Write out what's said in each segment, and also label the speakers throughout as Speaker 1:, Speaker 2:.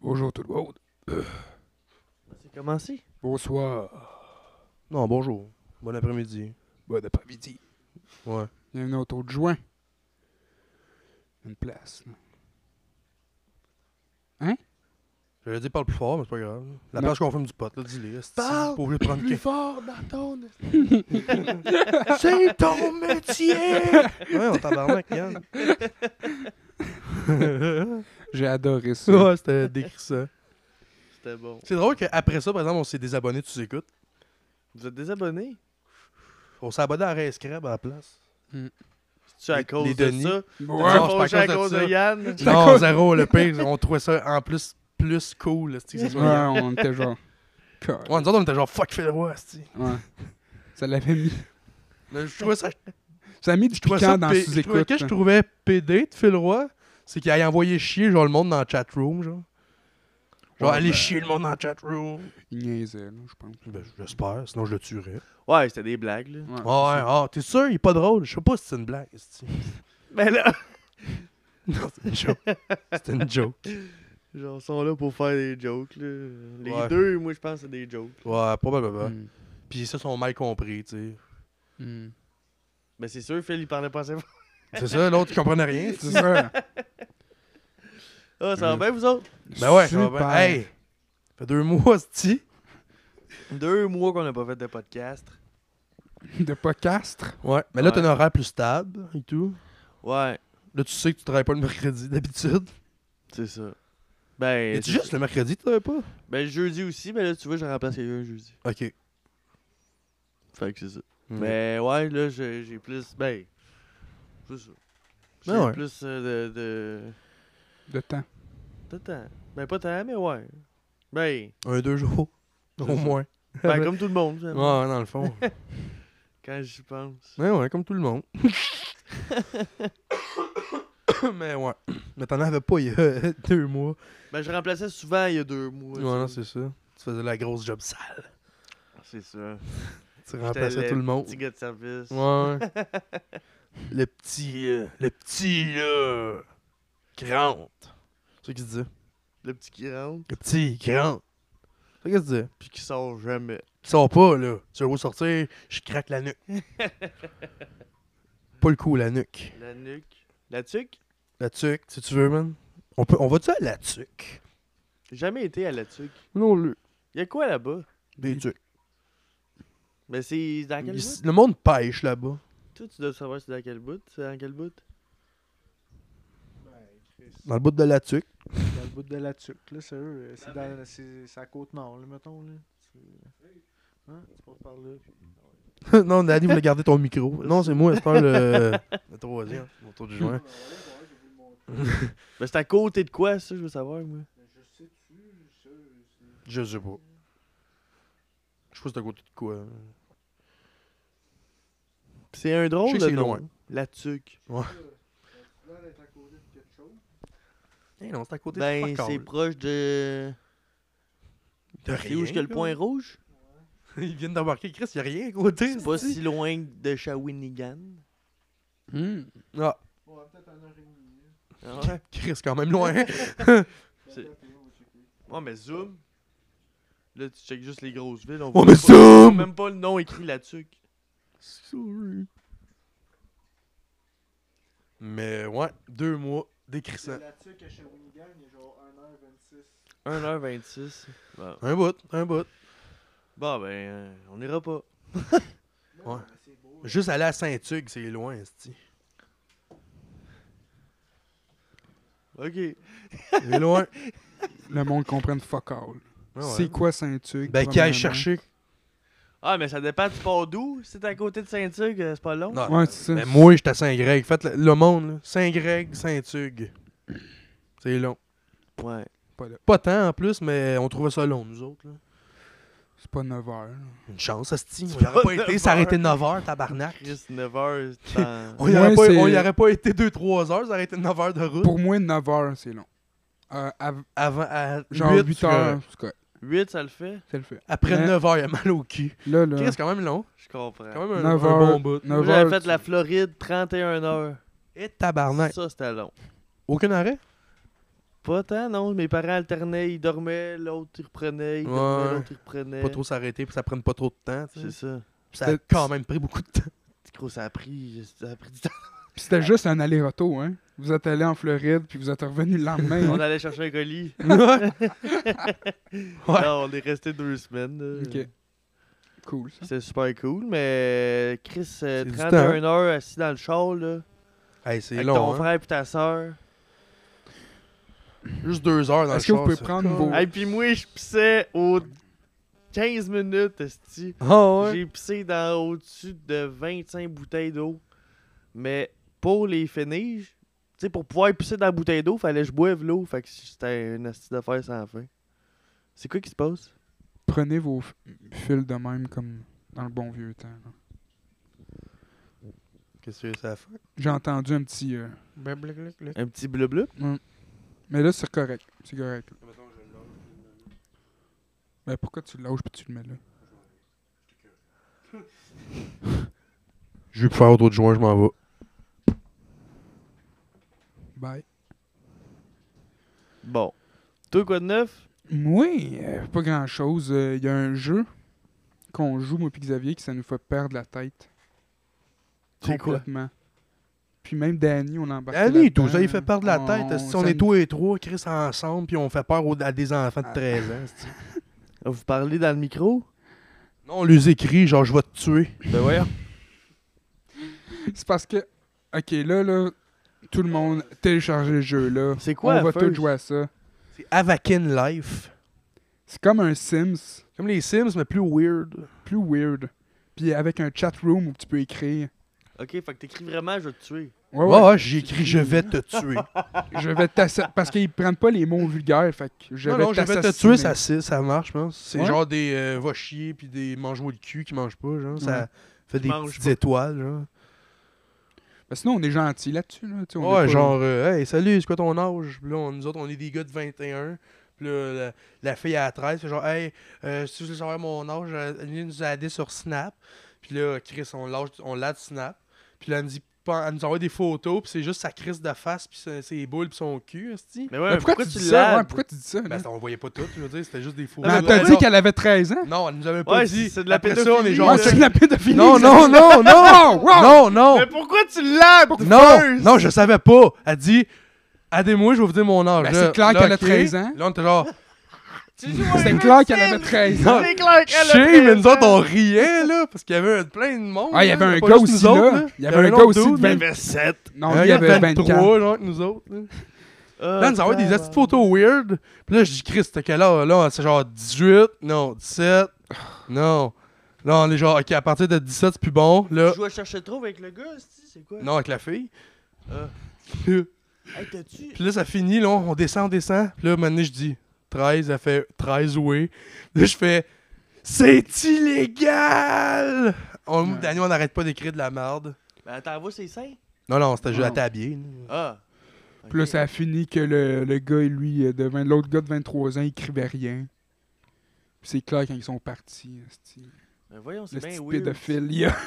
Speaker 1: Bonjour tout le monde.
Speaker 2: C'est commencé.
Speaker 1: Bonsoir.
Speaker 3: Non, bonjour. Bon après-midi.
Speaker 1: Bon après-midi.
Speaker 3: Ouais.
Speaker 1: Bienvenue autour de juin. Une place. là.
Speaker 3: J'allais dire parle plus fort, mais c'est pas grave. La
Speaker 1: Non.
Speaker 3: page qu'on fume du pot, là, dis-le. esti,
Speaker 1: Parle
Speaker 3: Pas obligé de prendre qu'un.
Speaker 1: fort, Danton.
Speaker 3: C'est ton métier! ouais, on tabarnak, hein. Yann.
Speaker 1: J'ai adoré ça.
Speaker 3: ouais, c'était décrissant.
Speaker 2: C'était bon.
Speaker 3: C'est drôle qu'après ça, par exemple, on s'est désabonné, tu écoutes.
Speaker 2: Vous êtes désabonné?
Speaker 3: On s'est abonné à Ray Scrab à la place.
Speaker 2: C'est à
Speaker 3: Les-
Speaker 2: cause
Speaker 3: les
Speaker 2: de
Speaker 3: Denis.
Speaker 2: ça?
Speaker 1: Ouais.
Speaker 3: Non, c'est pas à
Speaker 2: Fâché à
Speaker 3: cause de
Speaker 2: cause de
Speaker 3: ça.
Speaker 2: Yann?
Speaker 3: Non, zéro, le pire, on trouvait ça en plus, plus cool, esti, que ce soit Yann.
Speaker 1: Ouais, on était genre. Car-
Speaker 3: Ouais, nous autres, on était genre fuck, fais le roi, esti.
Speaker 1: Ouais. Ça l'avait mis.
Speaker 3: Là, Je trouvais ça
Speaker 1: Ça a mis du
Speaker 3: Je trouvais ça
Speaker 1: piquant dans
Speaker 3: pé- je trouvais-
Speaker 1: sous-écoute. hein.
Speaker 3: Qu'est-ce que je trouvais PD de Phil Roy, c'est qu'il allait envoyer chier genre le monde dans le chat room, genre. Genre
Speaker 1: Ouais,
Speaker 3: aller
Speaker 1: ben-
Speaker 3: chier le monde dans le chat room.
Speaker 1: Il niaisait, là, je pense.
Speaker 3: Ben, j'espère, sinon je le tuerais.
Speaker 2: Ouais, c'était des blagues, là.
Speaker 1: Ouais,
Speaker 3: Ouais, ah, t'es sûr, il est pas drôle. Je sais pas si c'est une blague. esti.
Speaker 2: Mais là,
Speaker 3: Non, c'est une joke. C'était une joke.
Speaker 2: genre, ils sont là pour faire des jokes, là. Les
Speaker 3: Ouais.
Speaker 2: deux, moi, je pense que c'est des jokes.
Speaker 3: Ouais,
Speaker 1: c'est ça.
Speaker 3: probablement.
Speaker 1: Mm.
Speaker 3: Puis ça, ils sont mal compris, tu
Speaker 1: Mm.
Speaker 2: Mais c'est sûr, Phil, il parlait pas assez fort.
Speaker 3: sais. C'est ça, l'autre, il comprenait rien.
Speaker 1: C'est ça.
Speaker 2: Ah, ça va bien, vous autres?
Speaker 3: Ben ouais, ça
Speaker 1: Super.
Speaker 3: va bien. Hey! Fait deux mois, esti.
Speaker 2: Deux mois qu'on n'a pas fait de podcast.
Speaker 1: De podcastre.
Speaker 3: Ouais. Mais là,
Speaker 2: Ouais.
Speaker 3: t'as un horaire plus stable et tout.
Speaker 2: Ouais,
Speaker 3: Là, tu sais que tu travailles pas le mercredi d'habitude.
Speaker 2: c'est ça. Ben,
Speaker 3: Es-tu
Speaker 2: c'est-
Speaker 3: juste le mercredi, tu travailles pas?
Speaker 2: ben, le jeudi aussi, mais là, tu vois, je remplace quelqu'un jeudi.
Speaker 3: Ok.
Speaker 2: Fait que c'est ça.
Speaker 3: Mais
Speaker 2: Mais ouais, là, j'ai j'ai plus. Ben, c'est ça. J'ai
Speaker 3: Ben ouais.
Speaker 2: plus euh, de- de...
Speaker 1: De temps.
Speaker 2: De temps. Ben, pas tant, mais ouais. Ben,
Speaker 3: Un, deux jours.
Speaker 2: C'est
Speaker 3: Au
Speaker 2: ça.
Speaker 3: moins.
Speaker 2: ben comme tout le monde,
Speaker 3: Ouais,
Speaker 2: finalement,
Speaker 3: dans le fond.
Speaker 2: quand j'y pense.
Speaker 3: ouais, ouais, comme tout le monde. mais ouais. Mais t'en avais pas il y a deux mois.
Speaker 2: Ben, je remplaçais souvent il y a deux mois.
Speaker 3: Ouais,
Speaker 2: tu
Speaker 3: non,
Speaker 2: sais.
Speaker 3: c'est ça. Tu faisais la grosse job sale.
Speaker 2: C'est ça.
Speaker 3: Tu remplaçais tout le monde.
Speaker 2: Petit gars de service.
Speaker 3: Oh. Ouais. le petit. euh, le petit, là. Crante. C'est ça qu'il se dit.
Speaker 2: Le petit qui rentre,
Speaker 3: Le petit, crante. C'est ça qu'il se dit.
Speaker 2: puis qui sort jamais.
Speaker 3: Qui sort pas, là. Tu veux sortir, je craque la nuque. pas le coup, la nuque.
Speaker 2: La nuque. La tuque?
Speaker 3: La tuque, si tu veux, man. On, peut, on va-tu à la tuque?
Speaker 2: J'ai jamais été à la tuque.
Speaker 3: Non, le,
Speaker 2: Y a quoi là-bas?
Speaker 3: des tuques.
Speaker 2: Ben, c'est dans quel bout?
Speaker 3: Ici, Le monde pêche là-bas.
Speaker 2: Toi, tu dois savoir c'est dans quel bout? C'est dans quel bout?
Speaker 3: Dans le bout de la tuque.
Speaker 4: Dans le bout de la tuque, là, c'est eux. euh, C'est dans c'est- c'est à Côte-Nord, là, mettons, là. C'est- Hein? Tu passes par là. puis-
Speaker 3: non, Danny voulait garder ton micro. Non, c'est moi, euh, c'est pas le. Le troisième, mon tour du joint.
Speaker 2: Ben, c'est à côté de quoi, ça, je veux savoir, moi?
Speaker 3: Je sais pas. Je sais pas c'est à côté de quoi.
Speaker 2: C'est un
Speaker 3: Je sais
Speaker 2: drôle,
Speaker 3: que
Speaker 2: de
Speaker 3: c'est
Speaker 2: nom.
Speaker 3: loin.
Speaker 2: La tuque.
Speaker 4: Tu dois être à côté de quelque chose.
Speaker 3: Eh non, c'est à côté
Speaker 2: Ben,
Speaker 3: de fuck all.
Speaker 2: c'est proche de...
Speaker 3: De
Speaker 2: C'est où est-ce que le
Speaker 3: là.
Speaker 2: point rouge?
Speaker 3: Ils viennent d'embarquer, Chris, y'a rien à côté.
Speaker 2: C'est pas
Speaker 3: c'est-tu?
Speaker 2: si loin de Shawinigan.
Speaker 1: Mm.
Speaker 3: Ah,
Speaker 4: Ouais, peut-être un heure et demie. là.
Speaker 2: Ah Ouais.
Speaker 3: Chris, quand même loin.
Speaker 2: C'est- ouais, mais zoom. Là, tu checkes juste les grosses villes. On
Speaker 3: Oh,
Speaker 2: voit
Speaker 3: mais
Speaker 2: pas-
Speaker 3: zoom!
Speaker 2: Même pas le nom écrit là-dessus.
Speaker 3: Sorry. Mais ouais, deux mois
Speaker 4: De
Speaker 3: d'écrissant.
Speaker 4: La tuque à Shawinigan, il y a genre 1h26.
Speaker 2: 1h26. Bon,
Speaker 3: Un bout, un bout.
Speaker 2: Bon, ben, euh, on ira pas.
Speaker 3: Ouais.
Speaker 4: Mais euh, c'est beau.
Speaker 3: Juste aller à Saint-Hugues, c'est loin, esti.
Speaker 2: Ok.
Speaker 3: C'est loin.
Speaker 1: Le monde comprenne fuck all.
Speaker 3: Ah ouais.
Speaker 1: C'est quoi Saint-Hugues?
Speaker 3: Ben, qui
Speaker 1: premièrement?
Speaker 3: aille chercher.
Speaker 2: Ah, mais ça dépend du port d'où. Si t'es à côté de Saint-Hugues, euh, c'est pas long.
Speaker 3: Non,
Speaker 1: Ouais, c'est ça.
Speaker 3: ben, moi, j'étais à Saint-Greg. Faites le, le monde, là. Saint-Greg, Saint-Hugues. C'est long.
Speaker 2: Ouais.
Speaker 3: Pas tant en plus, mais on trouvait ça long, nous autres. Là.
Speaker 1: C'est pas 9 heures. là.
Speaker 3: Une chance, Asti. On
Speaker 2: C'est
Speaker 3: y aurait
Speaker 2: pas
Speaker 3: pas été,
Speaker 2: neuf
Speaker 3: ça aurait été
Speaker 2: heures.
Speaker 3: 9h, tabarnak.
Speaker 2: Chris, 9h, c'est en-
Speaker 3: On y
Speaker 1: Ouais,
Speaker 3: aurait, pas,
Speaker 1: c'est-
Speaker 3: on y aurait pas été 2-3 heures, ça aurait été 9 heures de route.
Speaker 1: Pour moi, 9 heures, c'est long. Euh, av-
Speaker 3: Avant, à
Speaker 1: genre 8,
Speaker 3: huit, euh, tu
Speaker 1: heures,
Speaker 3: vois.
Speaker 1: c'est correct.
Speaker 2: 8, ça le fait?
Speaker 1: C'est le fait.
Speaker 3: Après
Speaker 1: Mais-
Speaker 3: 9 heures, il y a mal au cul.
Speaker 1: Là,
Speaker 3: Chris,
Speaker 1: là,
Speaker 3: C'est quand même long.
Speaker 2: Je comprends.
Speaker 3: quand même un,
Speaker 1: 9
Speaker 3: un
Speaker 1: heures.
Speaker 3: bon
Speaker 1: 9
Speaker 3: bout.
Speaker 2: Moi, j'avais
Speaker 1: heures.
Speaker 2: fait la Floride 31 heures.
Speaker 3: Et tabarnak.
Speaker 2: Ça, c'était long.
Speaker 3: Aucun arrêt?
Speaker 2: pas tant, non. Mes parents alternaient, ils dormaient, l'autre ils reprenaient, ils dormaient,
Speaker 3: Ouais.
Speaker 2: l'autre ils reprenaient.
Speaker 3: Pas trop s'arrêter pour que ça prenne pas trop de temps. tu sais.
Speaker 2: C'est ça.
Speaker 3: Ça a quand même pris beaucoup de temps.
Speaker 2: Gros, ça a pris, ça a pris du temps.
Speaker 1: Puis c'était juste un aller-retour, hein? Vous êtes allé en Floride, puis vous êtes revenu le
Speaker 2: On
Speaker 1: lendemain. hein?
Speaker 2: allait chercher un colis.
Speaker 3: Ouais.
Speaker 2: Non, on est resté deux semaines. là.
Speaker 1: Ok. Cool, ça.
Speaker 2: C'était super cool, mais Chris, euh,
Speaker 3: C'est du
Speaker 2: 31 heures assis dans le char, là,
Speaker 3: Hey, c'est
Speaker 2: avec
Speaker 3: long.
Speaker 2: ton
Speaker 3: hein.
Speaker 2: frère et ta soeur.
Speaker 3: Juste deux heures dans le
Speaker 1: Est-ce que vous
Speaker 3: char,
Speaker 1: pouvez
Speaker 3: ça.
Speaker 1: prendre vos...
Speaker 2: Et puis moi, je pissais aux 15 minutes, esti.
Speaker 3: Ah ouais.
Speaker 2: J'ai pissé dans au-dessus de 25 bouteilles d'eau. Mais pour les finir, tu sais, pour pouvoir pisser dans la bouteille d'eau, fallait que je boive l'eau. Fait que c'était une astuce d'affaires sans fin. C'est quoi qui se passe?
Speaker 1: Prenez vos f- fils de même comme dans le bon vieux temps. là.
Speaker 3: Qu'est-ce que ça fait?
Speaker 1: J'ai entendu un petit... euh,
Speaker 4: Ben,
Speaker 2: Un petit bleu-bleu?
Speaker 1: Mais là, c'est correct. C'est correct. là. Ben, pourquoi tu le lâches puis tu le mets là?
Speaker 3: Je vais faire d'autres joints, je m'en vais.
Speaker 1: Bye.
Speaker 2: Bon. Toi, quoi de neuf?
Speaker 1: Oui, euh, pas grand-chose. Euh, Il y a un jeu qu'on joue, moi puis Xavier, qui ça nous fait perdre la tête.
Speaker 2: C'est quoi?
Speaker 1: Complètement. Puis même Danny, on embarque.
Speaker 3: Ah oui, tout ça, il fait perdre la
Speaker 1: Oh,
Speaker 3: tête. Si on est tous et trois, Chris ensemble, puis on fait peur aux- à des enfants de 13 ans. c'est-tu.
Speaker 2: Vous parlez dans le micro?
Speaker 3: Non, on lui écrit, genre, je vais te tuer.
Speaker 2: Ben voyons.
Speaker 1: C'est parce que, ok, là, là, tout le monde télécharge le jeu, là.
Speaker 2: C'est quoi,
Speaker 1: On va
Speaker 2: First?
Speaker 1: tout jouer à ça.
Speaker 3: C'est Avakin Life.
Speaker 1: C'est comme un Sims,
Speaker 3: Comme les Sims, mais plus weird.
Speaker 1: plus weird. Puis avec un chat room où tu peux écrire.
Speaker 2: Ok, fait que t'écris vraiment, je vais te tuer.
Speaker 1: Ouais,
Speaker 3: Ouais,
Speaker 1: ouais.
Speaker 3: ouais, j'ai écrit, je vais te tuer.
Speaker 1: je vais t'assa- Parce qu'ils prennent pas les mots vulgaires, fait que je
Speaker 3: non,
Speaker 1: vais
Speaker 3: non, je vais te
Speaker 1: t'assassiner.
Speaker 3: tuer, ça, c'est- ça marche, je pense. C'est
Speaker 1: Ouais.
Speaker 3: genre des euh, va chier, puis des mange le cul qui mangent pas, genre.
Speaker 1: Ouais.
Speaker 3: Ça fait des
Speaker 2: mangent
Speaker 3: petites
Speaker 2: pas.
Speaker 3: étoiles, genre.
Speaker 1: Ben, sinon, on est gentil là-dessus, là. tu sais, on est
Speaker 3: Ouais,
Speaker 1: pas-
Speaker 3: genre, euh, hey, salut, c'est quoi ton âge? Puis là, on- nous autres, on est des gars de 21. Puis là, la, la fille à 13, fait genre, hey, euh, si vous voulez savoir mon âge, euh, elle nous a aidé sur Snap. Puis là, Chris, on lâche, on l'a de Snap. Puis là, elle nous, dit, elle nous envoie des photos, puis c'est juste sa crise de face, puis ses, ses boules, puis son cul, esti.
Speaker 2: Mais ouais,
Speaker 1: Ben, pourquoi, tu dis ça? Ouais,
Speaker 2: l'aides?
Speaker 1: pourquoi tu dis ça? là?
Speaker 3: Ben, ça, on voyait pas tout, je veux dire, c'était juste des photos.
Speaker 1: Mais elle
Speaker 2: mais
Speaker 1: t'a
Speaker 2: ouais,
Speaker 1: dit
Speaker 2: non.
Speaker 1: qu'elle avait 13 ans?
Speaker 3: Non, elle nous avait pas
Speaker 2: Ouais,
Speaker 3: dit.
Speaker 2: c'est de la
Speaker 3: Après ça, on est
Speaker 2: pédophilie,
Speaker 3: genre...
Speaker 1: Genre,
Speaker 3: euh,
Speaker 2: là.
Speaker 1: c'est de la pédophilie.
Speaker 3: Non,
Speaker 1: ça.
Speaker 3: non, non, non! Non, non!
Speaker 2: Mais pourquoi tu l'aides?
Speaker 3: Non, non, je savais pas. Elle dit, aidez-moi, je vais vous dire mon âge.
Speaker 1: Ben,
Speaker 3: Là,
Speaker 1: c'est clair
Speaker 3: là,
Speaker 1: qu'elle a
Speaker 3: ok.
Speaker 1: 13 ans.
Speaker 3: Là, on était genre,
Speaker 1: C'était clair qu'elle avait 13 ans.
Speaker 2: C'est clair qu'elle
Speaker 3: chier, mais nous autres, on
Speaker 2: avait
Speaker 3: riait, là, parce qu'il y avait un- plein de monde.
Speaker 1: Ah, il y
Speaker 3: là,
Speaker 1: avait un
Speaker 3: pas
Speaker 1: gars
Speaker 3: juste
Speaker 1: aussi,
Speaker 3: nous autres,
Speaker 1: là. Il y avait un gars aussi de
Speaker 3: d'autres,
Speaker 1: 20
Speaker 3: là.
Speaker 2: 7.
Speaker 1: Non,
Speaker 3: Un
Speaker 1: lui, il
Speaker 3: gars de
Speaker 1: avait Ah, 24.
Speaker 3: 23, genre, que nous autres. Là,
Speaker 2: Ah.
Speaker 3: Là, nous avons des petites photos weird. Puis là, je dis, Chris, c'était quel âge? Là, c'est genre 18, non, 17, non. Là, on est genre, OK, à partir de 17, c'est plus bon. Là,
Speaker 2: Tu jouais à chercher trop avec le gars, c'est c'est quoi?
Speaker 3: Euh, non, avec la fille.
Speaker 2: Ah.
Speaker 3: Puis
Speaker 2: Hey, t'as-tu.
Speaker 3: là, ça finit, là, on descend, on descend. Puis là, maintenant, je dis 13, elle fait 13, oui. Là, je fais C'est illégal! On,
Speaker 1: Ouais.
Speaker 3: Daniel, on n'arrête pas d'écrire de la merde.
Speaker 2: Ben, attends, vois, c'est sain?
Speaker 3: Non, non, c'était juste à
Speaker 1: Non.
Speaker 3: t'habiller.
Speaker 2: Ah. Ok.
Speaker 1: Puis là,
Speaker 3: euh,
Speaker 1: ça a fini que le, le gars, lui, euh, de vingt- l'autre gars de 23 ans, il écrivait rien. Puis c'est clair quand ils sont partis. esti.
Speaker 2: Ben, voyons,
Speaker 1: Le
Speaker 2: c'est
Speaker 1: petit
Speaker 2: bien weird.
Speaker 1: pédophile. il a-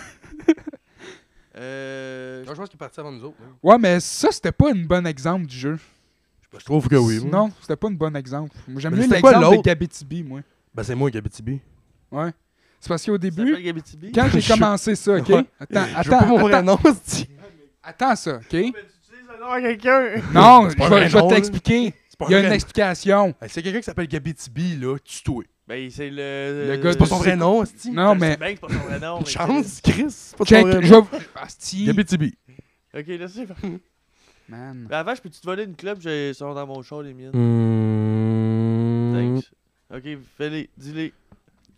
Speaker 2: Euh.
Speaker 3: je pense qu'il est parti avant nous autres. hein.
Speaker 1: Ouais, mais ça, c'était pas un bon exemple du jeu.
Speaker 3: Je trouve que oui. moi.
Speaker 1: Non, c'était pas un bon exemple. Moi, J'aime
Speaker 3: Mais
Speaker 1: mieux
Speaker 3: c'était quoi
Speaker 1: l'exemple de
Speaker 3: l'autre?
Speaker 1: Gabitibi, moi.
Speaker 3: Ben, c'est moi qui habite Tibi.
Speaker 1: Ouais. C'est parce qu'au
Speaker 2: ça s'appelle
Speaker 1: début,
Speaker 2: Gabitibi?
Speaker 1: quand j'ai
Speaker 3: Je-
Speaker 1: commencé ça, OK?
Speaker 3: Ouais.
Speaker 1: Attends,
Speaker 3: Je veux pas
Speaker 1: attends,
Speaker 3: mon vrai
Speaker 1: attends,
Speaker 3: nom, c'est-tu.
Speaker 1: attends ça, OK?
Speaker 2: Ben, tu utilises le nom à quelqu'un.
Speaker 1: Non, je
Speaker 3: pas
Speaker 1: vais-
Speaker 3: un
Speaker 1: je vais
Speaker 3: nom, là.
Speaker 1: t'expliquer.
Speaker 3: C'est pas
Speaker 1: Il y a
Speaker 3: un
Speaker 1: une
Speaker 3: vrai-
Speaker 1: explication.
Speaker 3: Hey, C'est quelqu'un qui s'appelle Gabitibi, là, tutoé.
Speaker 2: Ben, c'est le.
Speaker 1: Le gars-
Speaker 3: C'est pas son vrai nom, c'est-tu?
Speaker 1: Euh, Non,
Speaker 2: Je
Speaker 1: mais
Speaker 2: sais bien que c'est pas son vrai nom.
Speaker 3: Une
Speaker 2: mais
Speaker 3: chance, Chris. C'est pas
Speaker 1: check,
Speaker 3: ton vrai
Speaker 1: je
Speaker 3: nom.
Speaker 1: vais- Asti,
Speaker 3: Gabitibi.
Speaker 2: c'est- Ok, là, c'est.
Speaker 1: man.
Speaker 2: Ben, avant, je peux-tu te voler une club? J'ai- Ils sont dans mon char, les miennes.
Speaker 3: Mmh. Mm.
Speaker 2: Thanks. Ok, fais-les, dis-les.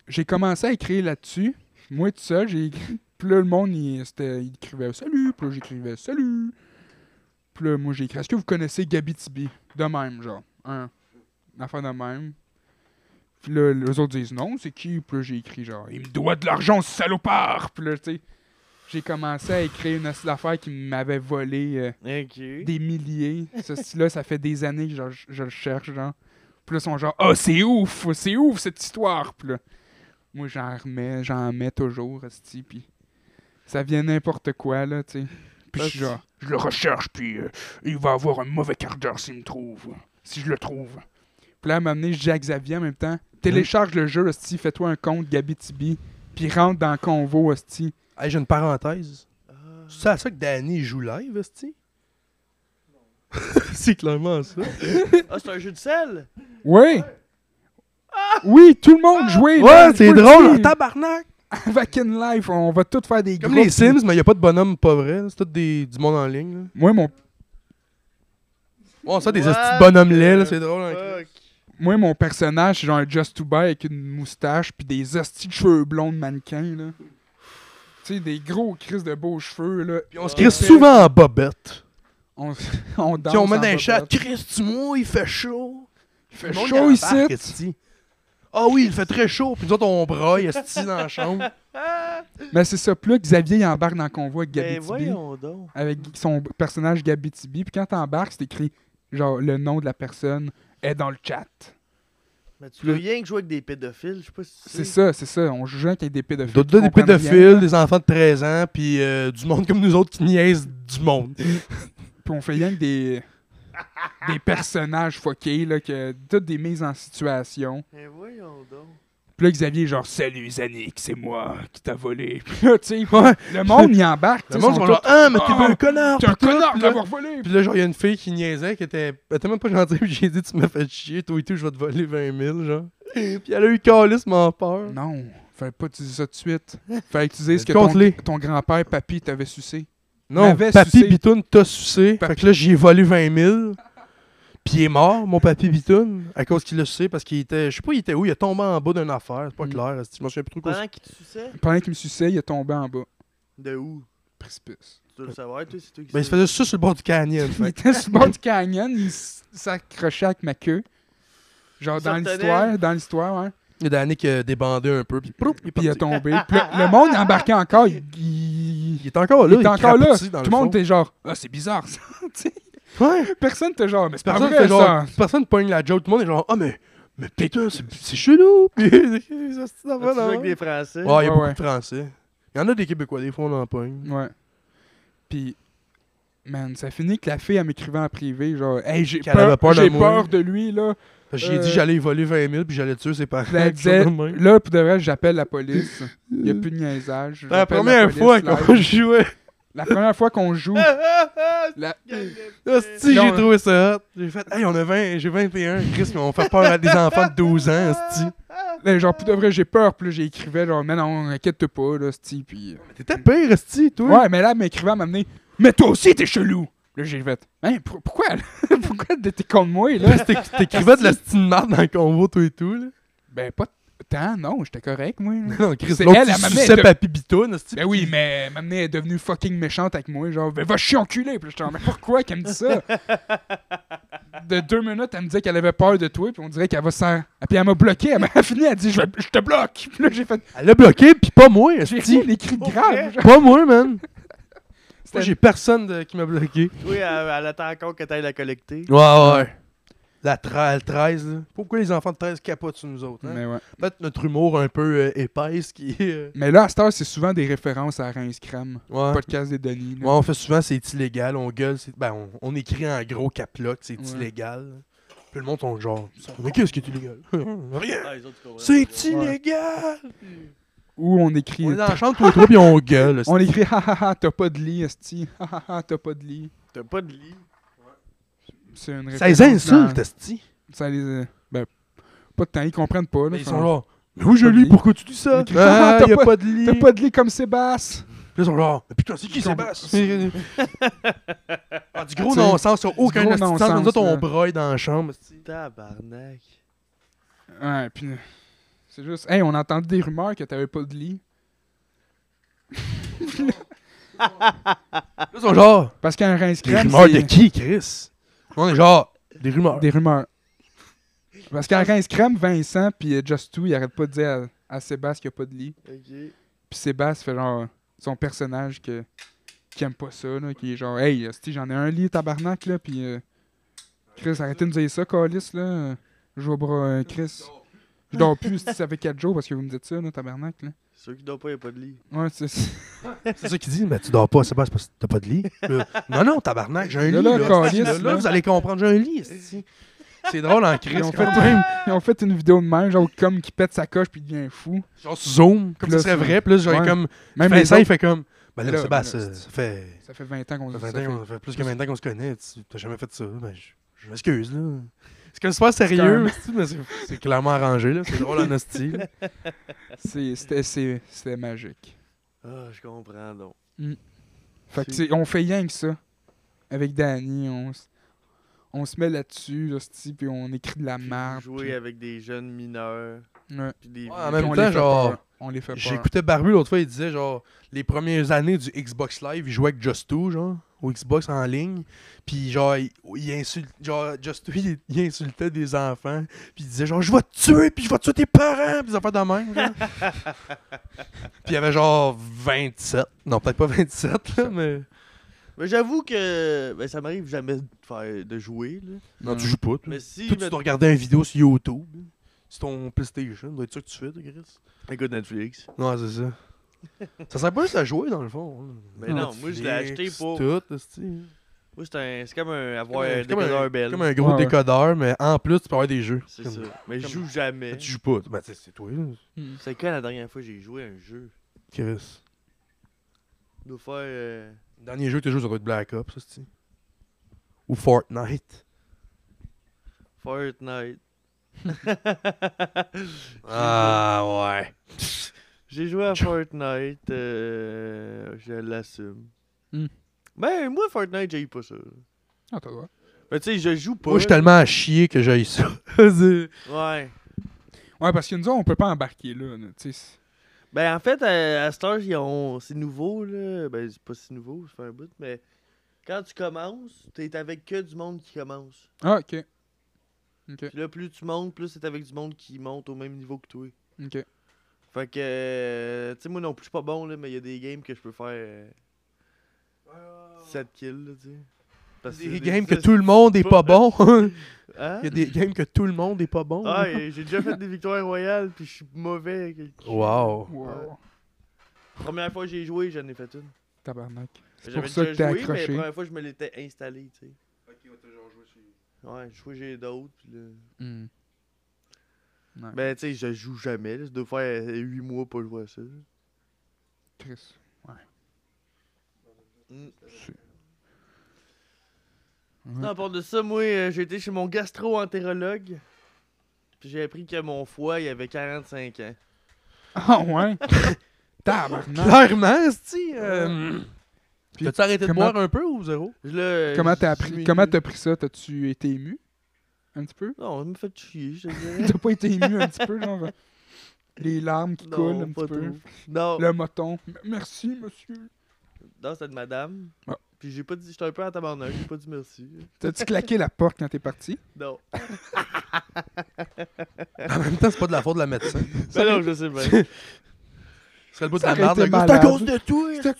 Speaker 1: J'ai commencé à écrire là-dessus. Moi, tout seul, j'ai écrit. Puis là, le monde, il, c'était- il écrivait Salut. Puis là, j'écrivais Salut. Puis là, moi, j'ai écrit Est-ce que vous connaissez Gabi Tibi De même, genre. Un. Une affaire de même. Puis là, les autres disent Non, c'est qui Puis là, j'ai écrit genre Il me doit de l'argent, ce salopard. Puis là, tu sais. J'ai commencé à écrire une affaire qui m'avait volé. euh,
Speaker 2: Ok.
Speaker 1: des milliers. Ce style-là, ça fait des années que je, je le cherche, genre. Puis là, ils sont genre, oh, c'est ouf, c'est ouf cette histoire. Puis là, moi, j'en remets, j'en mets toujours, esti, puis ça vient n'importe quoi, là, tu sais. Puis je suis
Speaker 2: Asti.
Speaker 1: genre, je le recherche, puis euh, il va avoir un mauvais quart d'heure s'il me trouve. si je le trouve. Puis là, elle m'a amené Jacques Xavier en même temps. Télécharge le jeu, hostie, fais-toi un compte Gabi Tibi, puis rentre dans le convo, hostie.
Speaker 3: Hey, j'ai une parenthèse.
Speaker 2: Ah.
Speaker 3: C'est à ça que Danny joue live, esti? c'est clairement ça.
Speaker 2: Ah, c'est un jeu de sel?
Speaker 1: Oui! Oui, tout le monde jouait! là,
Speaker 3: Ouais,
Speaker 1: je
Speaker 3: c'est
Speaker 1: vous le
Speaker 3: drôle,
Speaker 1: dis.
Speaker 3: tabarnak!
Speaker 1: Back in life, on va tout faire des
Speaker 3: Comme
Speaker 1: groupes.
Speaker 3: les Sims, mais il a pas de bonhomme pas vrai. là. C'est tout des, du monde en ligne. Là.
Speaker 1: Moi, mon,
Speaker 3: Ouais, ça, des
Speaker 2: What
Speaker 3: estis de bonhommes laids, là,
Speaker 2: the
Speaker 3: c'est drôle. hein, Chris.
Speaker 2: Fuck.
Speaker 1: moi, mon personnage, c'est genre un Just to Buy avec une moustache puis des hosties de cheveux blonds de mannequin, là. Tu sais, des gros crises de beaux cheveux, là.
Speaker 3: Puis on se
Speaker 2: Ouais.
Speaker 3: crie souvent en bobette.
Speaker 1: On, on danse.
Speaker 3: Puis on
Speaker 1: en
Speaker 3: met dans les
Speaker 1: bobette.
Speaker 3: chats, Chris, tu moi, il fait chaud.
Speaker 1: Il fait chaud ici!
Speaker 3: ici. Ah oui, il fait très chaud. Puis nous autres, on braille, esti, dans la chambre.
Speaker 1: Mais c'est ça. Puis là, Xavier, il embarque dans le convoi avec
Speaker 2: Ben
Speaker 1: Gabitibi.
Speaker 2: voyons donc.
Speaker 1: avec son personnage Gabitibi. Puis quand t'embarques, c'est écrit genre le nom de la personne est dans le chat.
Speaker 2: Mais tu veux rien que jouer avec des pédophiles, je sais pas si tu
Speaker 1: C'est
Speaker 2: sais.
Speaker 1: ça, c'est ça. On joue avec des pédophiles.
Speaker 3: D'autres des
Speaker 1: qui comprennent rien.
Speaker 3: pédophiles, des enfants de 13 ans, puis euh, du monde comme nous autres qui niaise du monde.
Speaker 1: Puis on fait rien que des, des personnages fuckés, là, que toutes des mises en situation.
Speaker 2: Ben voyons donc.
Speaker 1: Puis là, Xavier est genre Salut Zanik, c'est moi qui t'a volé. Puis là, tu sais,
Speaker 3: Ouais.
Speaker 1: le monde y embarque.
Speaker 3: Le monde, ils sont genre, ah, mais t'es
Speaker 1: Ah,
Speaker 3: un connard.
Speaker 1: T'es un
Speaker 3: puis tout,
Speaker 1: connard
Speaker 3: puis là-
Speaker 1: d'avoir volé!
Speaker 3: Puis là, genre, il y a une fille qui niaisait, qui était. Elle était même pas gentille, puis j'ai dit, tu m'as fait chier, toi et tout, je vais te voler 20 000, genre. Puis elle a eu calice, m'en peur.
Speaker 1: Non, fallait pas utiliser ça tout de suite. Fallait utiliser ce que ton,
Speaker 3: Compte-les.
Speaker 1: ton grand-père, papy, t'avait sucé.
Speaker 3: Non,
Speaker 1: m'avait
Speaker 3: Papy
Speaker 1: sucé.
Speaker 3: Bitoun t'a sucé.
Speaker 1: Papi-
Speaker 3: Fait que là, j'y ai volé 20 000. Puis il est mort, mon papy Bitoun, à cause qu'il l'a sucé, parce qu'il était. Je sais pas, il était où, il est tombé en bas d'une affaire, c'est pas
Speaker 1: Mm.
Speaker 3: clair. esti, Je me souviens plus trop quoi.
Speaker 2: Pendant qu'il te suçait,
Speaker 1: Pendant qu'il me suçait, il est tombé en bas.
Speaker 2: de où?
Speaker 1: Précipice.
Speaker 2: Tu dois le savoir, toi, c'est toi qui
Speaker 3: Ben, il se
Speaker 2: sais. Ah,
Speaker 3: faisait sucer sur le bord du canyon.
Speaker 1: Il
Speaker 3: fait.
Speaker 1: était sur le bord du canyon, il s- s'accrochait avec ma queue. Genre
Speaker 2: Il
Speaker 1: dans
Speaker 2: se retenait.
Speaker 1: l'histoire, dans l'histoire, ouais.
Speaker 3: Il y a Danny qui a débandé un peu, puis prouf, il est
Speaker 1: Puis il est
Speaker 3: parti.
Speaker 1: tombé. Puis le, le monde embarquait encore, il, il-
Speaker 3: Il est encore là,
Speaker 1: il était encore là.
Speaker 3: crapoutit dans
Speaker 1: Tout le monde
Speaker 3: fond.
Speaker 1: était genre, ah, c'est bizarre ça. Tu sais,
Speaker 3: Ouais.
Speaker 1: Personne était genre, Ah, mais c'est pas
Speaker 3: Personne
Speaker 1: vrai
Speaker 3: fait genre,
Speaker 1: ça.
Speaker 3: personne pogne la joke, tout le monde est genre ah mais mais putain c'est c'est chez nous. Puis ça c'est ça
Speaker 2: As-tu
Speaker 3: va
Speaker 2: joué
Speaker 3: là.
Speaker 2: avec des Français?
Speaker 3: Ouais, il y
Speaker 1: Ouais,
Speaker 3: a beaucoup
Speaker 1: ouais.
Speaker 3: de français. Il y en a des québécois des fois on en pogne.
Speaker 1: Ouais. Puis, man, ça finit que la fille, elle m'écrivait en privé, genre, hey, j'ai
Speaker 3: Qu'elle
Speaker 1: peur,
Speaker 3: avait peur de
Speaker 1: j'ai
Speaker 3: moi.
Speaker 1: peur de lui, là.
Speaker 3: Fait que J'ai dit
Speaker 1: Euh.
Speaker 3: j'allais y voler 20 000 puis j'allais tuer ses parents.
Speaker 1: Puis elle
Speaker 3: quelque chose
Speaker 1: disait,
Speaker 3: de même.
Speaker 1: là, pour de vrai, j'appelle la police. Il n'y a plus de niaisage.
Speaker 3: la
Speaker 1: J'appelle
Speaker 3: première
Speaker 1: police
Speaker 3: fois
Speaker 1: live.
Speaker 3: qu'on jouait,
Speaker 1: La première fois qu'on joue,
Speaker 2: Ah, ah, ah,
Speaker 1: la-
Speaker 3: hostie,
Speaker 1: Non,
Speaker 3: j'ai
Speaker 1: hein.
Speaker 3: trouvé ça hot. J'ai fait hey on a 20, j'ai 21, Chris mais on fait peur à des enfants de 12 ans, hostie.
Speaker 1: Là, ben, genre, pour de vrai, j'ai peur. Puis là, j'écrivais, genre, mais non, inquiète-toi pas, là, c'ti, Puis.
Speaker 3: T'étais pire hostie toi.
Speaker 1: Ouais, mais là, elle m'écrivait, elle m'amenait, mais toi aussi, t'es chelou. Là, j'ai fait, hein, pour- pourquoi, là? pourquoi t'es contre moi, là?
Speaker 3: Là, t'éc- T'écrivais de la hostie de marde dans le convo tout et tout là.
Speaker 1: ben, pas tant, non, j'étais correct, moi. là.
Speaker 3: Non, Chris,
Speaker 1: C'est
Speaker 3: l'autre,
Speaker 1: elle,
Speaker 3: il
Speaker 1: elle m'amenait,
Speaker 3: suçait
Speaker 1: elle te-
Speaker 3: papy bitoune, hostie.
Speaker 1: Ben oui, mais m'amener, elle est devenue fucking méchante avec moi. Genre, ben va chier enculé. Puis là, j'étais genre, mais pourquoi qu'elle me dit ça? De deux minutes, elle me disait qu'elle avait peur de toi. Puis on dirait qu'elle va s'en. Puis elle m'a bloqué. Elle m'a fini, elle dit, je, vais- je te bloque. Puis là, j'ai fait,
Speaker 3: Elle l'a bloqué puis pas moi,
Speaker 1: j'ai
Speaker 3: hostie.
Speaker 1: rien écrit de grave. genre.
Speaker 3: Pas moi, man.
Speaker 1: C'était-
Speaker 3: Moi, j'ai personne de- qui m'a bloqué.
Speaker 2: Oui, elle, elle attend encore que t'ailles la collecter.
Speaker 3: Ouais, ouais. La, tra- le 13, là. Pourquoi les enfants de 13 capotent sur nous autres, hein?
Speaker 1: Mais ouais.
Speaker 3: Peut-être notre humour un peu euh, épaisse qui est... euh,
Speaker 1: Mais là, à cette heure, c'est souvent des références à Reims Cram.
Speaker 3: Ouais.
Speaker 1: Podcast des Denis. là.
Speaker 3: Ouais, on fait souvent, c'est illégal, on gueule, c'est... Ben, on, on écrit en gros caploc, c'est
Speaker 1: Ouais.
Speaker 3: illégal. Puis le monde sont genre... Mais qu'est-ce qui est illégal? Rien!
Speaker 2: Ah, les autres, tu comprends.
Speaker 3: C'est illégal!
Speaker 1: Où on écrit.
Speaker 3: On est dans la chambre, tous les trois, puis on gueule.
Speaker 1: On écrit, ha ha ha, t'as pas de lit, Esti. Ha ha ha, t'as pas de lit.
Speaker 2: T'as pas de lit.
Speaker 1: C'est une
Speaker 3: Ça les
Speaker 1: référence dans-
Speaker 3: insulte, esti.
Speaker 1: Ça les. Ben, pas de temps, ils comprennent pas. Là,
Speaker 3: Mais Ils
Speaker 1: Enfin,
Speaker 3: sont là... Mais oui, je lis, pourquoi tu dis ça?
Speaker 1: Mais Chris,
Speaker 3: Ah,
Speaker 1: t'as
Speaker 3: y a
Speaker 1: pas-
Speaker 3: pas de lit.
Speaker 1: T'as pas de lit comme Sébastien.
Speaker 3: Puis là, ils sont genre, mais putain, c'est qui
Speaker 1: Ils sont-
Speaker 3: Sébastien? ah, du gros
Speaker 1: Tu
Speaker 3: hein.
Speaker 1: sais,
Speaker 3: non-sens, ça n'a aucun
Speaker 1: gros
Speaker 3: esti de sens.
Speaker 1: non-sens,
Speaker 3: Nous autres,
Speaker 1: là.
Speaker 3: on broille dans la chambre. esti.
Speaker 2: Tabarnak.
Speaker 1: Ouais, puis euh, c'est juste, hey, on a entendu des rumeurs que t'avais pas de lit.
Speaker 3: Là, ils sont genre,
Speaker 1: Parce qu'un rince
Speaker 3: des
Speaker 1: crème,
Speaker 3: rumeurs de
Speaker 1: c'est
Speaker 3: qui, Chris? On est genre, des rumeurs.
Speaker 1: des rumeurs. Parce qu'un rince crème, Vincent, puis euh, Just Two, il arrête pas de dire à, à Sébastien qu'il y a pas de lit.
Speaker 2: Ok.
Speaker 1: Puis Sébastien fait genre son personnage que, qui aime pas ça, là, qui est genre, hey, esti, j'en ai un lit, tabarnak, là, puis euh, Chris, arrêtez de nous dire ça, Calis, là. Je vois bras, euh, Chris. Je dors plus, esti, ça fait 4 jours parce que vous me dites ça, là, tabarnak, là.
Speaker 2: Ceux qui dorment pas, y a pas de lit.
Speaker 1: Ouais, c'est ça.
Speaker 3: C'est ça qu'ils disent, mais tu dors pas, Sébastien, parce que t'as pas de lit. Là, non, non, tabarnak, j'ai un
Speaker 1: Là,
Speaker 3: lit.
Speaker 1: là,
Speaker 3: Là,
Speaker 1: câlisse,
Speaker 3: Là,
Speaker 1: là.
Speaker 3: vous allez comprendre, j'ai un lit. esti. C'est drôle en crise.
Speaker 1: Ils ont, fait même- ils ont fait une vidéo de même, genre comme qui pète sa coche puis il devient fou.
Speaker 3: Genre zoom, comme
Speaker 1: Puis là,
Speaker 3: ça serait
Speaker 1: c'est-
Speaker 3: vrai. Puis là, genre,
Speaker 1: ouais.
Speaker 3: comme.
Speaker 1: Même
Speaker 3: Vincent,
Speaker 1: les
Speaker 3: il
Speaker 1: autres,
Speaker 3: fait comme. Ben là,
Speaker 1: Là,
Speaker 3: Sébastien,
Speaker 1: ben là,
Speaker 3: ça fait.
Speaker 1: ça fait 20 ans qu'on
Speaker 3: Ça
Speaker 1: dit
Speaker 3: fait
Speaker 1: ça.
Speaker 3: 20
Speaker 1: fait-
Speaker 3: ans, on fait plus que 20 ans qu'on se connaît. Tu t'as jamais fait ça. Ben, je, je m'excuse, là. C'est comme super
Speaker 1: quand
Speaker 3: sérieux,
Speaker 1: même-
Speaker 3: hostie, mais c'est c'est clairement arrangé, là. C'est drôle en hostie. là.
Speaker 1: c'est- C'était c'est- c'était magique.
Speaker 2: Ah, je comprends donc.
Speaker 1: Fait que
Speaker 2: C'est-
Speaker 1: c'est- on fait rien que ça. Avec Danny, on, s- on se met là-dessus, hostie, puis on écrit de la
Speaker 2: Puis
Speaker 1: merde.
Speaker 2: Jouer
Speaker 1: puis-
Speaker 2: avec des jeunes mineurs.
Speaker 1: Ouais.
Speaker 2: Puis des
Speaker 3: Ouais, en
Speaker 1: Puis
Speaker 3: même
Speaker 1: on
Speaker 3: temps,
Speaker 1: les fait
Speaker 3: genre,
Speaker 1: peur. On les fait peur.
Speaker 3: J'écoutais Barbu l'autre fois, il disait genre les premières années du Xbox Live, il jouait avec Just Two, genre, au Xbox en ligne. Puis genre, il, il insulte, genre, Just Two, il, il insultait des enfants. Puis il disait genre, je vais te tuer, puis je vais tuer tes parents, puis des affaires de même. genre. puis il avait genre 27. Non, peut-être pas 27, là, mais.
Speaker 2: Mais j'avoue que ben, ça m'arrive jamais de, faire, de jouer. Là.
Speaker 3: Non, tu joues pas, toi.
Speaker 2: Mais si.
Speaker 3: Toi, tu
Speaker 2: mais-
Speaker 3: dois regarder une vidéo sur YouTube. Sur ton PlayStation, doit être ça que tu fais, toi, Chris.
Speaker 2: Écoute Netflix.
Speaker 3: Non, c'est ça. ça sert pas juste à jouer, dans le fond. hein.
Speaker 2: Mais non, moi, je l'ai acheté
Speaker 3: Netflix,
Speaker 2: pour.
Speaker 3: Tout, hostie.
Speaker 2: Moi, c'est un- c'est comme un, avoir
Speaker 3: Comme un-
Speaker 2: un
Speaker 3: c'est comme un-
Speaker 2: décodeur
Speaker 3: C'est
Speaker 2: belle.
Speaker 3: comme un gros
Speaker 1: Ouais, ouais.
Speaker 3: décodeur, mais en plus, tu peux avoir des jeux.
Speaker 2: C'est
Speaker 3: Comme-
Speaker 2: ça. Mais je joue jamais.
Speaker 3: Mais tu joues pas. Ben, t'sais, c'est toi, là,
Speaker 2: C'est quand la dernière fois que j'ai joué à un jeu
Speaker 3: Chris.
Speaker 2: Je dois faire. euh,
Speaker 3: Le dernier jeu que tu joues, ça doit être Black Ops, hostie. Ou Fortnite.
Speaker 2: Fortnite.
Speaker 3: Ah, ouais.
Speaker 2: J'ai joué à Fortnite. euh, je l'assume.
Speaker 1: Hmm.
Speaker 2: Ben, moi, Fortnite, j'ai pas ça.
Speaker 1: Ah, t'as le droit.
Speaker 2: Mais tu sais, je joue pas.
Speaker 3: Moi, je suis tellement à chier que j'ai ça. C'est-
Speaker 2: Ouais.
Speaker 1: Ouais, parce que nous autres, on peut pas embarquer là. là, tu sais, c'est-
Speaker 2: Ben, en fait, à, à cette heure, ils ont- c'est nouveau, là. Ben, c'est pas si nouveau, ça fait un bout, mais quand tu commences, t'es avec que du monde qui commence.
Speaker 1: Ah, ok. Ok,
Speaker 2: Puis là, plus tu montes, plus t'es avec du monde qui monte au même niveau que toi.
Speaker 1: ok.
Speaker 2: Fait que, euh, tu sais, moi non plus, je suis pas bon, là, mais il y a des games que je peux faire euh, 7 kills, là, tu sais. Parce
Speaker 3: Des
Speaker 2: Ah, c'est
Speaker 3: games que
Speaker 2: ça,
Speaker 3: tout le monde est pas
Speaker 2: pas-
Speaker 3: bon.
Speaker 2: c'est- Hein?
Speaker 3: Il y a des games que tout le monde est pas bon.
Speaker 2: Ah, et j'ai déjà fait des victoires royales, puis je suis mauvais. avec le-
Speaker 3: Wow.
Speaker 1: Wow.
Speaker 2: Première fois que j'ai joué, j'en ai fait une.
Speaker 1: Tabarnak. C'est
Speaker 2: J'avais
Speaker 1: pour ça
Speaker 2: déjà
Speaker 1: que t'es
Speaker 2: joué, mais la
Speaker 1: accroché.
Speaker 2: première fois, je me l'étais installé, tu sais. Ouais, je crois que j'ai d'autres. Pis là...
Speaker 1: Hmm. Ouais,
Speaker 2: Ben, tu sais, je joue jamais. Là. Ça doit faire 8 mois pas jouer à ça. là.
Speaker 1: Chris. C'est-
Speaker 2: Non, à part de ça, moi, euh, j'ai été chez mon gastro-entérologue. Puis j'ai appris que mon foie, il avait 45 ans.
Speaker 1: Ah, ouais. Tabarnak.
Speaker 3: Clairement, hostie, euh,
Speaker 1: Puis
Speaker 3: T'as-tu arrêté de
Speaker 1: comment-
Speaker 3: boire un peu ou zéro?
Speaker 2: Je l'ai-
Speaker 1: Comment
Speaker 2: je
Speaker 1: t'as
Speaker 2: suis
Speaker 1: appris
Speaker 2: ému.
Speaker 1: Comment t'as pris ça T'as-tu été ému Un petit peu
Speaker 2: Non, je me fait chier, je te dirais.
Speaker 1: T'as pas été ému un petit peu, genre Les larmes qui
Speaker 2: Non,
Speaker 1: coulent un
Speaker 2: pas
Speaker 1: petit peu.
Speaker 2: trop. non,
Speaker 1: Le moton. M- Merci, monsieur.
Speaker 2: non c'était de madame.
Speaker 1: Ah.
Speaker 2: Puis j'ai pas dit, j'étais un peu en tabarnak, j'ai pas dit merci.
Speaker 1: T'as-tu claqué la porte quand t'es parti
Speaker 2: Non.
Speaker 3: En même temps, c'est pas de la faute de la médecin.
Speaker 2: Ben non, je sais bien.
Speaker 3: C'est le bout de
Speaker 1: Ça aurait
Speaker 3: la merde,
Speaker 1: été
Speaker 3: le gars.
Speaker 1: malade.
Speaker 3: de toi!
Speaker 1: C'est à
Speaker 3: hostie,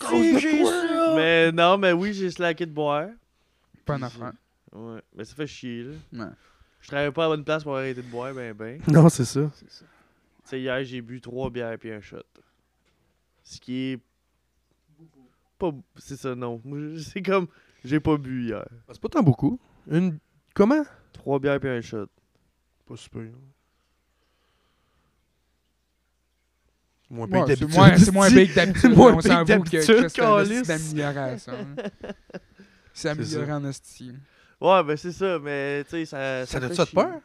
Speaker 1: cause de
Speaker 3: j'ai
Speaker 1: toi.
Speaker 3: ça.
Speaker 2: mais non, mais oui, j'ai slacké de boire.
Speaker 1: Pas en affaire.
Speaker 2: Ouais, mais ça fait chier, là.
Speaker 1: Non,
Speaker 2: Je travaillais pas à la bonne place pour arrêter de boire, ben ben.
Speaker 3: Non, c'est ça.
Speaker 1: c'est ça.
Speaker 2: Tu sais, hier, j'ai bu trois bières puis un shot. Ce qui est. Pas. C'est ça, non. Moi, je- C'est comme. J'ai pas bu hier.
Speaker 3: C'est pas tant beaucoup. Une. Comment?
Speaker 2: Trois bières puis un shot.
Speaker 3: Pas super. Moins
Speaker 1: Ouais,
Speaker 3: pire que
Speaker 1: c'est
Speaker 3: d'habitude.
Speaker 1: moins, c'est moins
Speaker 3: hostie.
Speaker 1: big d'habitude.
Speaker 3: Moins
Speaker 1: mais on
Speaker 3: big
Speaker 1: s'avoue que
Speaker 3: d'habitude,
Speaker 1: que c'est un esti
Speaker 3: câlisse.
Speaker 1: d'amélioration. hein. C'est amélioré en esti.
Speaker 2: Ouais, ben c'est ça, mais tu sais, ça.
Speaker 3: Ça
Speaker 2: fait
Speaker 3: doit-tu te
Speaker 2: chier.
Speaker 3: peur?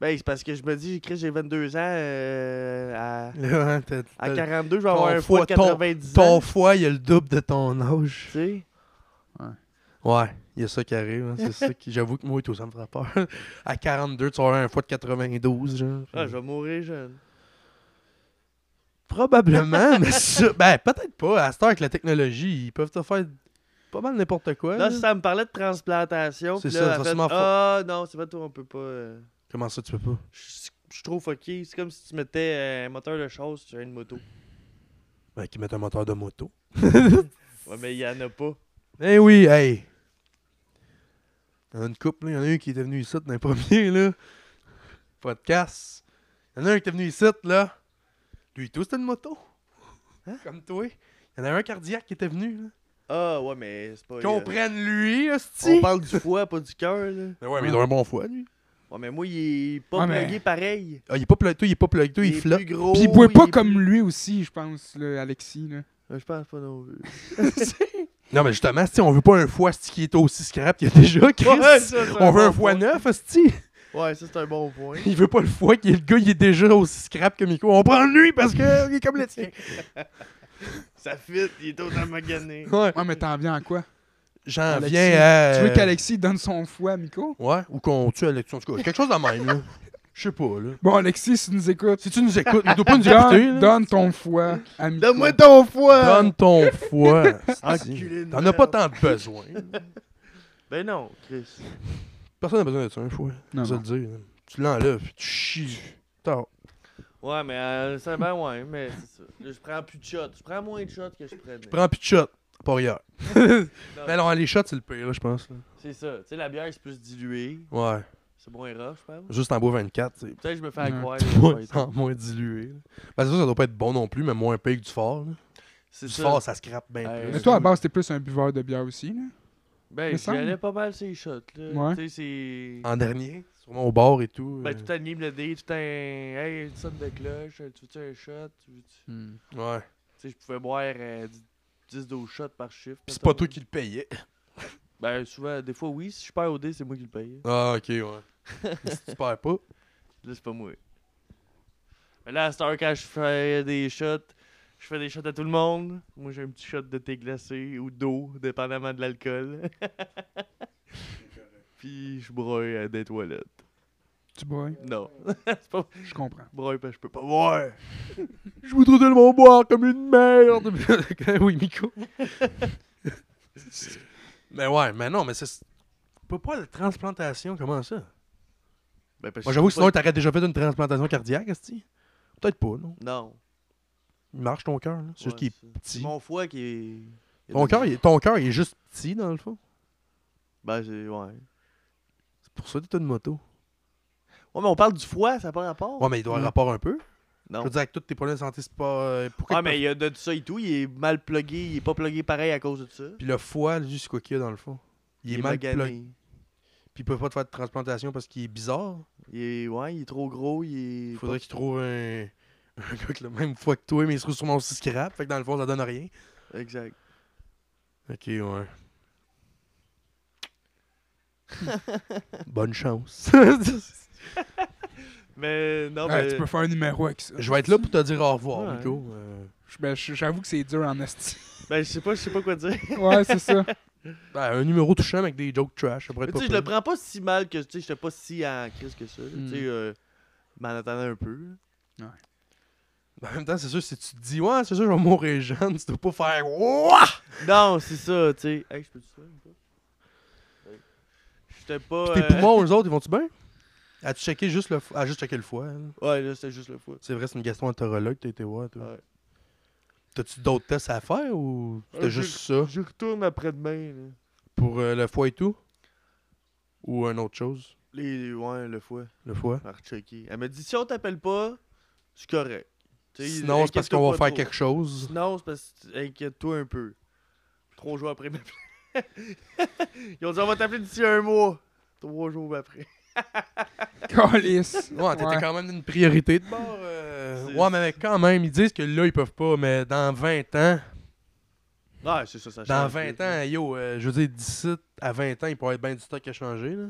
Speaker 2: Ben, c'est parce que je me dis, Chris, j'ai 22 ans. euh, à,
Speaker 3: Là, hein, t'as-
Speaker 2: à
Speaker 3: t'as-
Speaker 2: 42, je vais avoir
Speaker 3: ton
Speaker 2: un foie de
Speaker 3: foie, ton-
Speaker 2: 90
Speaker 3: Ton
Speaker 2: ans.
Speaker 3: foie, il a le double de ton âge.
Speaker 2: Tu sais.
Speaker 3: Ouais, il y a ça qui arrive. hein, C'est ça qui... J'avoue que moi, tout ça me fera peur. À 42, tu vas avoir un foie de 92, genre.
Speaker 2: Ah, je vais mourir jeune.
Speaker 3: Probablement, mais ça- ben, peut-être pas. À cette heure, avec la technologie, ils peuvent te faire pas mal n'importe quoi.
Speaker 2: Là,
Speaker 3: là.
Speaker 2: ça me parlait de transplantation.
Speaker 3: C'est
Speaker 2: puis là,
Speaker 3: ça,
Speaker 2: elle
Speaker 3: ça,
Speaker 2: a
Speaker 3: c'est
Speaker 2: fait,
Speaker 3: ma faute.
Speaker 2: Ah, non, c'est pas toi, on peut pas. euh,
Speaker 3: Comment ça, tu peux pas?
Speaker 2: Je je suis trop fucké. C'est comme si tu mettais euh, un moteur de chasse sur une moto.
Speaker 3: Ben, qu'ils mettent un moteur de moto.
Speaker 2: Ouais, mais il y en a pas.
Speaker 3: Eh oui, hey! Il y en a une couple, là. Il y en a un qui était venu ici dans le premier, là. Podcast. Il y en a un qui était venu ici, là. Hein? Lui, tout, c'était une moto. Comme toi. Il y en a un cardiaque qui était venu, là.
Speaker 2: Ah, ouais, mais c'est pas.
Speaker 3: Qu'on
Speaker 2: euh,
Speaker 3: prenne lui,
Speaker 2: on
Speaker 3: hostie.
Speaker 2: parle du foie, pas du cœur, là.
Speaker 3: Mais ouais, mais il a un bon foie, lui.
Speaker 2: Ouais, mais moi, il est pas
Speaker 1: Ouais, mais-
Speaker 2: plugué pareil.
Speaker 3: Ah, il est pas plug, toi, il est pas plug, toi, il,
Speaker 2: est
Speaker 3: flotte.
Speaker 2: plus gros,
Speaker 1: Pis il boit pas
Speaker 2: est
Speaker 1: comme
Speaker 2: plus-
Speaker 1: lui aussi, je pense, là, Alexis. Là.
Speaker 2: Euh, Je pense pas non plus.
Speaker 3: Non, mais justement, si on veut pas un foie esti, qui est aussi scrap qu'il y a déjà, Chris.
Speaker 2: Ouais, ça, c'est
Speaker 3: on veut
Speaker 2: bon
Speaker 3: un foie
Speaker 2: point.
Speaker 3: neuf, hostie.
Speaker 2: Ouais, ça, c'est un bon point.
Speaker 3: Il veut pas le foie qui est le gars, il est déjà aussi scrap que Miko. On prend lui parce que il est comme le tien.
Speaker 2: Ça fit, il est autant magané.
Speaker 3: Ouais.
Speaker 1: Ouais, mais t'en viens à quoi?
Speaker 3: J'en
Speaker 1: Alexis,
Speaker 3: viens à.
Speaker 1: Tu veux qu'Alexis donne son foie à Miko?
Speaker 3: Ouais, ou qu'on tue Alexis. En tout cas, quelque chose de même, là. Je sais pas, là.
Speaker 1: Bon, Alexis, si tu nous écoutes,
Speaker 3: Si tu nous écoutes, il doit pas nous écouter.
Speaker 1: donne,
Speaker 3: là.
Speaker 1: donne ton foie à Miko.
Speaker 2: Donne-moi ton foie!
Speaker 3: Donne ton foie.
Speaker 2: Enculé de
Speaker 3: T'en as pas
Speaker 2: merde.
Speaker 3: tant besoin.
Speaker 2: Ben non, Chris.
Speaker 3: Personne n'a besoin de ça, un foie.
Speaker 1: Non,
Speaker 3: Je
Speaker 1: non.
Speaker 3: vais le dire. Tu l'enlèves, puis tu chies. Tard.
Speaker 2: Ouais, mais euh, ça, ben ouais, mais c'est ça. Là, je prends plus de shots. Je prends moins de shots que je prenais.
Speaker 3: Prends plus de shot. Pas hier. Mais non, les shots, c'est le pire, là, je pense. là.
Speaker 2: C'est ça. Tu sais, la bière, c'est plus dilué.
Speaker 3: Ouais.
Speaker 2: C'est moins rough, je pense.
Speaker 3: Juste en bois 24, c'est
Speaker 2: Peut-être que je me fais accroire. là,
Speaker 3: moins,
Speaker 2: ouais, ça.
Speaker 3: moins dilué. là. Ben, c'est sûr, ça doit pas être bon non plus, mais moins pire que du fort. là.
Speaker 2: C'est
Speaker 3: Du
Speaker 2: ça.
Speaker 3: fort, ça scrape bien
Speaker 2: Euh,
Speaker 3: plus.
Speaker 1: Mais toi, à base, t'es plus un buveur de bière aussi. Là.
Speaker 2: Ben,
Speaker 1: me
Speaker 2: j'y
Speaker 1: semble.
Speaker 2: allais pas mal ces shots, là.
Speaker 1: Ouais.
Speaker 2: Tu sais, c'est.
Speaker 3: En dernier, sûrement au bar et tout.
Speaker 2: Ben,
Speaker 3: euh,
Speaker 2: tout un nib le dé, tout un. Hey, une sonne de cloche, tu veux-tu un shot? Tu veux-tu-
Speaker 3: Ouais.
Speaker 2: Tu sais, je pouvais boire euh, 10-12 shots par chiffre.
Speaker 3: Puis c'est pas
Speaker 2: mettons.
Speaker 3: toi qui le payais.
Speaker 2: Ben, souvent, des fois, oui, si je perds au dé, c'est moi qui le paye. hein.
Speaker 3: Ah, ok, ouais. si tu perds pas.
Speaker 2: Là, c'est pas moi. Mais là, à cette heure, quand je fais des shots, je fais des shots à tout le monde. Moi, j'ai un petit shot de thé glacé ou d'eau, dépendamment de l'alcool. Puis, je broye à des toilettes.
Speaker 1: Tu bois,
Speaker 2: Non, c'est pas
Speaker 1: je comprends.
Speaker 2: broye parce que je peux pas boire.
Speaker 3: Je voudrais tellement boire comme une merde. oui, Miko. mais Ben, ouais, mais non, mais c'est. Peut pas la transplantation, comment ça?
Speaker 2: Ben, parce
Speaker 3: Moi, j'avoue que
Speaker 2: je peux
Speaker 3: sinon,
Speaker 2: pas-
Speaker 3: t'aurais déjà fait une transplantation cardiaque, Asti. Peut-être pas, non?
Speaker 2: Non.
Speaker 3: Il marche ton cœur, là. C'est juste
Speaker 2: Ouais,
Speaker 3: qu'il est
Speaker 2: c'est- c'est
Speaker 3: petit.
Speaker 2: Mon foie qui est. il a
Speaker 3: Ton
Speaker 2: des-
Speaker 3: cœur, il est- ton cœur, il est juste petit, dans le fond.
Speaker 2: Ben, c'est. Ouais.
Speaker 3: C'est pour ça que t'as une moto.
Speaker 2: Ouais, mais on parle du foie, ça n'a pas rapport.
Speaker 3: Ouais, mais il doit avoir rapport un peu. Je
Speaker 2: non.
Speaker 3: veux dire, avec tous tes problèmes de santé, c'est pas. euh, pourquoi
Speaker 2: Ah,
Speaker 3: que-
Speaker 2: mais il y a de ça et tout. Il est mal plugué. Il est pas plugué pareil à cause de ça.
Speaker 3: Puis le foie, lui, c'est quoi qu'il y a dans le fond? Il est, mal
Speaker 2: magané.
Speaker 3: plug- Puis il peut pas te faire de transplantation parce qu'il est bizarre.
Speaker 2: Il est, ouais, il est trop gros, il est...
Speaker 3: Il faudrait qu'il trouve un... un gars avec le même foie que toi, mais il se trouve sûrement aussi scrap. Fait que dans le fond, ça donne rien.
Speaker 2: Exact.
Speaker 3: Ok, ouais. Bonne chance. Je
Speaker 2: Mais non,
Speaker 1: Ouais,
Speaker 2: mais...
Speaker 1: Tu peux faire un numéro avec ça.
Speaker 3: vais être là pour te dire au revoir,
Speaker 2: Ouais.
Speaker 3: Nico. Euh,
Speaker 1: Je- ben, je- J'avoue que c'est dur en esti.
Speaker 2: Ben, je sais pas, je sais pas quoi dire.
Speaker 1: Ouais, c'est ça.
Speaker 3: ben, un numéro touchant avec des jokes trash. Ça pourrait
Speaker 2: Mais
Speaker 3: être
Speaker 2: tu
Speaker 3: pas
Speaker 2: sais, je le
Speaker 3: pire.
Speaker 2: prends pas si mal que, tu sais, j'étais pas si en crise que ça. là.
Speaker 1: Mm.
Speaker 2: Tu sais, euh, m'en attendais un peu. là.
Speaker 3: Ben, En même temps, c'est sûr, si tu te dis, ouais, c'est sûr, je vais mourir jeune, tu dois pas faire, ouah!
Speaker 2: Non, c'est ça, tu sais. Hey, je peux te faire ou pas? Ouais. J'étais pas...
Speaker 3: Puis
Speaker 2: euh,
Speaker 3: tes poumons, eux autres, ils vont-tu bien? As-tu checké juste le foie? Ah, juste checké le foie. elle.
Speaker 2: Ouais, là, c'était juste le foie.
Speaker 3: C'est vrai, c'est une gastro-entérologue que t'as été voir, toi.
Speaker 2: Ouais.
Speaker 3: T'as-tu d'autres tests à faire ou c'était
Speaker 2: Euh,
Speaker 3: juste ça
Speaker 2: Je retourne après-demain, là.
Speaker 3: pour euh, le foie et tout? Ou une autre chose?
Speaker 2: Les... Ouais, le foie.
Speaker 3: Le foie?
Speaker 2: À rechecker. Elle m'a dit, si on t'appelle pas, c'est correct. Tu sais,
Speaker 3: Sinon, c'est parce
Speaker 2: inquiète-toi
Speaker 3: qu'on
Speaker 2: pas
Speaker 3: va faire
Speaker 2: trop.
Speaker 3: quelque chose.
Speaker 2: Non, c'est parce que inquiète-toi un peu. Trois jours après, ils m'appellent. Ils ont dit on va t'appeler d'ici un mois. Trois jours après.
Speaker 1: Calice.
Speaker 3: Ouais, t'étais
Speaker 1: Ouais.
Speaker 3: quand même une priorité de bord. euh,
Speaker 2: C'est-
Speaker 3: Ouais, mais avec- quand même, ils disent que là, ils peuvent pas, mais dans 20 ans,
Speaker 2: Ah, c'est ça, ça
Speaker 3: dans
Speaker 2: change vite,
Speaker 3: 20
Speaker 2: là.
Speaker 3: ans, yo, euh, je veux dire, d'ici à 20 ans, il pourrait être bien du stock à changer, là.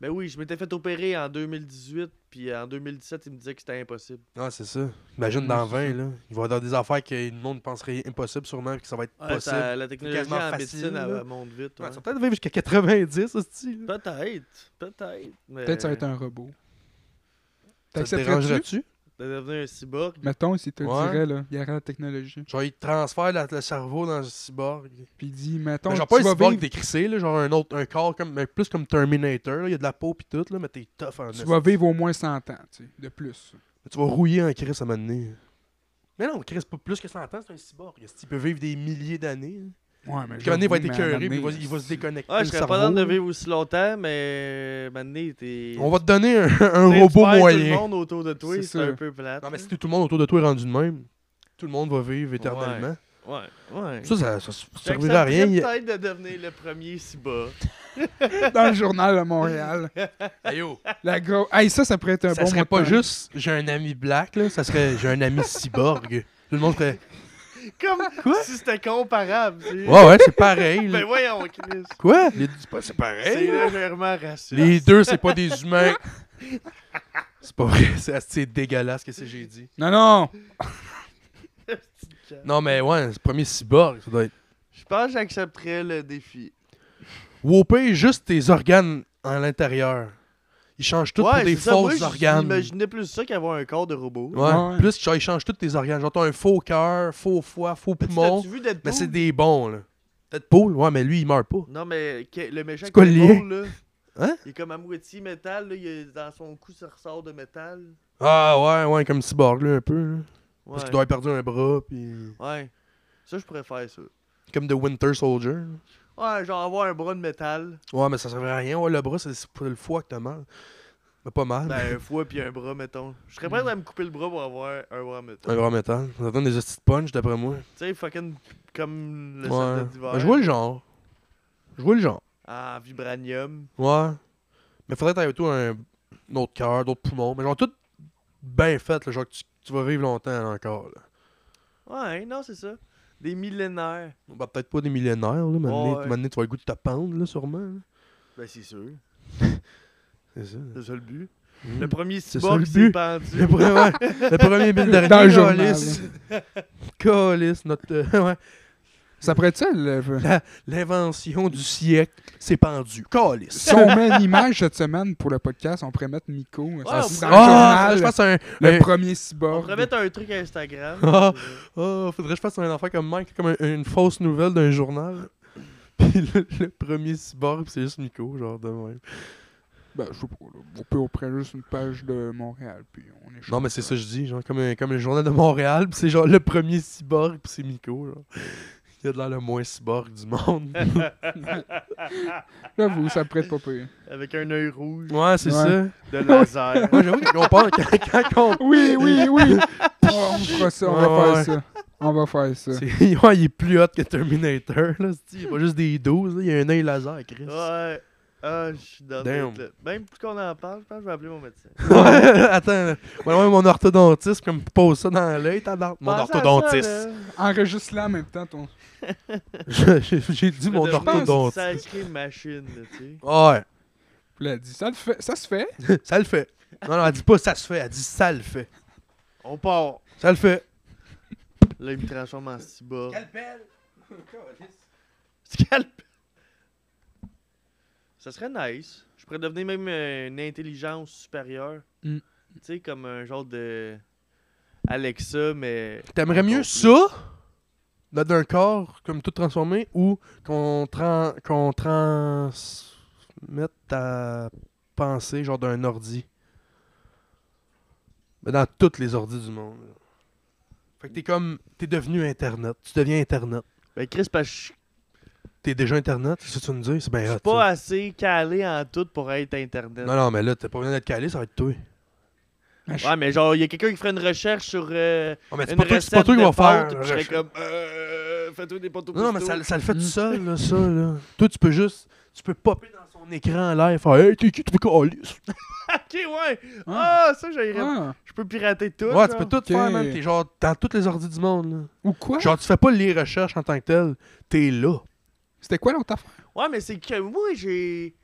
Speaker 2: Ben oui, je m'étais fait opérer en 2018, puis en 2017, ils me disaient que c'était impossible.
Speaker 3: Ah, c'est ça. Imagine
Speaker 1: Ouais,
Speaker 3: dans
Speaker 1: c'est
Speaker 3: 20, là. Il va y avoir des affaires que le monde penserait impossible, sûrement, que ça va être
Speaker 2: Ouais,
Speaker 3: possible.
Speaker 2: ça- la technologie
Speaker 3: Quasiment
Speaker 2: en
Speaker 3: facile,
Speaker 2: médecine, elle,
Speaker 3: là.
Speaker 2: elle monte vite.
Speaker 3: Ouais,
Speaker 2: ouais.
Speaker 3: ça va peut-être vivre jusqu'à 90, aussi.
Speaker 2: Peut-être, peut-être. mais-
Speaker 1: Peut-être ça va être un robot.
Speaker 3: Ça te
Speaker 1: T'accepterais-tu?
Speaker 3: dérangerait-tu?
Speaker 2: De devenir un cyborg.
Speaker 1: Mettons, si te le
Speaker 3: Ouais.
Speaker 1: dirait, là, il y aurait la technologie.
Speaker 3: Genre, il te transfère la- le cerveau dans un cyborg.
Speaker 1: Puis il dit, mettons,
Speaker 3: Mais genre,
Speaker 1: tu
Speaker 3: pas un
Speaker 1: vas
Speaker 3: cyborg
Speaker 1: vivre-
Speaker 3: décrissé, là, genre un autre, un corps comme, mais plus comme Terminator, là, il y a de la peau pis tout, là, mais t'es tough en
Speaker 1: Tu
Speaker 3: esti.
Speaker 1: vas vivre au moins 100 ans, tu sais, de plus.
Speaker 3: Tu vas rouiller en Chris à un moment donné. Mais non, Chris, pas plus que 100 ans, c'est un cyborg. esti. Il peut vivre des milliers d'années. hein.
Speaker 1: Ouais, mais
Speaker 3: Puis un moment donné, il va être
Speaker 1: j'avoue, mais à un
Speaker 3: écœuré, puis il
Speaker 1: moment
Speaker 3: va,
Speaker 1: donné,
Speaker 3: il va se déconnecter.
Speaker 2: Ah,
Speaker 3: le
Speaker 2: je serais pas
Speaker 3: cerveau,
Speaker 2: dans de
Speaker 3: là.
Speaker 2: vivre aussi longtemps, mais. euh, Maintenant, t'es.
Speaker 3: On va te donner un, un
Speaker 2: t'es- tu perds
Speaker 3: robot
Speaker 2: Tout le
Speaker 3: moyen.
Speaker 2: monde autour de toi,
Speaker 1: C'est
Speaker 2: c'est un
Speaker 1: sûr.
Speaker 2: peu plate.
Speaker 3: Non, mais
Speaker 2: là.
Speaker 3: si tout le monde autour de toi est rendu de même, tout le monde va vivre éternellement.
Speaker 2: Ouais, ouais.
Speaker 3: Ça, ça, ça, ça
Speaker 2: Fait que
Speaker 3: servirait à
Speaker 2: me
Speaker 3: rien.
Speaker 2: dirait
Speaker 3: Il-
Speaker 2: peut-être de devenir le premier Siba.
Speaker 1: Dans le journal de Montréal.
Speaker 3: Hey, yo,
Speaker 1: La grosse. Hey, ça, ça pourrait être un
Speaker 3: ça
Speaker 1: bon
Speaker 3: serait
Speaker 1: mot de
Speaker 3: pas
Speaker 1: passe.
Speaker 3: juste j'ai un ami black, là, ça serait j'ai un ami cyborg. Tout le monde ferait
Speaker 2: Comme
Speaker 3: Quoi?
Speaker 2: si c'était comparable. tu sais.
Speaker 3: Ouais, ouais, c'est pareil. là.
Speaker 2: Ben voyons, Chris.
Speaker 3: Quoi Les deux, c'est pas- c'est
Speaker 2: C'est
Speaker 3: pareil. là.
Speaker 2: légèrement raciste.
Speaker 3: Les deux, c'est pas des humains. C'est pas vrai, c'est assez dégueulasse ce que c'est que j'ai dit.
Speaker 1: Non, non.
Speaker 3: Non, mais ouais, c'est le premier cyborg, ça doit être.
Speaker 2: Je pense que j'accepterais le défi.
Speaker 3: Whopper juste tes organes à l'intérieur. Ils changent tout pour des
Speaker 2: c'est ça, moi,
Speaker 3: fausses
Speaker 2: j-
Speaker 3: organes.
Speaker 2: J'imaginais plus ça qu'avoir un corps de robot.
Speaker 3: Ouais.
Speaker 1: Ouais.
Speaker 3: Plus genre, ils changent tous tes organes. Genre, t'as un faux cœur, faux foie, faux
Speaker 2: As-tu-
Speaker 3: poumon.
Speaker 2: T'as-tu vu Deadpool?
Speaker 3: Mais c'est des bons, là. Deadpool, ouais, mais lui, il meurt pas.
Speaker 2: Non, mais que- le méchant
Speaker 3: C'est quoi le lien?
Speaker 2: Deadpool, là,
Speaker 3: Hein?
Speaker 2: il est comme à moitié métal, là, il est- dans son cou, ça ressort de métal.
Speaker 3: Ah ouais, ouais, comme Cyborg, là, un peu. là.
Speaker 2: Ouais.
Speaker 3: Parce qu'il doit avoir perdu un bras, puis...
Speaker 2: ouais. Ça, je pourrais faire ça.
Speaker 3: Comme The Winter Soldier. là.
Speaker 2: Ouais, genre avoir un bras de métal.
Speaker 3: Ouais, mais ça servait à rien. Ouais, le bras, c'est c'est pour le foie que t'as mal. Ah, Mais pas mal.
Speaker 2: Ben, un foie puis un bras, mettons. Je serais prêt à me couper le bras pour avoir un bras, mettons.
Speaker 3: Un
Speaker 2: Tu
Speaker 3: grand métal. Ça donne des hosties de punch, d'après moi.
Speaker 2: sais, fucking comme le
Speaker 3: ouais.
Speaker 2: soldat d'hiver.
Speaker 3: Ben, je vois le genre. Je vois le genre.
Speaker 2: Ah, vibranium.
Speaker 3: Ouais. Mais faudrait que t'aies tout un... un autre cœur, d'autres poumons. Mais genre, tout bien fait, là, genre que tu, tu vas vivre longtemps là, encore. Là.
Speaker 2: Ouais, non, c'est ça. Des millénaires.
Speaker 3: Bah, peut-être pas des millénaires, là. mais
Speaker 2: Ouais.
Speaker 3: Maintenant, tu vas le goût de te pendre, là, sûrement. là.
Speaker 2: Ben, c'est sûr.
Speaker 3: C'est ça.
Speaker 2: C'est ça le but.
Speaker 3: Mm.
Speaker 2: Le premier
Speaker 3: C'est
Speaker 2: cyborg
Speaker 3: ça,
Speaker 2: qui
Speaker 3: le
Speaker 2: s'est
Speaker 3: but.
Speaker 2: pendu.
Speaker 3: Le premier, ouais. le premier bit dernier.
Speaker 1: Dans le journal.
Speaker 3: câlisse. Câlisse, notre. euh, ouais.
Speaker 1: Ça pourrait être ça, le-
Speaker 3: L'invention du siècle s'est pendue. Calice.
Speaker 1: Si on met une image cette semaine pour le podcast, on pourrait mettre Nico euh,
Speaker 2: Ah,
Speaker 1: dans le
Speaker 3: Ah, faudrait que
Speaker 1: journal.
Speaker 3: je fasse un.
Speaker 1: Le
Speaker 3: un-
Speaker 1: premier
Speaker 2: On
Speaker 1: cyborg.
Speaker 2: pourrait mettre un truc à Instagram.
Speaker 3: Ah. Ah, faudrait que je fasse un enfant comme Mike, comme un- une fausse nouvelle d'un journal. Puis le, le premier cyborg, c'est juste Nico, genre de même.
Speaker 1: Ben, je sais pas. là. On peut on prend juste une page de Montréal, puis on est
Speaker 3: Non, mais c'est ça que je dis, genre comme, un- comme le journal de Montréal, puis c'est genre le premier cyborg, puis c'est Nico, genre. Il a de l'air le moins cyborg du monde.
Speaker 1: J'avoue, ça pourrait être pas pire.
Speaker 2: Avec un œil rouge
Speaker 3: Ouais, c'est
Speaker 1: Ouais.
Speaker 3: ça.
Speaker 2: de laser.
Speaker 3: Moi, j'avoue que quand on parle, quand, quand on
Speaker 1: Oui, oui, oui. on fera ça, on va
Speaker 3: Ouais,
Speaker 1: faire ça. On va faire ça.
Speaker 3: C'est- ouais, il est plus hot que Terminator. Là, c'est-tu, il a pas juste des 12, là, il a un œil laser, Chris.
Speaker 2: ouais. Ah, je suis dans
Speaker 3: Damn.
Speaker 2: le Même plus qu'on en parle, je pense que je vais appeler mon médecin.
Speaker 3: Ouais, attends, là. Ouais, ouais, mon orthodontiste, comme pose ça dans l'œil, tabarnak. Mon
Speaker 2: Pensez à
Speaker 3: orthodontiste.
Speaker 2: ça, là.
Speaker 1: Enregistre-la en même temps, ton.
Speaker 3: J'ai j'ai dit mon
Speaker 2: Je pense que
Speaker 3: orthodontiste.
Speaker 2: C'est une sacrée machine, là, tu
Speaker 3: Ouais,
Speaker 1: Tu l'as dit. Ça, le fait- ça se fait.
Speaker 3: ça le fait. Non, non, elle dit pas ça se fait, elle dit ça le fait.
Speaker 2: sais. On part.
Speaker 3: Ça le fait.
Speaker 2: Là, il me transforme en cyborg.
Speaker 3: Calpel.
Speaker 2: Scalp. Ça serait nice. Je pourrais devenir même euh, une intelligence supérieure.
Speaker 1: Mm.
Speaker 2: Tu sais, comme un genre de Alexa, mais.
Speaker 3: T'aimerais mieux ça, là, d'un corps comme tout transformé, ou qu'on tran- qu'on transmette ta pensée, genre d'un ordi. Mais dans tous les ordis du monde. là. Fait que t'es comme. T'es devenu Internet. Tu deviens Internet.
Speaker 2: Ben, Chris, parce que je suis
Speaker 3: T'es déjà Internet, c'est ça que tu me dis? C'est bien hot,
Speaker 2: pas
Speaker 3: ça.
Speaker 2: assez calé en tout pour être Internet.
Speaker 3: Non, non, mais là, t'as pas besoin d'être calé, ça va être toi.
Speaker 2: Ouais, mais genre, il y a quelqu'un qui ferait une recherche sur euh,
Speaker 3: Ah, mais c'est
Speaker 2: une
Speaker 3: pas toi,
Speaker 2: recette
Speaker 3: c'est pas toi qui
Speaker 2: de
Speaker 3: va faire.
Speaker 2: pâtes,
Speaker 3: la
Speaker 2: puis je serais
Speaker 3: recherche.
Speaker 2: comme, euh, fais-toi des pâtes au
Speaker 3: Non, non, mais
Speaker 2: pesto.
Speaker 3: ça, ça le fait tout
Speaker 1: Mm.
Speaker 3: seul, là, ça, là. Hmm. Toi, tu peux juste. Tu peux popper dans son écran en l'air, faire Hey, t'es qui, tu veux calice?
Speaker 2: Ok, ouais.
Speaker 1: Ah.
Speaker 2: Ah, ça, j'aimerais.
Speaker 1: Ah.
Speaker 2: Je peux pirater tout.
Speaker 3: Ouais, tu
Speaker 2: genre.
Speaker 3: peux tout
Speaker 1: Ok.
Speaker 3: faire, man. T'es genre dans toutes les ordi du monde,
Speaker 1: Ou quoi
Speaker 3: là. Genre, tu fais pas les recherches en tant que tel. T'es là.
Speaker 1: C'était quoi l'autre affaire
Speaker 2: Ouais, mais c'est que moi, j'ai.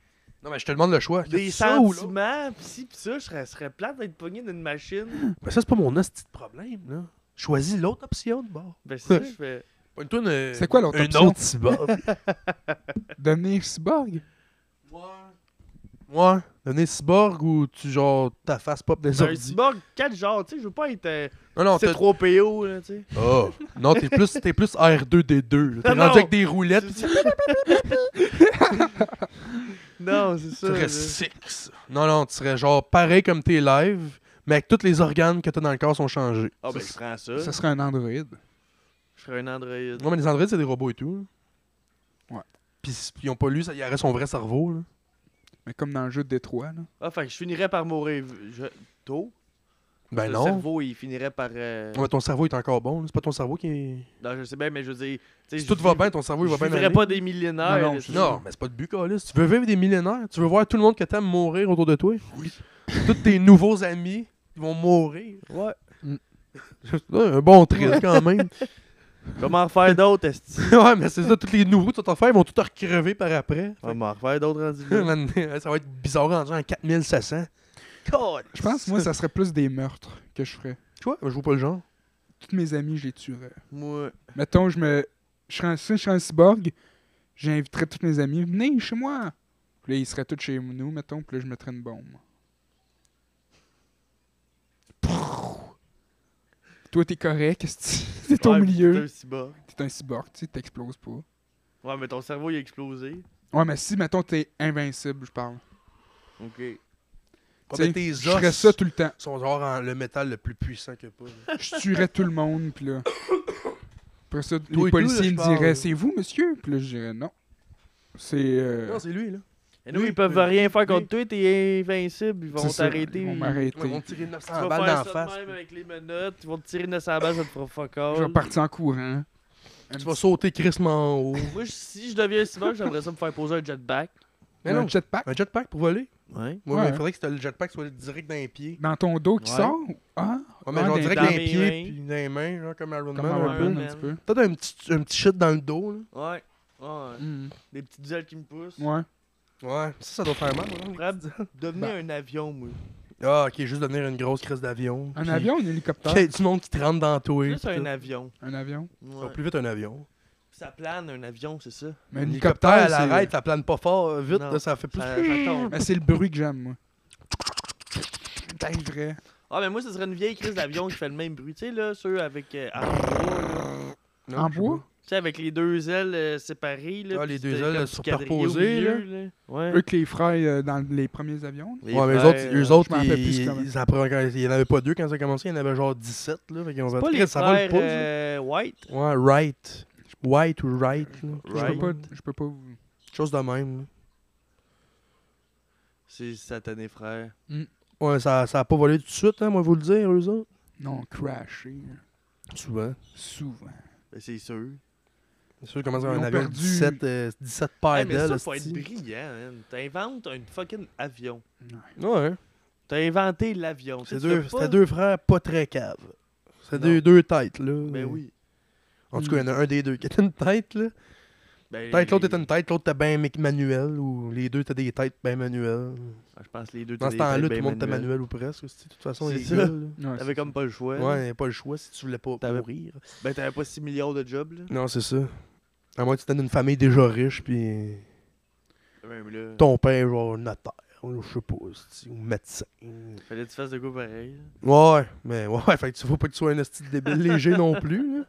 Speaker 3: Non, mais je te demande le choix.
Speaker 2: des
Speaker 3: Y'a-tu ça ou l'autre?
Speaker 2: sentiments, pis ci, pis ça, je serais, serais plate d'être pogné d'une machine.
Speaker 3: Mais ça, c'est pas mon hostie de problème, là. Choisis l'autre option de bord.
Speaker 2: Ben, c'est ça, que je fais.
Speaker 3: Pogne-toi une.
Speaker 1: C'est quoi l'autre
Speaker 3: une
Speaker 1: option?
Speaker 3: autre cyborg.
Speaker 1: Devenir cyborg
Speaker 3: ouais. Ouais. Devenir cyborg ou tu, genre, ta face pop des
Speaker 2: Un
Speaker 3: ordi.
Speaker 2: cyborg 4 genres, tu sais, je veux pas être. euh,
Speaker 3: Non, non,
Speaker 2: c'est
Speaker 3: t'as.
Speaker 2: 3 PO, là, tu sais.
Speaker 3: Oh. Non, t'es plus, t'es plus R2D2. là. T'es
Speaker 2: Non, Ah, non.
Speaker 3: rendu avec des roulettes.
Speaker 2: C'est
Speaker 3: pis
Speaker 2: ça. non, c'est
Speaker 3: Tu
Speaker 2: ça. là.
Speaker 3: serais six. Non, non, tu serais genre pareil comme tes lives, mais avec tous les organes que t'as dans le corps sont changés.
Speaker 2: Ah, ben, je prends ça.
Speaker 1: Ça serait un android.
Speaker 2: Je serais un androïde.
Speaker 3: Non, mais les androïdes, c'est des robots et tout. là.
Speaker 1: Ouais.
Speaker 3: Puis s- ils ont pas lu, ça, il aurait son vrai cerveau. Là.
Speaker 1: Mais comme dans le jeu de Détroit, là.
Speaker 2: Ah, fait que je finirais par mourir v- je- tôt.
Speaker 3: Ben
Speaker 2: le
Speaker 3: non.
Speaker 2: cerveau, il finirait par. euh,
Speaker 3: Ouais, ton cerveau est encore bon. là. C'est pas ton cerveau qui est.
Speaker 2: Non, je sais bien, mais je veux dire. tu sais,
Speaker 3: Si
Speaker 2: je
Speaker 3: tout va
Speaker 2: vis-
Speaker 3: bien, ton cerveau il va
Speaker 2: je
Speaker 3: bien.
Speaker 2: vivrais
Speaker 3: aller.
Speaker 2: pas des millénaires.
Speaker 1: Non, non,
Speaker 2: là,
Speaker 1: je-
Speaker 2: c'est-
Speaker 3: Non, mais c'est pas le but, Carlis. Tu veux vivre des millénaires. Tu veux voir tout le monde que t'aimes mourir autour de toi. Tous tes nouveaux amis, ils vont mourir.
Speaker 2: Ouais.
Speaker 3: Ouais, Un bon trip quand même.
Speaker 2: Comment en refaire d'autres, esti?
Speaker 3: ouais, mais c'est ça, tous les nouveaux que tu vas t'en faire, ils vont tout te recrever par après.
Speaker 2: Comment en refaire d'autres rendus
Speaker 3: Fait que, man, ça va être bizarre rendu en 4700. God!
Speaker 1: Je pense, moi, ça serait plus des meurtres que je ferais.
Speaker 3: Toi, je joue pas le genre.
Speaker 1: Toutes mes amies, je les tuerais.
Speaker 2: Moi.
Speaker 1: Mettons, je me. Je serais, un- si je serais un cyborg, j'inviterais tous mes amis, venez chez moi. Puis là, ils seraient tous chez nous, mettons, puis là, je mettrais une bombe. Prrrr. Toi, t'es correct, esti. c'est ton
Speaker 2: Ouais,
Speaker 1: milieu.
Speaker 2: c'est un cyborg.
Speaker 1: T'es un cyborg, tu sais, t'exploses pas.
Speaker 2: Ouais, mais ton cerveau, il a explosé.
Speaker 1: Ouais, mais si, mettons, t'es invincible, je parle.
Speaker 2: Ok.
Speaker 3: Ouais,
Speaker 1: Tu sais,
Speaker 3: mais tes
Speaker 1: Je
Speaker 3: os
Speaker 1: ferais ça tout le temps.
Speaker 3: sont genre en- le métal le plus puissant que pas. là.
Speaker 1: Je tuerais tout le monde, puis là. Après ça,
Speaker 3: et tout,
Speaker 1: les policiers
Speaker 3: là, je
Speaker 1: me
Speaker 3: parle, là.
Speaker 1: diraient C'est vous, monsieur Puis là, je dirais Non. C'est. euh,
Speaker 3: Non, c'est lui, là.
Speaker 2: Et nous,
Speaker 3: Lui,
Speaker 2: ils peuvent
Speaker 3: euh,
Speaker 2: rien faire contre toi, t'es invincible, ils vont
Speaker 1: c'est ça,
Speaker 2: t'arrêter.
Speaker 1: Ils vont
Speaker 2: ils-
Speaker 1: m'arrêter.
Speaker 3: Ils vont tirer
Speaker 2: Tu
Speaker 3: 900
Speaker 2: vas
Speaker 3: balles
Speaker 2: faire
Speaker 3: d'en
Speaker 2: ça
Speaker 3: face.
Speaker 2: de même avec les menottes, ils vont te tirer 900 balles, ça te fera fuck all.
Speaker 1: Je vais partir en courant.
Speaker 3: Tu vas sauter crissement en haut.
Speaker 2: Moi, je- si je deviens cyborg, j'aimerais ça me faire poser un jetpack.
Speaker 3: Mais non,
Speaker 1: un jetpack
Speaker 3: un jetpack pour voler.
Speaker 2: Ouais.
Speaker 3: Ouais,
Speaker 1: Ouais.
Speaker 3: mais il faudrait que t'as le jetpack soit direct dans les pieds.
Speaker 1: dans ton dos qui
Speaker 2: Ouais.
Speaker 1: sort Ah,
Speaker 3: Ouais, mais
Speaker 1: Ouais,
Speaker 3: genre
Speaker 1: dans-
Speaker 3: direct
Speaker 2: dans
Speaker 3: dans les
Speaker 2: mes
Speaker 3: pieds
Speaker 2: mains.
Speaker 3: puis dans les mains, genre comme Iron
Speaker 1: comme
Speaker 3: Man.
Speaker 1: Iron
Speaker 3: un peu.
Speaker 1: Man,
Speaker 2: Man.
Speaker 1: un petit peu.
Speaker 3: Peut-être un petit, un petit shit dans le dos, là.
Speaker 2: Ouais. Ouais. Des petites ailes qui me poussent.
Speaker 1: Ouais.
Speaker 3: Ouais, ça, ça doit faire mal. hein.
Speaker 2: Rap, devenez un avion, moi.
Speaker 3: Ah, ok, juste devenir une grosse crise d'avion.
Speaker 1: Un
Speaker 3: puis-
Speaker 1: avion, un hélicoptère
Speaker 3: Qu'il y ait du monde qui te rentre dans toi.
Speaker 2: Juste
Speaker 3: puis
Speaker 2: un
Speaker 3: tout.
Speaker 2: avion.
Speaker 1: Un avion.
Speaker 3: Ça va
Speaker 2: Ouais.
Speaker 3: plus vite un avion.
Speaker 2: Ça plane, un avion, c'est ça.
Speaker 1: Mais un
Speaker 3: L'hélicoptère,
Speaker 1: hélicoptère,
Speaker 3: elle
Speaker 1: c'est-
Speaker 3: arrête, ça plane pas fort euh, vite,
Speaker 2: Non.
Speaker 3: là, ça fait plus.
Speaker 2: Ça, ça tombe.
Speaker 1: Mais c'est le bruit que j'aime, moi. C'est vrai.
Speaker 2: Ah, mais moi, ce serait une vieille crise d'avion qui fait le même bruit. Tu sais, là, ceux avec. euh,
Speaker 3: Bah.
Speaker 2: en bois, là.
Speaker 3: Non,
Speaker 1: En
Speaker 3: je sais
Speaker 1: bois
Speaker 2: Tu sais, avec les deux ailes euh, séparées. Là,
Speaker 3: Ah,
Speaker 2: puis
Speaker 3: les deux
Speaker 2: c'était
Speaker 3: ailes
Speaker 2: comme du quadrillé au
Speaker 3: superposées,
Speaker 2: milieu, là. Ouais.
Speaker 1: Eux que les frères euh, dans les premiers avions.
Speaker 3: pas. Ouais, mais eux autres,
Speaker 2: euh,
Speaker 3: eux autres
Speaker 1: je m'en rappelle plus
Speaker 3: ils,
Speaker 1: comment.
Speaker 3: ils en prenaient quand- il y en avait pas deux quand ça a commencé, il y en avait genre 17. Là, fait qu'ils ont fait,
Speaker 2: Pas les
Speaker 3: Chris, ça vole
Speaker 2: frères
Speaker 3: pas. ça.
Speaker 2: euh, White.
Speaker 3: Ouais, right. White ou right. là, quelque
Speaker 1: Je
Speaker 2: Right.
Speaker 1: peux
Speaker 3: chose
Speaker 1: pas,
Speaker 3: de-
Speaker 1: je peux pas vous.
Speaker 3: Chose de même. là.
Speaker 2: C'est satané frère.
Speaker 3: Ouais, ça, ça a pas volé tout de suite, hein, moi, vous le dire, eux autres.
Speaker 1: Non, crasher. hein.
Speaker 3: Souvent.
Speaker 1: Souvent.
Speaker 2: Ben, c'est sûr.
Speaker 3: C'est sûr, comment ça,
Speaker 1: Ils
Speaker 3: on
Speaker 1: ont
Speaker 3: avait
Speaker 1: perdu-
Speaker 3: 17, euh, 17 paires
Speaker 2: Hey, mais ça,
Speaker 3: d'ailes,
Speaker 2: faut être
Speaker 3: hostie.
Speaker 2: brillant, man. T'inventes un fucking avion.
Speaker 3: Ouais. hein.
Speaker 2: T'as inventé l'avion.
Speaker 3: C'est
Speaker 2: Tu sais,
Speaker 3: deux,
Speaker 2: tu
Speaker 3: c'était
Speaker 2: l'as pas-
Speaker 3: deux frères pas très caves. C'est
Speaker 2: Non.
Speaker 3: deux, deux têtes, là.
Speaker 2: Ben oui.
Speaker 3: En tout cas, il y en a un des deux qui était une tête, là.
Speaker 2: Ben,
Speaker 3: Peut-être que l'autre était une tête, l'autre était bien mé- manuel, ou les deux étaient des têtes bien manuelles.
Speaker 2: Ah, Je pense que les deux
Speaker 3: Dans
Speaker 2: étaient des
Speaker 3: ce temps-là,
Speaker 2: têtes
Speaker 3: tout le
Speaker 2: ben
Speaker 3: monde était
Speaker 2: manuelles.
Speaker 3: manuel ou presque, hostie, de toute façon,
Speaker 2: C'est
Speaker 3: les
Speaker 2: ça.
Speaker 3: gars, là.
Speaker 1: Ouais,
Speaker 2: T'avais comme pas le choix.
Speaker 3: Ouais,
Speaker 2: là.
Speaker 3: il n'y pas le choix si tu voulais pas
Speaker 2: T'avais-
Speaker 3: mourir.
Speaker 2: Ben, t'avais pas 6 milliards de jobs, là.
Speaker 3: Non, c'est ça. À moins que tu étais d'une famille déjà riche, puis
Speaker 2: Ouais, mais là,
Speaker 3: ton père, genre, notaire, ou je sais pas, hostie, ou médecin.
Speaker 2: fallait que tu fasses de quoi pareil. là.
Speaker 3: Ouais, mais ouais, fait que tu faut pas que tu sois un hostie de débile léger non plus. Là.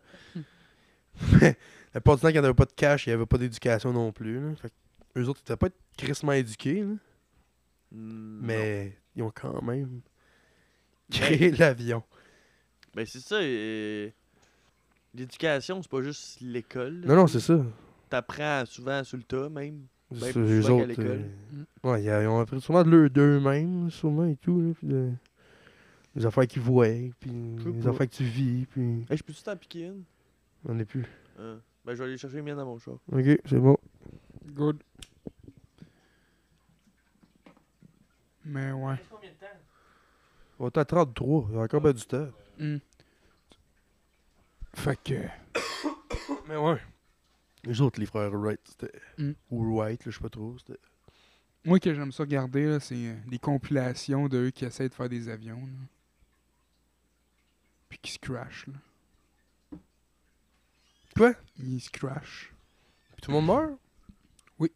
Speaker 3: Mais la plupart du temps, quand il n'y avait pas de cash, il n'y avait pas d'éducation non plus. Là. Fait que eux autres, ils étaient pas crissement éduqués, là,
Speaker 2: Hmm, non.
Speaker 3: mais ils ont quand même créé l'avion.
Speaker 2: Ben, c'est ça. euh, L'éducation, c'est pas juste l'école. là.
Speaker 3: Non, non, c'est ça.
Speaker 2: ben, T'apprends souvent sur le tas, même.
Speaker 3: C'est
Speaker 2: plus
Speaker 3: eux
Speaker 2: souvent qu'à
Speaker 3: autres.
Speaker 2: l'école.
Speaker 3: euh, ouais, ils a- ils ont appris sûrement de l'eux- d'eux-mêmes, sûrement et tout. Là, puis de- les affaires qu'ils voient, puis
Speaker 2: Je sais
Speaker 3: les
Speaker 2: pas.
Speaker 3: affaires que tu vis, puis
Speaker 2: Hey, je peux-tu t'en piquer une?
Speaker 3: on est plus.
Speaker 2: Ah. Ben, je vais aller chercher les miennes dans mon char.
Speaker 3: Ok, c'est bon.
Speaker 1: good. Mais ouais.
Speaker 3: On est à 33, il y a encore bien du temps.
Speaker 1: Hmm. Fait que.
Speaker 3: Mais ouais. Les autres, les frères Wright, c'était.
Speaker 1: Mm.
Speaker 3: Ou Wright, là, je sais pas trop. C'était.
Speaker 1: Moi, que j'aime ça regarder, là, c'est euh, des compilations de eux qui essaient de faire des avions. là. Puis qui se crashent. Là.
Speaker 3: Quoi?
Speaker 1: Ils se crashent.
Speaker 3: Puis tout le monde meurt
Speaker 1: Oui.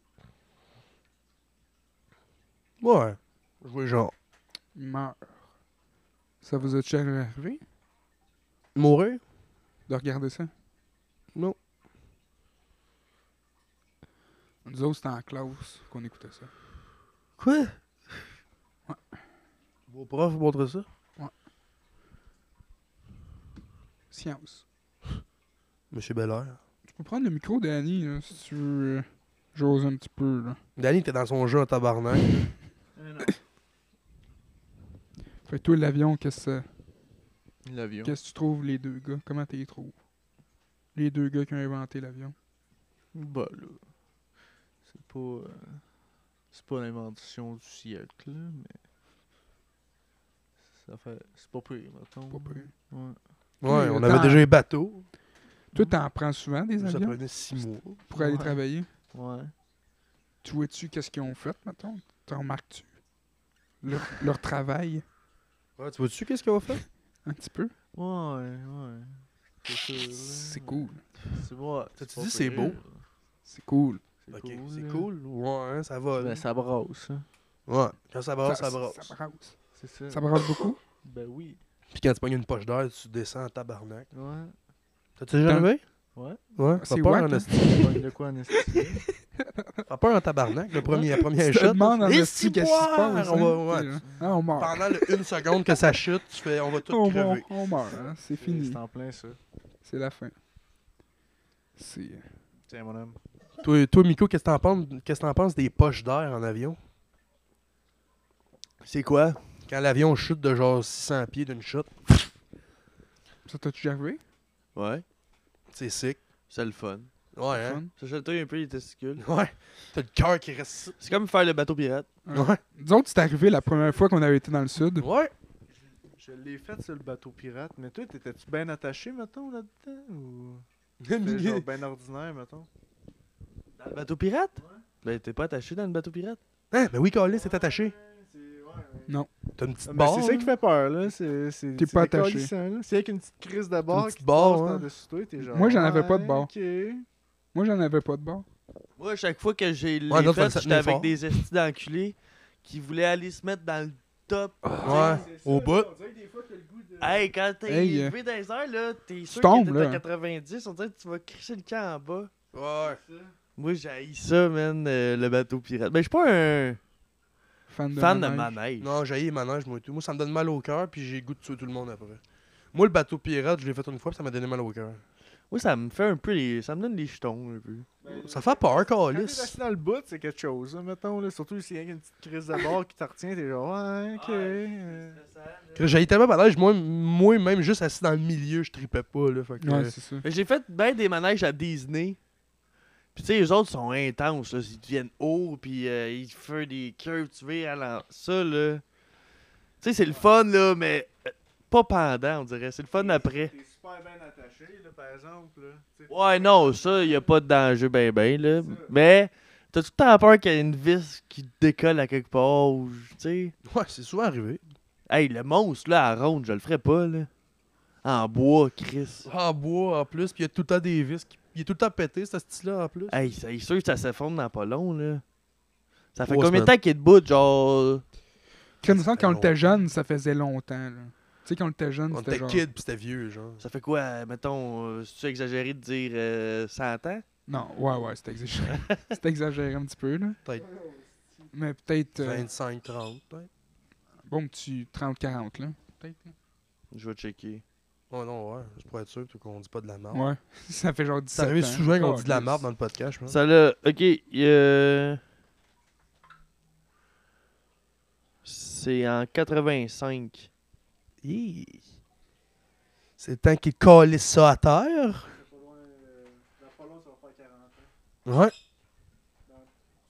Speaker 3: Ouais. Je vois genre.
Speaker 1: Ils meurent. Ça vous a déjà arrivé
Speaker 3: Mourir
Speaker 1: de regarder ça?
Speaker 3: Non.
Speaker 1: Nous autres, c'était en classe qu'on écoutait ça.
Speaker 3: Quoi Vos profs vous montrent ça
Speaker 1: Science.
Speaker 3: Monsieur Belair.
Speaker 1: Tu peux prendre le micro, Danny, là, si tu veux. euh, J'ose un petit peu, là.
Speaker 3: Danny était dans son jeu en tabarnak.
Speaker 4: Euh, non.
Speaker 1: Fait que toi, l'avion, qu'est-ce que
Speaker 5: L'avion.
Speaker 1: Qu'est-ce que tu trouves, les deux gars? Comment tu les trouves? Les deux gars qui ont inventé l'avion.
Speaker 5: Bah là. C'est pas. euh, c'est pas l'invention du siècle, là, mais. Ça fait. C'est pas pire, mettons.
Speaker 1: Pas pire.
Speaker 5: Ouais.
Speaker 3: Ouais,
Speaker 1: le
Speaker 3: on
Speaker 1: temps-
Speaker 3: avait déjà les bateaux.
Speaker 1: Toi, t'en prends souvent des
Speaker 3: Ça
Speaker 1: avions
Speaker 3: prenait six mois.
Speaker 1: pour aller
Speaker 5: Ouais.
Speaker 1: travailler.
Speaker 5: Ouais.
Speaker 1: Tu vois-tu qu'est-ce qu'ils ont fait, mettons? T'en remarques-tu? Leur, leur travail,
Speaker 3: Ouais, tu vois-tu qu'est-ce qu'on va faire?
Speaker 1: un petit peu.
Speaker 5: Ouais, ouais. C'est sûr, là,
Speaker 1: C'est
Speaker 5: ouais.
Speaker 1: cool.
Speaker 5: C'est moi.
Speaker 3: T'as-tu
Speaker 5: pas
Speaker 3: dit c'est
Speaker 5: pire,
Speaker 3: beau?
Speaker 5: là.
Speaker 1: C'est cool.
Speaker 5: C'est
Speaker 3: Ok,
Speaker 5: cool.
Speaker 3: c'est
Speaker 5: là.
Speaker 3: cool. Ouais, hein, ça va. là.
Speaker 5: Ben, ça brasse, hein.
Speaker 3: Ouais, quand ça brasse, Ah, ça, brasse.
Speaker 1: Ça brasse.
Speaker 5: C'est ça.
Speaker 1: Ça brasse beaucoup.
Speaker 5: Ben oui.
Speaker 3: Puis quand tu pognes une poche d'air, tu descends en tabarnak.
Speaker 5: Ouais.
Speaker 3: T'as-tu déjà
Speaker 1: Dans-
Speaker 3: arrivé?
Speaker 5: Ouais.
Speaker 3: Ouais,
Speaker 1: C'est
Speaker 3: c'est peur,
Speaker 1: whack,
Speaker 3: en
Speaker 1: hein.
Speaker 3: esti.
Speaker 5: Pogne de quoi, en esti?
Speaker 3: T'as peur en tabarnak, le premier, la
Speaker 1: Tu
Speaker 3: première
Speaker 1: te
Speaker 3: shot.
Speaker 1: demandes en
Speaker 3: Et
Speaker 1: esti
Speaker 3: si
Speaker 1: qu'est-ce qui se
Speaker 3: boire,
Speaker 1: passe.
Speaker 3: on
Speaker 1: hein,
Speaker 3: va-
Speaker 1: tu sais,
Speaker 3: ouais.
Speaker 1: là. Ah, on meurt.
Speaker 3: Pendant le une seconde que ça chute, tu fais on va tout
Speaker 1: On,
Speaker 3: crever.
Speaker 1: meurt, on meurt. hein. C'est fini.
Speaker 4: C'est en plein ça.
Speaker 1: C'est la fin. C'est...
Speaker 4: Tiens, mon homme.
Speaker 3: Toi, toi Miko, qu'est-ce que t'en penses, qu'est-ce que t'en penses des poches d'air en avion?
Speaker 2: C'est quoi?
Speaker 3: Quand l'avion chute de genre 600 pieds d'une chute,
Speaker 1: Ça t'a-tu déjà arrivé?
Speaker 2: Ouais.
Speaker 3: c'est sick.
Speaker 2: C'est le fun.
Speaker 1: Le
Speaker 3: Ouais, hein?
Speaker 1: fun?
Speaker 2: Ça chatouille un peu les testicules.
Speaker 3: Ouais. T'as le cœur qui reste.
Speaker 2: C'est comme faire le bateau pirate.
Speaker 1: Ouais. Nous autres, c'est arrivé la première fois qu'on avait été dans le sud.
Speaker 3: Ouais.
Speaker 4: Je l'ai fait sur le bateau pirate, mais toi, t'étais-tu bien attaché, mettons, là-dedans Ou. C'était genre
Speaker 3: ouais.
Speaker 4: bien ordinaire, mettons.
Speaker 2: Dans le bateau pirate? Ben, t'es pas attaché dans le bateau pirate.
Speaker 3: Hein, ben oui, Colin, c'est attaché.
Speaker 1: Non.
Speaker 3: T'as une petite
Speaker 1: Ben,
Speaker 4: Ah, mais
Speaker 3: barre.
Speaker 4: c'est ça qui fait peur, là. C'est, c'est,
Speaker 1: T'es
Speaker 4: c'est
Speaker 1: pas attaché.
Speaker 4: décollissant, là. C'est avec une petite crise de barre
Speaker 3: petite
Speaker 4: qui
Speaker 3: barre,
Speaker 4: passe
Speaker 3: hein.
Speaker 4: par-dessus toi, t'es genre.
Speaker 1: Moi, j'en avais pas de
Speaker 4: Ah,
Speaker 1: barre.
Speaker 4: ok.
Speaker 1: Moi, j'en avais pas de bord.
Speaker 2: Moi, à chaque fois que j'ai les
Speaker 3: Ouais, l'autre, faut le
Speaker 2: fêtes, j'étais
Speaker 3: tenir
Speaker 2: avec
Speaker 3: fort.
Speaker 2: des estis d'enculés qui voulaient aller se mettre dans le top.
Speaker 3: Ouais. Au bout.
Speaker 4: Ah,
Speaker 2: Hey, quand t'es
Speaker 1: Hey, euh,
Speaker 2: levé dans les airs, là, t'es sûr
Speaker 1: tombes,
Speaker 2: que t'es à
Speaker 1: là.
Speaker 2: 90, on dirait que tu vas crisser le camp en bas.
Speaker 3: Ouais.
Speaker 2: Moi, j'ai ça, man, euh, le bateau pirate. Mais je suis pas un
Speaker 1: Fan de
Speaker 2: fan de
Speaker 1: manège.
Speaker 2: manège.
Speaker 3: Non, j'ai les manèges, moi et tout. Moi, ça me donne mal au cœur, puis j'ai le goût de tuer tout le monde après. Moi, le bateau pirate, je l'ai fait une fois, puis ça m'a donné mal au cœur.
Speaker 2: Moi, ça me fait un peu les... Ça me donne les jetons, un peu.
Speaker 3: Ça fait peur,
Speaker 4: Quand t'es
Speaker 3: Calis.
Speaker 4: assis dans le bout, c'est quelque chose, là, mettons, là. Surtout s'il y a une petite crise de barre qui te retient, t'es genre, ouais, ok. euh.
Speaker 3: J'ai tellement mal à l'aise, moi, moi, même juste assis dans le milieu, je tripais pas, là. Fait que,
Speaker 1: Ouais, c'est ça.
Speaker 2: Mais J'ai fait ben des manèges à Disney. Puis tu sais, les autres sont intenses, là. Ils deviennent hauts, puis euh, ils font des curves, tu vois, à la- ça, là. Tu sais, c'est le fun, là, mais euh, pas pendant, on dirait. C'est le fun après.
Speaker 4: T'es super bien attaché, là, par exemple, là. Tu sais,
Speaker 2: Ouais, non, ça, y a pas de danger, ben, ben, là. Mais t'as tout le temps peur qu'il y ait une vis qui te décolle à quelque part, ou, tu sais.
Speaker 3: Ouais, c'est souvent arrivé.
Speaker 2: Hey, le monstre, là, à ronde, je le ferais pas, là. En bois, Chris.
Speaker 3: En bois, en plus, puis il y a tout le temps des vis. qui- Il est tout le temps pété, ce style-là, en
Speaker 1: Ah,
Speaker 3: plus.
Speaker 2: Hey, c'est sûr que ça s'effondre dans pas long, là. Ça fait
Speaker 3: Trois
Speaker 2: combien de
Speaker 3: semaines.
Speaker 2: temps qu'il est debout, genre.
Speaker 1: Crime, il me semble, quand on
Speaker 3: longtemps.
Speaker 1: était jeune, ça faisait longtemps. là. Tu sais, quand on était jeune,
Speaker 3: On
Speaker 1: c'était
Speaker 3: était
Speaker 1: genre...
Speaker 3: kid, puis c'était vieux, genre.
Speaker 2: Ça fait quoi, euh, mettons, euh, c'est-tu exagéré de dire euh, 100 ans?
Speaker 1: Non, ouais, ouais, c'était exagéré. c'était exagéré un petit peu, là.
Speaker 3: Peut-être.
Speaker 1: Mais peut-être... euh,
Speaker 3: 25, 30, peut-être.
Speaker 1: bon, petit 30-40, là. Peut-être, là.
Speaker 2: Je vais checker.
Speaker 3: Oh non, ouais, je pourrais être sûr que- qu'on dit pas de la merde.
Speaker 1: Ouais. ça fait genre 17
Speaker 3: Ça arrive
Speaker 1: ans.
Speaker 3: souvent qu'on dit de la
Speaker 1: Calisse.
Speaker 3: merde hein. dans le podcast, je pense.
Speaker 2: Ça là, ok, euh, C'est en 85.
Speaker 3: Hi. C'est le temps qu'il colle ça à terre.
Speaker 4: c'est pas loin, euh, Dans pas long, ça va faire 40 ans,
Speaker 3: Ouais.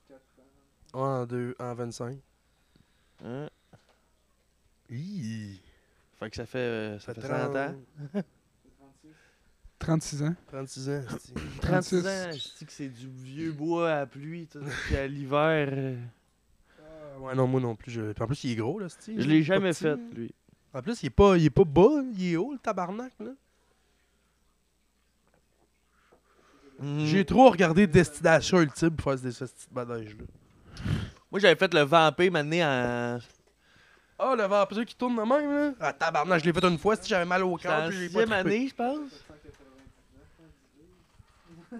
Speaker 4: 4 ans.
Speaker 3: En, deux, en 25.
Speaker 2: Hein?
Speaker 3: Hi.
Speaker 2: Fait que ça fait, euh, ça fait 100 ans.
Speaker 1: 36 ans.
Speaker 3: 36 ans. esti.
Speaker 2: 36
Speaker 1: 36.
Speaker 2: ans, je dis que c'est du vieux bois à pluie, tout ça, puis à l'hiver. euh,
Speaker 3: Ah, ouais, non, moi non plus. je- puis En plus, il est gros, là, ce
Speaker 2: Je l'ai jamais fait, lui.
Speaker 3: En plus, il est pas, il est pas bas, hein. il est haut, le tabarnak, là.
Speaker 2: Mm. Mhm.
Speaker 3: J'ai trop regardé Destination Ultime pour faire des ce petit manège, là.
Speaker 2: Moi, j'avais fait le vampé maintenant en
Speaker 3: Ah, le vampire qui tourne de même, là. Ah, tabarnak, je l'ai fait une fois, si j'avais mal au
Speaker 2: C'est en
Speaker 3: cœur, puis j'ai pas
Speaker 2: sixième
Speaker 3: trippé.
Speaker 2: année, je pense.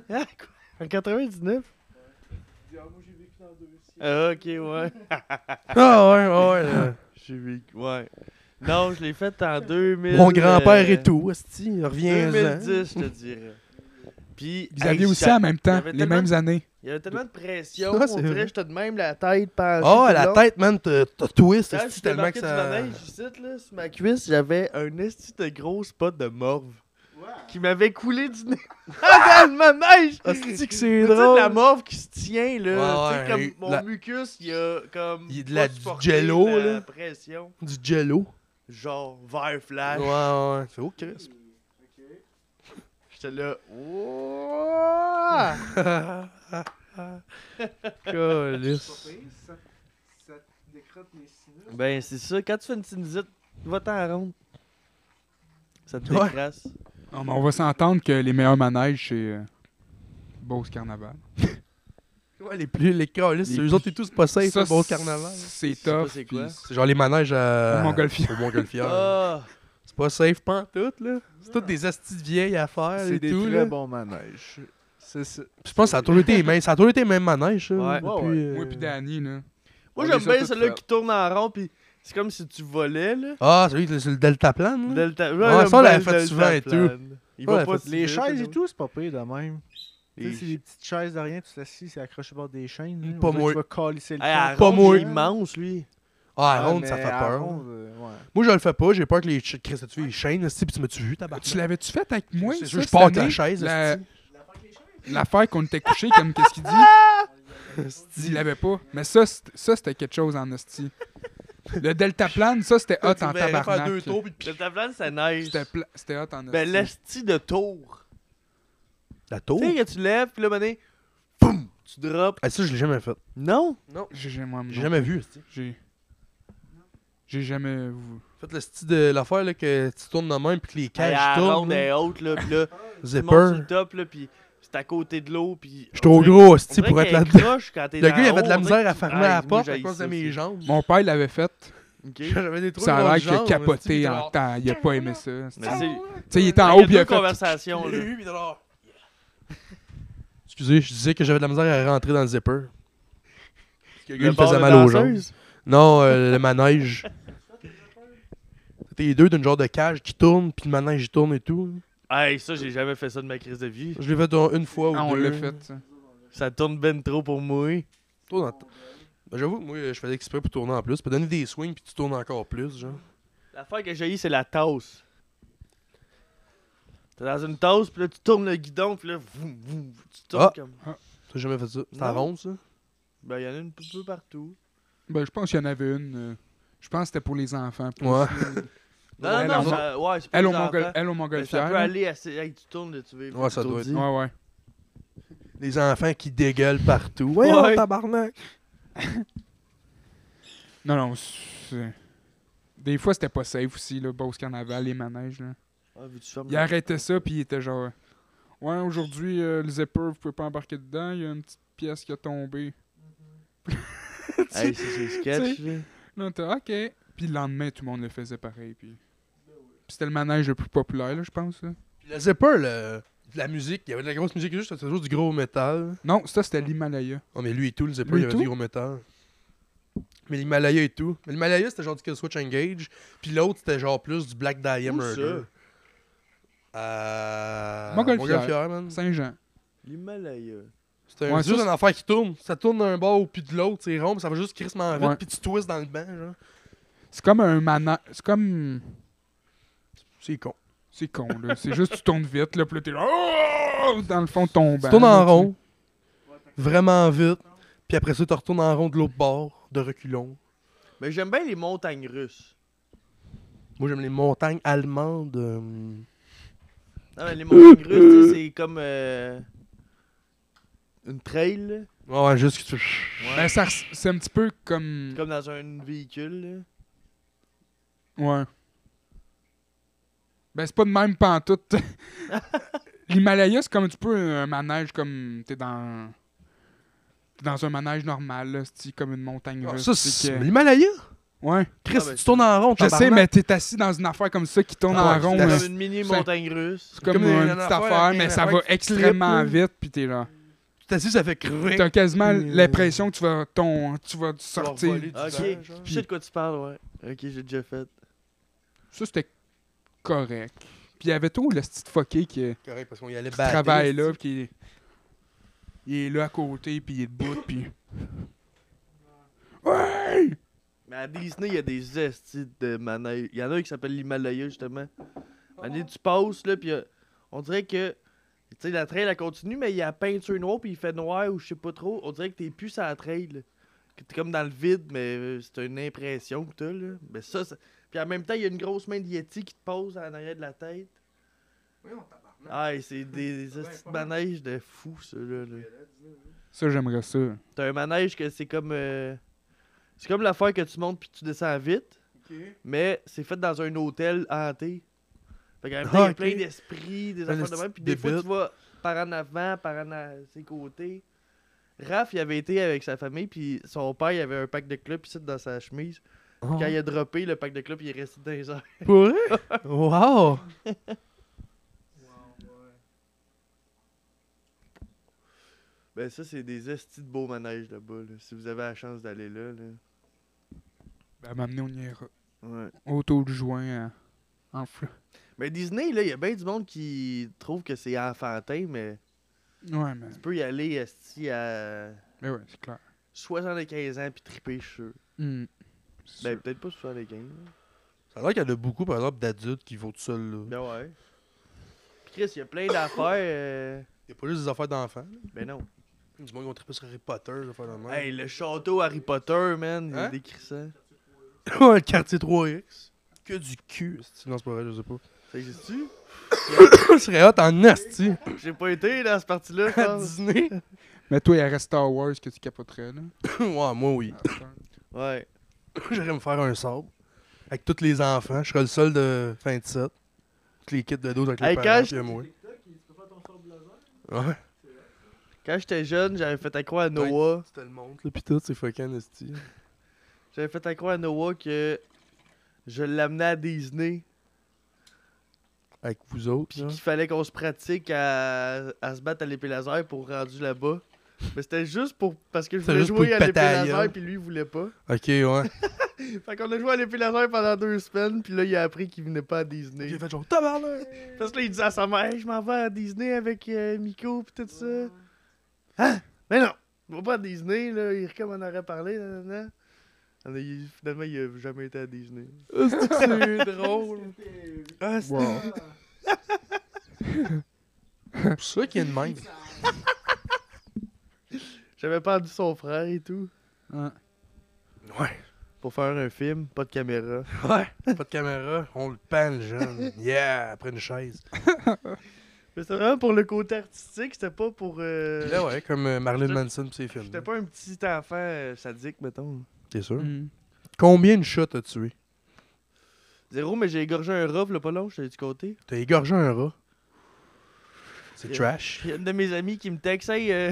Speaker 2: Ah, quoi? En 99?
Speaker 4: Il dit, ah, moi, j'ai vécu dans deux siècles.
Speaker 2: Ah, ok, ouais.
Speaker 3: Ah, ouais, ouais, ouais. là.
Speaker 2: J'ai vécu. Ouais. Non, je l'ai fait en 2000.
Speaker 3: Mon grand-père
Speaker 2: euh,
Speaker 3: et tout, esti, reviens-en.
Speaker 2: 2010, je te dirais. Puis.
Speaker 1: Vous aviez aussi en
Speaker 2: ça.
Speaker 1: même temps,
Speaker 2: avait
Speaker 1: les
Speaker 2: tellement-
Speaker 1: mêmes années.
Speaker 2: Il Il y avait tellement de pression,
Speaker 5: Ouais,
Speaker 2: on
Speaker 5: c'est
Speaker 2: dirait
Speaker 5: vrai.
Speaker 2: que j'étais de même la tête penchée.
Speaker 3: Ah,
Speaker 2: tout
Speaker 3: la
Speaker 2: long.
Speaker 3: tête, man, te te twist.
Speaker 2: Quand
Speaker 3: c'est-tu,
Speaker 2: je suis
Speaker 3: tellement
Speaker 2: débarqué
Speaker 3: que
Speaker 2: du
Speaker 3: ça.
Speaker 2: manège, ici, là, sur ma cuisse, j'avais un esti de gros spot de morve qui m'avait coulé du nez Ah, dans le manège.
Speaker 5: Asti que c'est
Speaker 2: Tu sais, de
Speaker 5: drôle.
Speaker 2: la morve qui se tient, là.
Speaker 3: Ouais,
Speaker 2: tu sais,
Speaker 3: ouais,
Speaker 2: comme mon
Speaker 3: la-
Speaker 2: mucus, il a comme.
Speaker 3: Il y a de
Speaker 2: pas
Speaker 3: la- du
Speaker 2: supporté
Speaker 3: jello,
Speaker 2: la
Speaker 3: là.
Speaker 2: pression.
Speaker 3: Du jello.
Speaker 2: Genre, vert
Speaker 3: Ouais,
Speaker 2: flash.
Speaker 3: ouais. C'est au crisp.
Speaker 2: J'étais là. Ouah!
Speaker 5: Calice.
Speaker 4: Ça, ça te décrotte les sinus.
Speaker 2: Ben, c'est ça. Quand tu fais une sinusite, va-t'en à ronde. Ça te
Speaker 3: Ouais.
Speaker 2: décrasse.
Speaker 1: Ah, mais on va s'entendre que les meilleurs manèges, c'est euh, Beauce Carnaval.
Speaker 3: Ouais, les plus, les calices,
Speaker 1: Les
Speaker 3: eux autres et tout, c'est pas safe,
Speaker 1: Ça,
Speaker 3: le bon carnaval.
Speaker 1: C'est
Speaker 2: sais pas
Speaker 1: tough.
Speaker 2: c'est quoi.
Speaker 1: puis
Speaker 3: C'est genre les manèges à.
Speaker 1: Au Montgolfière.
Speaker 3: Au Montgolfière.
Speaker 2: Ah!
Speaker 3: C'est pas safe, pas en tout, là. C'est toutes des astis de vieilles affaires
Speaker 4: C'est
Speaker 3: et
Speaker 4: des
Speaker 3: tout,
Speaker 4: très
Speaker 3: là.
Speaker 4: bons manèges. C'est ça.
Speaker 3: Puis Je pense que ça a toujours été les mêmes, ça a toujours été les mêmes manèges, ça.
Speaker 2: Ouais.
Speaker 3: depuis,
Speaker 4: Ouais, ouais.
Speaker 3: euh,
Speaker 1: Moi puis Danny, là.
Speaker 2: Moi,
Speaker 4: On
Speaker 2: j'aime
Speaker 4: les a
Speaker 2: bien
Speaker 4: toutes
Speaker 2: celui-là
Speaker 4: faites.
Speaker 2: qui tourne en rond, pis c'est comme si tu volais, là.
Speaker 3: Ah, celui, c'est le Deltaplan, là.
Speaker 2: Delta...
Speaker 3: Ouais,
Speaker 2: j'aime
Speaker 3: ça,
Speaker 2: bien
Speaker 3: on l'avait
Speaker 2: le
Speaker 3: fait souvent et tout.
Speaker 2: Deltaplan. Il
Speaker 3: Ouais,
Speaker 2: va
Speaker 3: on
Speaker 2: pas
Speaker 3: l'avait
Speaker 2: si
Speaker 4: Les
Speaker 2: vite,
Speaker 4: chaises
Speaker 2: là.
Speaker 4: et tout, c'est pas pire de même. Tu
Speaker 2: Les
Speaker 4: sais, c'est des petites chaises de rien, tu t'assis, c'est accroché par des chaînes. là.
Speaker 3: Pas
Speaker 4: On dirait
Speaker 3: moi.
Speaker 4: que Tu vas calisser le
Speaker 2: Hey, hein. à
Speaker 4: camp.
Speaker 3: Pas
Speaker 2: Ronde,
Speaker 3: moi.
Speaker 2: il est immense, lui.
Speaker 3: Ah,
Speaker 4: Ouais,
Speaker 3: ronde, ça
Speaker 4: mais
Speaker 3: fait
Speaker 4: à
Speaker 3: peur.
Speaker 4: ronde, euh, ouais.
Speaker 3: Moi, je le fais pas, j'ai peur que les ch- Chris, tu les chaînes, là, puis tu m'as-tu vu, tabac?
Speaker 1: Bah, Tu l'avais-tu fait avec moi?
Speaker 3: C'est
Speaker 1: ça,
Speaker 3: sûr, je
Speaker 1: cette
Speaker 3: pars avec
Speaker 1: année?
Speaker 3: la chaise,
Speaker 1: La-
Speaker 3: esti.
Speaker 1: L'affaire qu'on était couché, comme qu'est-ce qu'il dit? Il l'avait pas. Mais ça, c'était- ça, c'était quelque chose en hostie. Le deltaplane, ça, c'était
Speaker 2: Ah,
Speaker 1: hot
Speaker 3: Tu
Speaker 1: en
Speaker 3: me verrais faire deux
Speaker 1: tabarnak.
Speaker 3: tours, puis-
Speaker 2: Deltaplan, ça neige.
Speaker 1: C'était pla- c'était hot en hostie.
Speaker 2: Ben, l'esti de tour.
Speaker 3: La tour?
Speaker 2: Tu sais, quand tu lèves, pis là, mané, boum, tu drops.
Speaker 3: Ah, ça, je l'ai jamais fait.
Speaker 2: Non?
Speaker 1: J'ai j'ai- moi, non.
Speaker 3: J'ai jamais vu, esti.
Speaker 1: J'ai... J'ai jamais... vu.
Speaker 3: Faites le style de l'affaire, là, que tu tournes de même, puis que les
Speaker 2: Hey,
Speaker 3: cages
Speaker 2: la
Speaker 3: tournent.
Speaker 2: ronde
Speaker 3: là.
Speaker 2: est haute, là, pis là, tu montes sur
Speaker 3: Zipper.
Speaker 2: le top, là, pis c'est à côté de l'eau, pis...
Speaker 3: Je suis trop gros,
Speaker 2: On
Speaker 3: esti,
Speaker 2: dirait
Speaker 3: pour être
Speaker 2: qu'elle
Speaker 3: là-dedans.
Speaker 2: croche quand t'es
Speaker 3: Le
Speaker 2: dans
Speaker 3: gars, il avait de la
Speaker 2: l'eau, on dirait
Speaker 3: misère
Speaker 2: que
Speaker 3: à
Speaker 2: tu-
Speaker 3: fermer la
Speaker 2: Hey, moi,
Speaker 3: porte à
Speaker 2: j'haïs
Speaker 3: cause de
Speaker 2: ça,
Speaker 3: mes
Speaker 2: c'est-
Speaker 3: jambes.
Speaker 1: Mon père l'avait fait.
Speaker 2: Ok.
Speaker 3: J'avais des trous
Speaker 1: Ça a
Speaker 3: grosses
Speaker 1: l'air qu'il a
Speaker 3: jambes, esti,
Speaker 1: capoté
Speaker 3: puis
Speaker 1: en
Speaker 3: genre-
Speaker 1: temps. Il a pas aimé ça. esti.
Speaker 2: Mais c'est...
Speaker 1: Tu sais, il était en
Speaker 2: Il y
Speaker 1: haut,
Speaker 2: a
Speaker 1: puis il
Speaker 2: deux
Speaker 1: a fait...
Speaker 2: conversations,
Speaker 3: Il l'a
Speaker 2: là.
Speaker 3: eu, puis genre- Excusez, je disais que j'avais de la misère à rentrer dans le zipper. Que le gars, il
Speaker 2: bord
Speaker 3: faisait
Speaker 2: de
Speaker 3: mal aux jambes.
Speaker 2: danseuse?
Speaker 3: Non, euh, le manège. C'était les deux d'une genre de cage qui tourne, puis le manège il tourne et tout.
Speaker 2: Hey, ça, j'ai jamais fait ça de ma crise de vie.
Speaker 3: Je l'ai fait euh, une fois ou
Speaker 1: Ah, on
Speaker 3: deux.
Speaker 1: l'a fait, ça.
Speaker 2: Ça tourne ben trop pour moi.
Speaker 3: Tourne en t- Ben, J'avoue que moi, je faisais exprès pour tourner en plus. Pour donner des swings, puis tu tournes encore plus, genre.
Speaker 2: L'affaire que j'ai eu, c'est la tasse. T'es dans une tasse, puis là, tu tournes le guidon, puis là, vroom, vroom, tu tournes
Speaker 3: Ah.
Speaker 2: comme.
Speaker 3: T'as jamais fait ça. hein? C'est
Speaker 2: Non.
Speaker 3: en ronde, ça.
Speaker 2: Ben, il y en a une peu partout.
Speaker 1: Ben, je pense qu'il y en avait une. euh, Je pense que c'était pour les enfants. plus.
Speaker 3: Ouais.
Speaker 2: Non,
Speaker 1: Elle,
Speaker 2: non,
Speaker 1: on-
Speaker 2: ça- ouais, c'est pas
Speaker 1: Elle
Speaker 2: des
Speaker 1: au, Mongol-
Speaker 2: enfants.
Speaker 1: elle au
Speaker 2: Mais Ça
Speaker 1: Montgolfière.
Speaker 2: peut
Speaker 1: là.
Speaker 2: aller assez. Hey, tu tournes, là, tu veux.
Speaker 3: Ouais, ça doit être-
Speaker 1: Ouais, ouais.
Speaker 3: Les enfants qui dégueulent partout.
Speaker 2: Ouais.
Speaker 3: Ouais, tabarnak.
Speaker 1: Non, non. c'est- Des fois, c'était pas safe aussi, le Beauce Carnaval, les manèges. Là.
Speaker 2: Ah,
Speaker 1: Il arrêtait ça, puis il était genre. Ouais, aujourd'hui, euh, les épreuves, vous pouvez pas embarquer dedans, il y a une petite pièce qui a tombé.
Speaker 2: Hey, ça, c'est sketch,
Speaker 1: tu
Speaker 2: là.
Speaker 1: Là, t'es OK. Puis le lendemain, tout le monde le faisait pareil. Puis, Puis c'était le manège le plus populaire, là, je pense. là.
Speaker 3: Puis le zipper, le... de la musique, il y avait de la grosse musique, juste, c'était toujours du gros métal.
Speaker 1: Non, ça, c'était l'Himalaya.
Speaker 3: Oh, mais lui et tout, le zipper,
Speaker 1: Lui et
Speaker 3: il avait
Speaker 1: tout?
Speaker 3: du gros métal. Mais l'Himalaya et tout. Mais l'Himalaya, c'était genre du Kill Switch Engage. Puis l'autre, c'était genre plus du Black Dahlia
Speaker 2: Où
Speaker 3: Murder. Euh...
Speaker 1: Montgolfière.
Speaker 3: Montgolfière, man.
Speaker 1: Saint-Jean.
Speaker 2: L'Himalaya.
Speaker 3: C'est
Speaker 1: Ouais,
Speaker 3: un- c'est juste
Speaker 1: ça,
Speaker 3: un affaire qui tourne. Ça tourne d'un bord puis de l'autre, c'est rond, puis ça va juste crissement vite,
Speaker 1: Ouais.
Speaker 3: puis tu twists dans le banc, genre.
Speaker 1: C'est comme un manège. C'est comme.
Speaker 3: C'est con.
Speaker 1: C'est con, là. C'est juste tu tournes vite, là, puis là, t'es là, oh! dans le fond de ton
Speaker 3: Tu
Speaker 1: banc,
Speaker 3: tournes
Speaker 1: là,
Speaker 3: en
Speaker 1: tu-
Speaker 3: rond, vraiment vite, puis après ça, tu retournes en rond de l'autre bord, de reculons.
Speaker 2: Mais j'aime bien les montagnes russes.
Speaker 3: Moi, j'aime les montagnes allemandes. euh,
Speaker 2: Non, mais les montagnes russes, tu sais, c'est comme. euh, Une trail, là.
Speaker 3: Ouais, ouais, juste que tu...
Speaker 2: Ouais.
Speaker 1: Ben, ça res- c'est un petit peu comme.
Speaker 2: C'est comme dans un véhicule, là.
Speaker 1: Ouais. Ben, c'est pas de même pantoute. L'Himalaya, c'est comme un petit peu un manège, comme. T'es dans. T'es dans un manège normal, là. C'est comme une montagne
Speaker 3: Ah,
Speaker 1: russe.
Speaker 3: ça,
Speaker 1: c'est
Speaker 3: c'est
Speaker 1: que-
Speaker 3: l'Himalaya.
Speaker 1: Ouais.
Speaker 3: Chris,
Speaker 2: Ah, ben,
Speaker 3: tu tournes en rond,
Speaker 1: Je sais,
Speaker 3: tabarnak.
Speaker 1: mais t'es assis dans une affaire comme ça qui tourne
Speaker 3: Ah
Speaker 1: en
Speaker 3: ouais,
Speaker 1: rond.
Speaker 3: c'est
Speaker 2: C'est
Speaker 1: là.
Speaker 2: comme une mini
Speaker 1: c'est-
Speaker 2: montagne russe.
Speaker 1: C'est comme
Speaker 3: comme une-
Speaker 1: une
Speaker 3: une
Speaker 1: petite
Speaker 3: affaire,
Speaker 1: affaire,
Speaker 3: une
Speaker 1: mais ça
Speaker 3: affaire
Speaker 1: va
Speaker 3: qui
Speaker 1: extrêmement
Speaker 3: trippe,
Speaker 1: vite, puis t'es là.
Speaker 3: Tu t'assis, ça fait cruer.
Speaker 1: T'as quasiment
Speaker 3: Euh,
Speaker 1: l'impression que tu vas, ton, tu vas
Speaker 3: Tu vas
Speaker 1: sortir.
Speaker 3: voler du
Speaker 2: Ok.
Speaker 3: vent, genre.
Speaker 2: Je sais de quoi tu parles, ouais. Ok, j'ai déjà fait.
Speaker 1: Ça, c'était correct. Puis il y avait tout le petit fucké qui.
Speaker 3: Correct, parce qu'on y allait
Speaker 1: qui
Speaker 3: battre.
Speaker 1: travaille là, puis qui... il est là à côté, puis il est debout, puis. Ouais!
Speaker 2: Mais à Disney, il y a des estis de manège. Il y en a un qui s'appelle l'Himalaya, justement. Allez, tu passes, là, puis euh, on dirait que. Tu sais, la trail, elle continue, mais il y a la peinture noire, puis il fait noir, ou je sais pas trop. On dirait que t'es plus à la trail. là. Que t'es comme dans le vide, mais euh, c'est une impression que t'as, là. Mais ça, ça- Puis en même temps, il y a une grosse main de Yeti qui te pose en arrière de la tête. Ah, et c'est des, des estis de manège de fou, ceux-là, là.
Speaker 1: Ça, j'aimerais ça.
Speaker 2: T'as un manège que c'est comme. euh, C'est comme l'affaire que tu montes puis tu descends vite. Mais c'est fait dans un hôtel hanté. Fait qu'en même temps, il y
Speaker 3: Ah,
Speaker 2: a
Speaker 3: ok.
Speaker 2: plein d'esprits, des
Speaker 3: Un
Speaker 2: affaires de
Speaker 3: esti
Speaker 2: même. Puis
Speaker 3: de
Speaker 2: des fois,
Speaker 3: bête.
Speaker 2: tu vas par en avant, par en à ses côtés. Raph, il avait été avec sa famille, puis son père, il avait un pack de clubs ici dans sa chemise. Puis
Speaker 3: Oh.
Speaker 2: Quand il a droppé le pack de clubs, il est resté dans les airs.
Speaker 3: Pour vrai? Wow!
Speaker 2: Ben, ça, c'est des estis de beaux manèges là-bas, là, si vous avez la chance d'aller là. là.
Speaker 1: Ben, m'amener, on ira.
Speaker 2: Ouais.
Speaker 1: Au taux hein. de juin, en flou.
Speaker 2: Mais Ben, Disney, là, il y a bien du monde qui trouve que c'est enfantin, mais.
Speaker 1: Ouais, mais.
Speaker 2: Tu peux y aller esti, à
Speaker 1: Ben ouais, c'est clair.
Speaker 2: 75 ans puis triper, je suis sûr.
Speaker 1: Hmm. C'est
Speaker 2: Ben,
Speaker 1: sûr.
Speaker 2: peut-être pas 75. là.
Speaker 3: Ça a l'air qu'il y en a beaucoup, par exemple, d'adultes qui vont tout seuls, là.
Speaker 2: Ben ouais. Pis Chris, il y a plein d'affaires. euh,
Speaker 3: Il y a pas juste des affaires d'enfants.
Speaker 2: Ben non.
Speaker 3: là. Du monde qui ont trippé sur Harry Potter, des affaires de même.
Speaker 2: Hey, le château Harry Potter, man. Il
Speaker 3: Hein?
Speaker 2: décrit ça.
Speaker 3: le quartier 3X. Que du cul. esti. Non, c'est pas vrai, je sais pas.
Speaker 2: Ça existe-tu?
Speaker 3: Ce serait hot en asti.
Speaker 2: J'ai pas été dans cette partie-là, je
Speaker 3: À
Speaker 2: pense.
Speaker 3: Disney.
Speaker 1: Mais toi, il reste Star Wars que tu capoterais, là. Ah,
Speaker 3: ouais, moi, oui.
Speaker 2: Ouais.
Speaker 3: J'aimerais me faire un sabre. Avec tous les enfants. Je serais le seul de 27. Toutes les kits de 12 avec les
Speaker 2: Hey,
Speaker 3: parents,
Speaker 2: quand
Speaker 3: puis
Speaker 2: je-
Speaker 3: moi. Ouais.
Speaker 2: Quand j'étais jeune, j'avais fait à quoi à Noah?
Speaker 3: C'était le monde, là, pis tout, c'est fucking esti.
Speaker 2: J'avais fait à quoi à Noah que je l'amenais à Disney.
Speaker 3: Avec vous autres,
Speaker 2: Puis
Speaker 3: là.
Speaker 2: qu'il fallait qu'on se pratique à, à se battre à l'épée laser pour rendu là-bas. Mais c'était juste pour. Parce que je
Speaker 3: C'était
Speaker 2: voulais
Speaker 3: juste pour
Speaker 2: jouer
Speaker 3: te
Speaker 2: à l'épée
Speaker 3: péter à la
Speaker 2: laser,
Speaker 3: gueule.
Speaker 2: puis lui, il voulait pas.
Speaker 3: Ok, ouais.
Speaker 2: Fait qu'on a joué à l'épée laser pendant deux semaines, puis là, il a appris qu'il venait pas à Disney.
Speaker 3: J'ai fait genre, tabarnak!
Speaker 2: Parce que là, il disait à sa mère, Hey, je m'en vais à Disney avec euh, Miko, pis tout ça. Hein? Mais non! Il va pas à Disney, là, il comme on aurait parlé, nanana. Ah, mais il- Finalement, il a jamais été à Disney.
Speaker 3: C'est drôle. Ah, c'est
Speaker 1: Wow.
Speaker 3: pour ça qu'il y a une même.
Speaker 2: J'avais perdu son frère et tout.
Speaker 1: Hein.
Speaker 3: Ouais.
Speaker 2: Pour faire un film, pas de caméra.
Speaker 3: Pas de caméra, on le panne, le jeune. Yeah, après une chaise.
Speaker 2: Mais c'était vraiment pour le côté artistique, c'était pas pour. euh,
Speaker 3: Là, ouais, comme euh, Marilyn Manson pis ses films.
Speaker 2: J'étais pas Mm. un petit enfant euh, sadique, mettons.
Speaker 3: T'es sûr?
Speaker 1: Hmm.
Speaker 3: Combien de chats t'as tué?
Speaker 2: Zéro, mais j'ai égorgé un rough, là, pas long, j'étais du côté.
Speaker 3: T'as égorgé un rat. C'est
Speaker 2: Yeah.
Speaker 3: trash.
Speaker 2: Puis y a une de mes amies qui me texte, Hey, euh,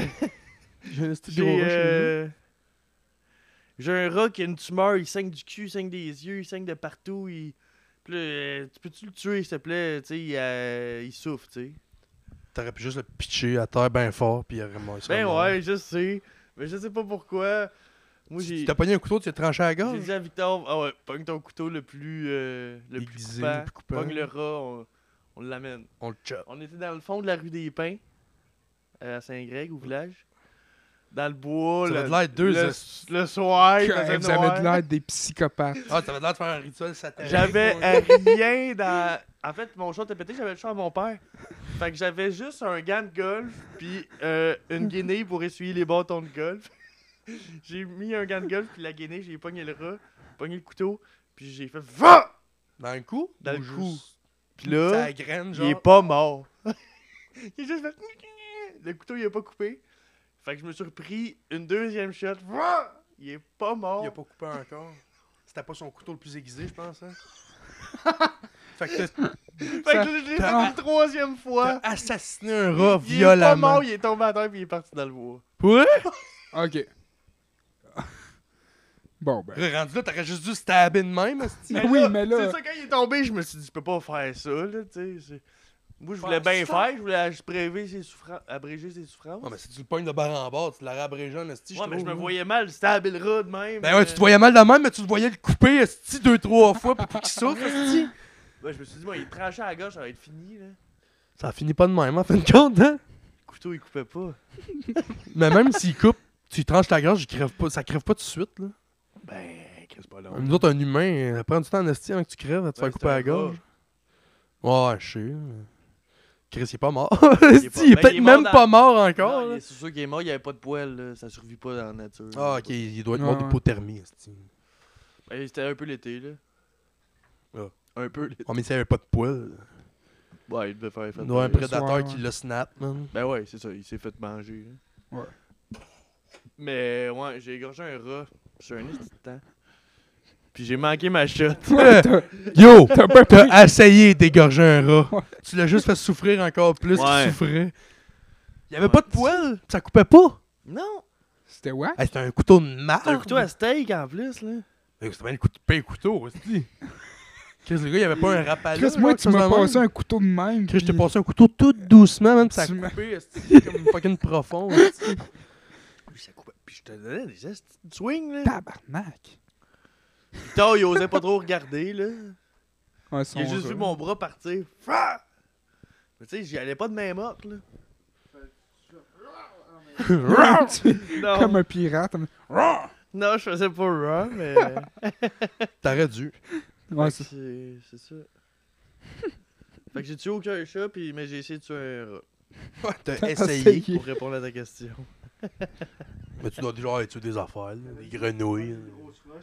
Speaker 3: J'ai un
Speaker 2: j'ai, euh, j'ai un rat qui a une tumeur, il saigne du cul, il saigne des yeux, il saigne de partout. Il... Puis là, euh, tu peux-tu le tuer, s'il te plaît? Tu sais, il, euh, il souffre, tu sais.
Speaker 3: T'aurais pu juste le pitcher à terre bien fort, puis il aurait il serait
Speaker 2: Ben
Speaker 3: mort.
Speaker 2: ouais, je sais. Mais je sais pas pourquoi. Moi,
Speaker 3: Tu
Speaker 2: j'ai.
Speaker 3: t'as pogné un couteau, tu t'es tranché à la
Speaker 2: J'ai
Speaker 3: gorge.
Speaker 2: dit à Victor, ah ouais, pogne ton couteau le plus, euh, le plus
Speaker 3: Aiguisé,
Speaker 2: coupant.
Speaker 3: le plus coupant.
Speaker 2: Pogne le rat, on, on l'amène.
Speaker 3: On le chop.
Speaker 2: On était dans le fond de la rue des Pins, euh, à Saint-Greg, au village. Dans le bois,
Speaker 3: Ça avait
Speaker 2: oh,
Speaker 3: de
Speaker 2: le,
Speaker 3: l'air deux.
Speaker 2: le,
Speaker 3: esti-
Speaker 2: le soir, il faisait
Speaker 1: Quand Vous avez de
Speaker 2: noir.
Speaker 1: l'air des psychopathes.
Speaker 3: Ah, ça avait l'air de faire un rituel satanique.
Speaker 2: J'avais euh, rien dans... En fait, mon chat était pété, j'avais le chat à mon père. Fait que j'avais juste un gant de golf, puis euh, une guinée pour essuyer les bâtons de golf. j'ai mis un gant de golf, puis la guinée, j'ai pogné le rat, pogné le couteau, puis j'ai fait « Va! »
Speaker 3: Dans le cou?
Speaker 2: Dans
Speaker 3: Ou
Speaker 2: le cou.
Speaker 3: juste-
Speaker 2: Puis là,
Speaker 3: Ça graine, genre.
Speaker 2: Il est pas mort. il est juste fait. Le couteau, il a pas coupé. Fait que je me suis repris une deuxième shot. Il est pas mort.
Speaker 3: Il a pas coupé encore. C'était pas son couteau le plus aiguisé, je pense. Hein? fait que t'as-
Speaker 2: Fait que là, je l'ai fait
Speaker 3: Ah.
Speaker 2: une troisième
Speaker 3: t'as
Speaker 2: fois.
Speaker 3: assassiné un rat
Speaker 2: Il est pas
Speaker 3: violemment.
Speaker 2: mort, il est tombé à terre puis il est parti dans le bois.
Speaker 3: Pourquoi?
Speaker 1: Ok. bon, ben.
Speaker 3: Rendu là, t'aurais juste dû stabber de même. esti.
Speaker 1: Mais oui, mais là-
Speaker 2: C'est ça, quand il est tombé, je me suis dit, je peux pas faire ça, là, tu sais. c'est- Moi, je voulais
Speaker 3: Faire
Speaker 2: bien
Speaker 3: ça.
Speaker 2: faire, je voulais préver ses souffrances, abréger ses souffrances.
Speaker 3: Non, mais si tu le pognes de barre en barre, tu l'aurais abrégé en esti,
Speaker 2: ouais, mais je
Speaker 3: trouve,
Speaker 2: me
Speaker 3: là.
Speaker 2: voyais mal, stabber le rat de même.
Speaker 3: Ben ouais, tu
Speaker 2: euh,
Speaker 3: te voyais mal de même, mais tu te voyais le couper esti deux, trois fois pour qu'il souffre esti.
Speaker 2: ouais, je me suis dit, moi, il tranchait à la gauche, ça va être fini, là.
Speaker 3: Ça finit pas de même, en fin de compte, hein?
Speaker 2: couteau, il coupait pas.
Speaker 3: Mais même s'il coupe, tu lui tranches la gorge, il crève pas, ça crève pas tout de suite. Là.
Speaker 2: Ben, qu'est-ce pas long.
Speaker 3: Nous autres, un humain, ça prend du temps en esti avant que tu crèves, à te
Speaker 2: Ouais,
Speaker 3: faire
Speaker 2: c'est
Speaker 3: couper
Speaker 2: un
Speaker 3: la gorge. Ouais, je sais. mais- Chris, il est pas mort.
Speaker 2: Il est pas-
Speaker 3: il est
Speaker 2: ben, il
Speaker 3: peut-être
Speaker 2: est
Speaker 3: même
Speaker 2: mort
Speaker 3: pas mort encore.
Speaker 2: Non, il
Speaker 3: là.
Speaker 2: est- C'est sûr qu'il est mort, il n'y avait pas de poêle, là. ça survit pas dans la nature.
Speaker 3: Ah, ok, il doit être
Speaker 1: Ouais,
Speaker 3: mort
Speaker 1: ouais.
Speaker 3: d'hypothermie. esti.
Speaker 2: Ben, C'était un peu l'été, là.
Speaker 5: Un peu. les-
Speaker 3: Oh, mais s'il avait pas de poils,
Speaker 2: Ouais, il devait faire
Speaker 3: il
Speaker 2: effet.
Speaker 3: doit y avoir un
Speaker 1: Ouais,
Speaker 3: prédateur
Speaker 1: ouais.
Speaker 3: qui le snap, man.
Speaker 2: Ben ouais, c'est ça, il s'est fait manger. là.
Speaker 1: Ouais.
Speaker 2: Mais ouais, j'ai égorgé un rat sur un esti de temps. Puis j'ai manqué ma shot.
Speaker 3: Yo!
Speaker 1: T'as pas pris.
Speaker 3: T'as essayé d'égorger un rat. Tu l'as juste fait souffrir encore plus
Speaker 2: Ouais.
Speaker 3: qu'il souffrait. Il y avait
Speaker 2: Ouais.
Speaker 3: pas de poils. Ça coupait pas.
Speaker 2: Non!
Speaker 1: C'était what?
Speaker 3: Hey, C'était un couteau de marde.
Speaker 2: T'as un couteau à steak en plus, là.
Speaker 3: Hey, C'était bien le coup de pain couteau, aussi. Chris, le gars, il avait pas un
Speaker 2: Ben
Speaker 3: rapalin.
Speaker 1: Chris, moi, tu m'as passé un couteau de même.
Speaker 3: Chris, je t'ai
Speaker 1: puis
Speaker 3: passé un couteau tout doucement, même. Ça a
Speaker 1: tu m'as-
Speaker 3: coupé, esti, comme fucking profond. esti.
Speaker 2: Puis ça coupait. Puis je te donnais des gestes de swing, là.
Speaker 1: Tabarnak.
Speaker 2: Puis tard, il osait pas trop regarder, là.
Speaker 1: Ouais,
Speaker 2: Il a
Speaker 1: son
Speaker 2: juste
Speaker 1: rat.
Speaker 2: vu mon bras partir. Fra! Mais tu sais, j'y allais pas de main morte, là.
Speaker 1: Tu-
Speaker 2: Non,
Speaker 1: Comme un pirate.
Speaker 2: non je faisais pas run, mais.
Speaker 3: T'aurais dû.
Speaker 1: Ouais,
Speaker 2: Fait
Speaker 1: c'est-
Speaker 2: que c'est c'est ça. fait que j'ai tué aucun chat, puis, mais j'ai essayé de tuer un rat.
Speaker 3: T'as essayé.
Speaker 1: essayé.
Speaker 2: Pour répondre à ta question.
Speaker 3: Mais tu dois déjà être des affaires, là, des grenouilles. là.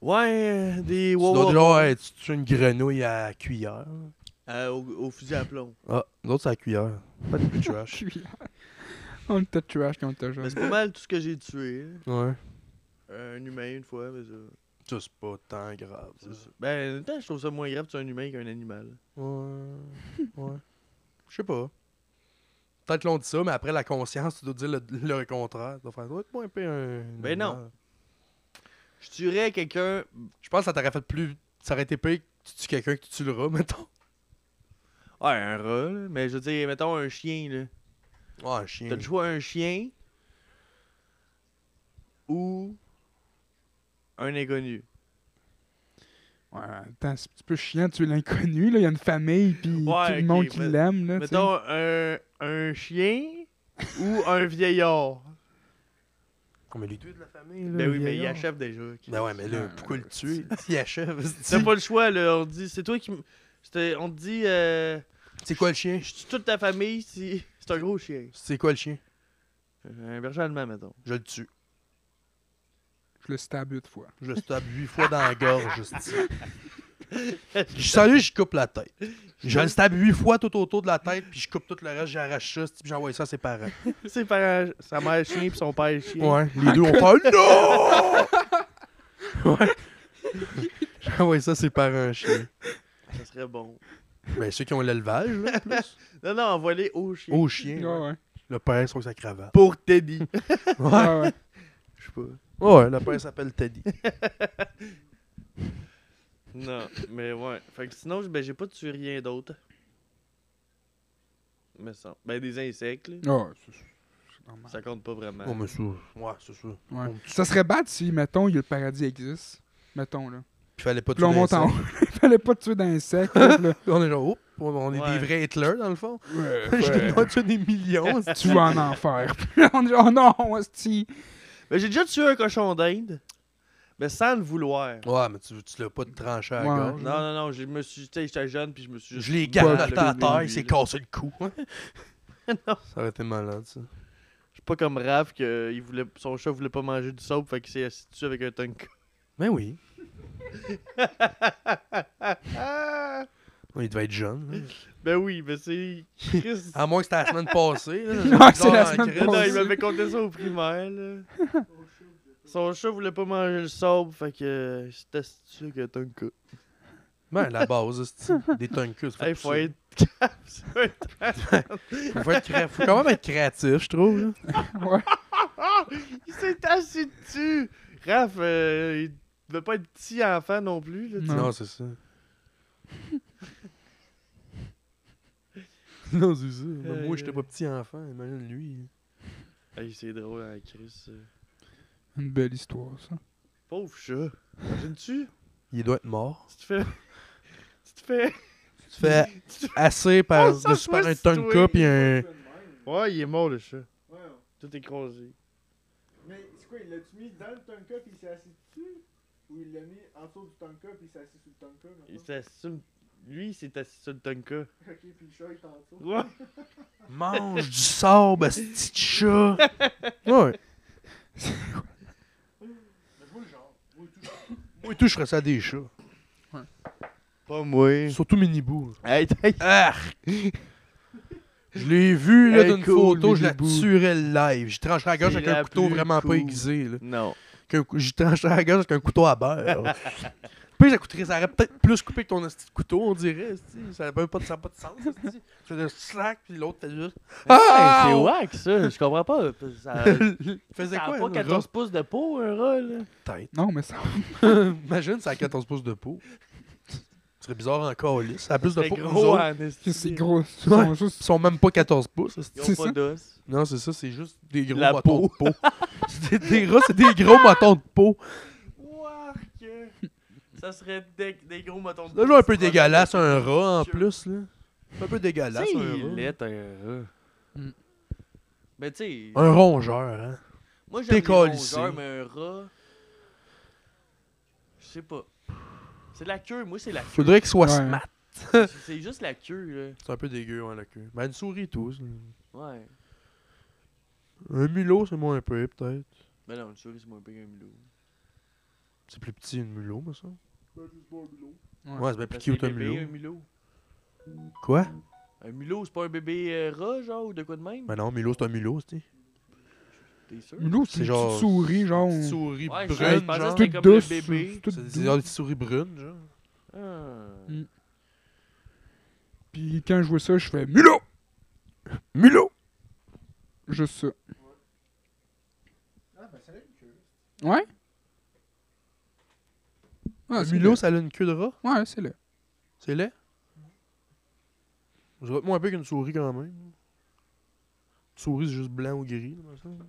Speaker 2: Ouais, euh, des
Speaker 3: Tu
Speaker 2: wow,
Speaker 3: dois
Speaker 2: wow.
Speaker 3: déjà être tu tues une grenouille à cuillère.
Speaker 2: Euh, au, au fusil à plomb.
Speaker 3: Ah, d'autres, c'est à cuillère. Pas de plus trash.
Speaker 1: Cuillère. On t'a trash quand t'a
Speaker 2: Mais
Speaker 1: joué.
Speaker 2: c'est pas mal tout ce que j'ai tué. hein.
Speaker 3: Ouais.
Speaker 2: Euh, Un humain, une fois, mais ça.
Speaker 3: Ça, c'est pas tant grave.
Speaker 2: c'est ça. Ben, en même temps, je trouve ça moins grave de tuer un humain qu'un animal.
Speaker 3: Ouais. Ouais. Je sais pas. Peut-être l'on dit ça, mais après la conscience, tu dois dire le, le contraire. Tu dois faire, Ouais, moi, un peu un.
Speaker 2: Ben non. Je tuerais quelqu'un.
Speaker 3: Je pense que ça t'aurait fait plus. Ça aurait été pire que tu tues quelqu'un que tu tues le rat, mettons.
Speaker 2: Ouais, un rat, là. Mais je veux dire, mettons un chien, là.
Speaker 3: Ouais, un chien.
Speaker 2: T'as le choix un chien ou un inconnu.
Speaker 1: Ouais, attends, c'est un petit peu chiant, tu es l'inconnu, là. Il y a une famille, puis
Speaker 2: Ouais,
Speaker 1: tout le
Speaker 2: ok,
Speaker 1: monde qui
Speaker 2: mais-
Speaker 1: l'aime, là. tu sais.
Speaker 2: Mettons un, un chien ou un vieillard.
Speaker 3: Comme les deux de la famille. Là,
Speaker 2: ben oui, mais il
Speaker 3: vieillard.
Speaker 2: achève déjà.
Speaker 3: Ben ouais, mais là,
Speaker 1: Ouais,
Speaker 3: pourquoi le
Speaker 1: ouais,
Speaker 3: tuer Il achève.
Speaker 2: T'as pas le choix, là. On dit, c'est toi qui. m- c'était- On te dit, euh,
Speaker 3: C'est quoi le chien
Speaker 2: je tue toute ta famille si. C'est un gros chien.
Speaker 3: C'est quoi le chien
Speaker 2: Un berger allemand, mettons.
Speaker 3: Je le tue.
Speaker 1: Je le stab huit fois.
Speaker 3: Je le stab huit fois dans la gorge. esti. Je suis sérieux, je coupe la tête. Je le stab huit fois tout autour de la tête, puis je coupe tout le reste, j'arrache ça, esti, puis j'envoie ça à ses parents.
Speaker 2: Ses parents, sa mère est chien puis son père est chien.
Speaker 3: Ouais, les deux ont fait Non Ouais. J'envoie ça à ses parents, chien.
Speaker 2: Ça serait bon.
Speaker 3: Ben, ceux qui ont l'élevage, là, en plus.
Speaker 2: Non, non, envoie-les au chien.
Speaker 3: Au
Speaker 1: Ouais,
Speaker 3: chien. ouais.
Speaker 1: ouais.
Speaker 3: Le père sur sa cravate.
Speaker 2: Pour Teddy.
Speaker 3: Ouais.
Speaker 1: Ouais, ouais.
Speaker 2: Je sais pas.
Speaker 3: Ouais, le père s'appelle Teddy.
Speaker 2: Non, mais ouais. Fait que sinon, j- ben, j'ai pas tué rien d'autre. Mais ça. Ben, des insectes, là.
Speaker 1: Ouais, c'est- c'est normal.
Speaker 2: Ça compte pas vraiment.
Speaker 3: Oh, mais ça. Ouais, c'est ça.
Speaker 1: Ouais.
Speaker 3: On tue.
Speaker 1: Ça serait bad si, mettons, le paradis existe. Mettons, là.
Speaker 3: Puis fallait pas
Speaker 1: Puis là, on
Speaker 3: tuer
Speaker 1: monte en haut.
Speaker 3: d'insectes.
Speaker 1: Il fallait pas tuer d'insectes. là, là.
Speaker 3: On est genre, oups, on- on est
Speaker 2: Ouais.
Speaker 3: des vrais Hitler, dans le fond.
Speaker 1: Ouais,
Speaker 3: Je
Speaker 1: ouais.
Speaker 3: te demande tuer des millions. esti.
Speaker 1: Tu vas en enfer. Puis là, on est genre, oh non, hostie.
Speaker 2: Ben, j'ai déjà tué un cochon d'Inde. Mais sans le vouloir.
Speaker 3: Ouais, mais tu, tu l'as pas tranché à la
Speaker 1: Ouais.
Speaker 3: gorge.
Speaker 2: Non, non, non, je me suis. Tu sais, j'étais jeune, puis je me suis juste.
Speaker 3: Je l'ai
Speaker 1: Pas
Speaker 3: gardé
Speaker 1: le
Speaker 3: à terre,
Speaker 2: bébé,
Speaker 3: il s'est
Speaker 2: là.
Speaker 3: cassé le cou. Ça aurait été malade, ça.
Speaker 2: Je suis pas comme Raph, que euh, il voulait... son chat voulait pas manger du sable, fait qu'il s'est assis dessus avec un tank.
Speaker 3: Ben oui. Ouais, Il devait être jeune. là.
Speaker 2: Ben oui, mais c'est. Christ.
Speaker 3: À moins que c'était la semaine passée. là.
Speaker 1: Ouais, c'est la
Speaker 3: Genre,
Speaker 1: semaine
Speaker 3: Chris,
Speaker 2: Non,
Speaker 1: passée.
Speaker 2: il m'avait conté ça au primaire, là. Son chat voulait pas manger le sable, fait que euh, il s'est assis dessus avec un tank.
Speaker 3: Ben, la base, c'est des tonkus.
Speaker 2: Hey, faut être.
Speaker 3: Faut, faut être cré- faut quand même être créatif, je trouve. là.
Speaker 1: Ouais.
Speaker 2: Il s'est assis dessus! Raph, euh, il devait pas être petit enfant non plus. Là, tu
Speaker 1: Non.
Speaker 3: Non, c'est ça. non, c'est ça.
Speaker 2: Euh,
Speaker 3: Même moi, j'étais pas petit enfant. Imagine lui.
Speaker 2: sais. Hey, c'est drôle, hein, Chris. euh.
Speaker 1: Une belle histoire, ça.
Speaker 2: Pauvre chat. Imagines-tu?
Speaker 3: Il doit être mort.
Speaker 2: Tu te fais. tu te fais.
Speaker 3: Tu fais assez par,
Speaker 2: Oh, ça,
Speaker 3: dessus par
Speaker 2: ouais,
Speaker 3: un
Speaker 2: c'est toi.
Speaker 3: tonka pis un.
Speaker 2: Ouais, il est mort le chat.
Speaker 4: Ouais.
Speaker 2: Tout écrasé.
Speaker 4: Mais c'est quoi, il l'a-tu mis dans le tanka puis il s'est assis dessus Ou il l'a mis en dessous du tanka puis il s'est assis sur le tanka maintenant?
Speaker 2: Il s'est assis sur le- Lui, il s'est assis sur le Tonka.
Speaker 4: Ok, puis le chat il est en dessous.
Speaker 2: Ouais.
Speaker 3: Mange du sable, petit chat. Ouais.
Speaker 4: Mais moi le genre. Moi tout.
Speaker 3: Moi et tout, je ferais ça à des chats.
Speaker 2: Pas moi.
Speaker 3: Surtout Minibou.
Speaker 2: Hey, t'as-
Speaker 3: Arc! Je l'ai vu là
Speaker 2: Hey,
Speaker 3: d'une
Speaker 2: cool,
Speaker 3: photo, je la
Speaker 2: Minibou.
Speaker 3: tuerais live. J'y trancherais la gorge
Speaker 2: C'est
Speaker 3: avec un
Speaker 2: la
Speaker 3: couteau
Speaker 2: plus
Speaker 3: vraiment pas
Speaker 2: cool.
Speaker 3: aiguisé. Là.
Speaker 2: Non.
Speaker 3: Qu'un cou- J'y trancherais la gorge avec un couteau à beurre. Puis ça coûterait, ça aurait peut-être plus coupé que ton esti de couteau, on dirait. esti. Ça n'a pas, ça a pas de sens. esti. Tu fais le slack, puis l'autre fait juste. Ah!
Speaker 2: Hey, c'est wack ça. Je comprends pas. Ça,
Speaker 3: Il faisait
Speaker 2: ça a
Speaker 3: quoi
Speaker 2: pas
Speaker 3: une
Speaker 2: 14 pouces de peau, un rat, là.
Speaker 3: tête?
Speaker 1: Non, mais ça.
Speaker 3: Imagine, ça a 14 pouces de peau. Ce serait bizarre encore, là. Ça a plus de
Speaker 2: C'est
Speaker 3: peau que nous
Speaker 2: gros,
Speaker 3: autres.
Speaker 2: en esti.
Speaker 1: C'est gros. Ils
Speaker 3: Ouais.
Speaker 1: sont juste-
Speaker 3: Ils sont même pas 14 pouces. esti.
Speaker 2: Ils
Speaker 1: c'est ça.
Speaker 2: ont pas d'os.
Speaker 3: Non, c'est ça, c'est juste des gros
Speaker 2: La
Speaker 3: motons de peau. c'est des rats, c'est des gros motons de peau.
Speaker 2: Wark! Ça serait des, des gros motons de
Speaker 3: C'est toujours un peu dégueulasse, un rat en plus. là. C'est un peu dégueulasse,
Speaker 2: C'est
Speaker 3: un rat.
Speaker 2: laid, un rat.
Speaker 1: Mm.
Speaker 2: Mais Hmm. Ben, tu sais,
Speaker 3: Un rongeur, hein.
Speaker 2: moi j'aime les
Speaker 3: décalissé.
Speaker 2: rongeurs, mais un rat... Je sais pas. C'est la queue, moi c'est la queue.
Speaker 3: Faudrait qu'il soit
Speaker 1: Ouais.
Speaker 3: smart.
Speaker 2: C'est- c'est juste la queue,
Speaker 3: C'est un peu dégueu, hein, la queue. Ben, une souris, tout. c'est-
Speaker 2: là. Ouais.
Speaker 3: Un mulot, c'est moins peu, peut-être.
Speaker 2: Mais Ben non, une souris c'est moins pire qu'un mulot.
Speaker 3: C'est plus petit, une mulot, mais ça.
Speaker 4: Ben, juste boire de l'eau.
Speaker 1: Ouais.
Speaker 3: Ouais, c'est bien plus
Speaker 2: Parce que
Speaker 3: cute, un
Speaker 2: c'est bébé, Un
Speaker 3: mulot.
Speaker 2: mulot,
Speaker 3: Quoi?
Speaker 2: Un mulot, c'est pas un bébé euh, rat, genre, ou de quoi de même?
Speaker 3: Ben non, mulot, c'est un mulot, c'est
Speaker 2: T'es sûr?
Speaker 1: Mulot, c'est
Speaker 3: C'est
Speaker 1: une
Speaker 3: genre-
Speaker 1: petite souris, genre.
Speaker 3: une
Speaker 1: on-
Speaker 3: souris
Speaker 2: Ouais, je
Speaker 1: Brune,
Speaker 2: je pensais que
Speaker 1: genre.
Speaker 2: c'était
Speaker 1: Toute
Speaker 2: comme
Speaker 1: douce,
Speaker 2: le bébé.
Speaker 1: toute
Speaker 3: C'est
Speaker 1: douce.
Speaker 3: genre des petites souris brunes, genre.
Speaker 2: Ah.
Speaker 1: Mm. Puis quand je vois ça, je fais Mulot!
Speaker 3: Mulot!
Speaker 1: Juste ça.
Speaker 4: Ah, ben ça a une queue.
Speaker 1: Ouais?
Speaker 3: Un
Speaker 1: Ouais, Ah, c'est
Speaker 3: mulot, ça a une queue de rat.
Speaker 1: là. Ouais, c'est là.
Speaker 3: C'est laid? Ça doit être moins peu qu'une souris quand même. Une souris, c'est juste blanc ou gris, là, me semble.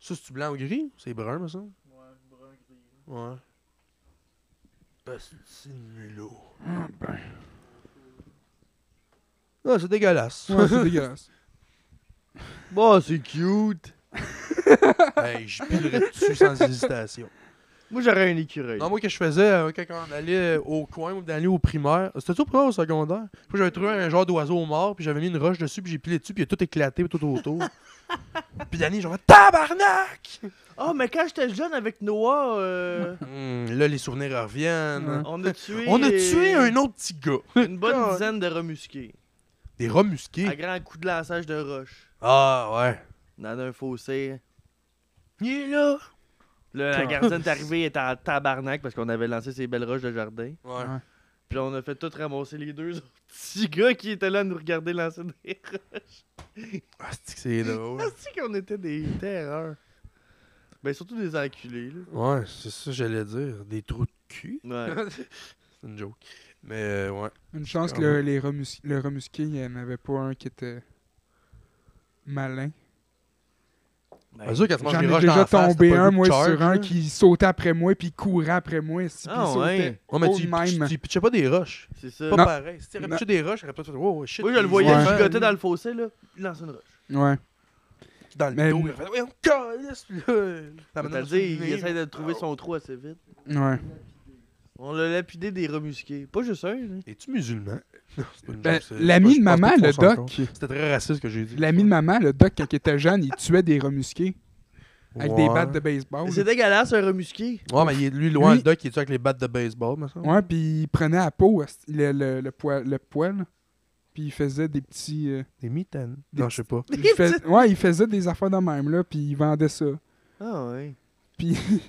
Speaker 3: Ça, c'est-tu blanc ou gris? C'est brun, me semble.
Speaker 4: Ouais, brun gris.
Speaker 3: Ouais. Ah, Bastille mulot.
Speaker 1: Ah, ben.
Speaker 3: Non, Ah, c'est dégueulasse. Bah,
Speaker 1: Ouais, c'est dégueulasse.
Speaker 2: Bon, c'est cute.
Speaker 3: hey, je pilerais dessus sans hésitation.
Speaker 2: Moi, j'aurais un écureuil.
Speaker 3: Non, moi, que je faisais euh, quand on allait au coin ou d'aller au primaire, c'était au primaire ou au secondaire? Puis j'avais trouvé un genre d'oiseau mort, puis j'avais mis une roche dessus, puis j'ai pilé dessus, puis il a tout éclaté tout autour. puis Danny, genre, tabarnak!
Speaker 2: Oh, mais quand j'étais jeune avec Noah, euh,
Speaker 3: Hmm, là, les souvenirs reviennent.
Speaker 1: Ouais.
Speaker 2: on a tué.
Speaker 3: On a tué
Speaker 2: euh,
Speaker 3: un autre petit gars.
Speaker 2: Une bonne dizaine de remusqués.
Speaker 3: Des rats
Speaker 2: À
Speaker 3: musqués.
Speaker 2: grand coup de lançage de roche.
Speaker 3: Ah, ouais.
Speaker 2: Dans un fossé.
Speaker 3: Il est là.
Speaker 2: Là, la gardienne est arrivée, elle était en tabarnak parce qu'on avait lancé ses belles roches de jardin.
Speaker 3: Ouais.
Speaker 1: Ah.
Speaker 2: Puis là, on a fait tout ramasser les deux autres petits gars qui étaient là à nous regarder lancer des roches.
Speaker 3: Ah, c'est que c'est drôle.
Speaker 2: C'est qu'on était des terreurs. Ben, surtout des enculés, là.
Speaker 3: Ouais, c'est ça que j'allais dire. Des trous de cul.
Speaker 2: Ouais.
Speaker 3: C'est une joke. Mais, euh, ouais.
Speaker 1: Une chance que le, les remus- le remusqué, il n'y en avait pas un qui était malin.
Speaker 2: Ben,
Speaker 3: C'est sûr, quand tu manges
Speaker 1: J'en
Speaker 3: les
Speaker 1: ai
Speaker 3: roches dans
Speaker 1: déjà
Speaker 3: la face,
Speaker 1: tombé
Speaker 3: t'as pas
Speaker 1: un,
Speaker 3: le goût
Speaker 1: moi,
Speaker 3: de charge,
Speaker 1: sur un
Speaker 3: là.
Speaker 1: qui sautait après moi, puis il courait après moi, si, puis
Speaker 2: Ah,
Speaker 1: il sautait.
Speaker 2: ouais.
Speaker 3: Ouais, mais
Speaker 1: Oh,
Speaker 3: tu y
Speaker 1: de même.
Speaker 3: pitches- tu y pitchais pas des roches.
Speaker 2: c'est ça.
Speaker 3: Pas
Speaker 1: Non.
Speaker 3: pareil. Si t'aurais
Speaker 1: Non.
Speaker 3: pitché des roches, t'aurais peut-être fait Wow, shit.
Speaker 2: Moi, je le
Speaker 3: les
Speaker 2: voyais
Speaker 1: Ouais.
Speaker 3: enfants,
Speaker 2: gigoter dans le fossé, là. Il lance une roche.
Speaker 1: Ouais.
Speaker 3: dans le
Speaker 1: Mais-
Speaker 3: dos. Il fait Ouais, on calisse, puis là. la madame
Speaker 2: C'est-à-dire, il
Speaker 3: souvenir.
Speaker 2: essaie de trouver son trou assez vite.
Speaker 1: Ouais.
Speaker 2: On l'a lapidé des remusqués. Pas juste un, là.
Speaker 3: Es-tu musulman? Non, c'est pas une
Speaker 1: Ben,
Speaker 3: joke, c'est- je
Speaker 1: L'ami de
Speaker 3: pense pas
Speaker 1: maman,
Speaker 3: qu'on
Speaker 1: le
Speaker 3: s'en compte.
Speaker 1: doc,
Speaker 3: C'était très raciste ce que j'ai dit.
Speaker 1: l'ami de maman, le doc, quand il était jeune, il tuait des remusqués avec des
Speaker 3: Ouais.
Speaker 1: battes de baseball.
Speaker 2: C'est dégueulasse, un remusqué.
Speaker 3: Ouais, mais il est- lui, loin,
Speaker 1: Lui-
Speaker 3: le doc, il est avec les battes de baseball, me semble.
Speaker 1: Ouais, puis il prenait à peau asti, le, le, le poil, le poil, puis il faisait des petits... euh,
Speaker 3: Des mitaines. Non, je sais pas.
Speaker 1: il fais- Ouais, il faisait des affaires de même, là, puis il vendait ça.
Speaker 2: Ah ouais.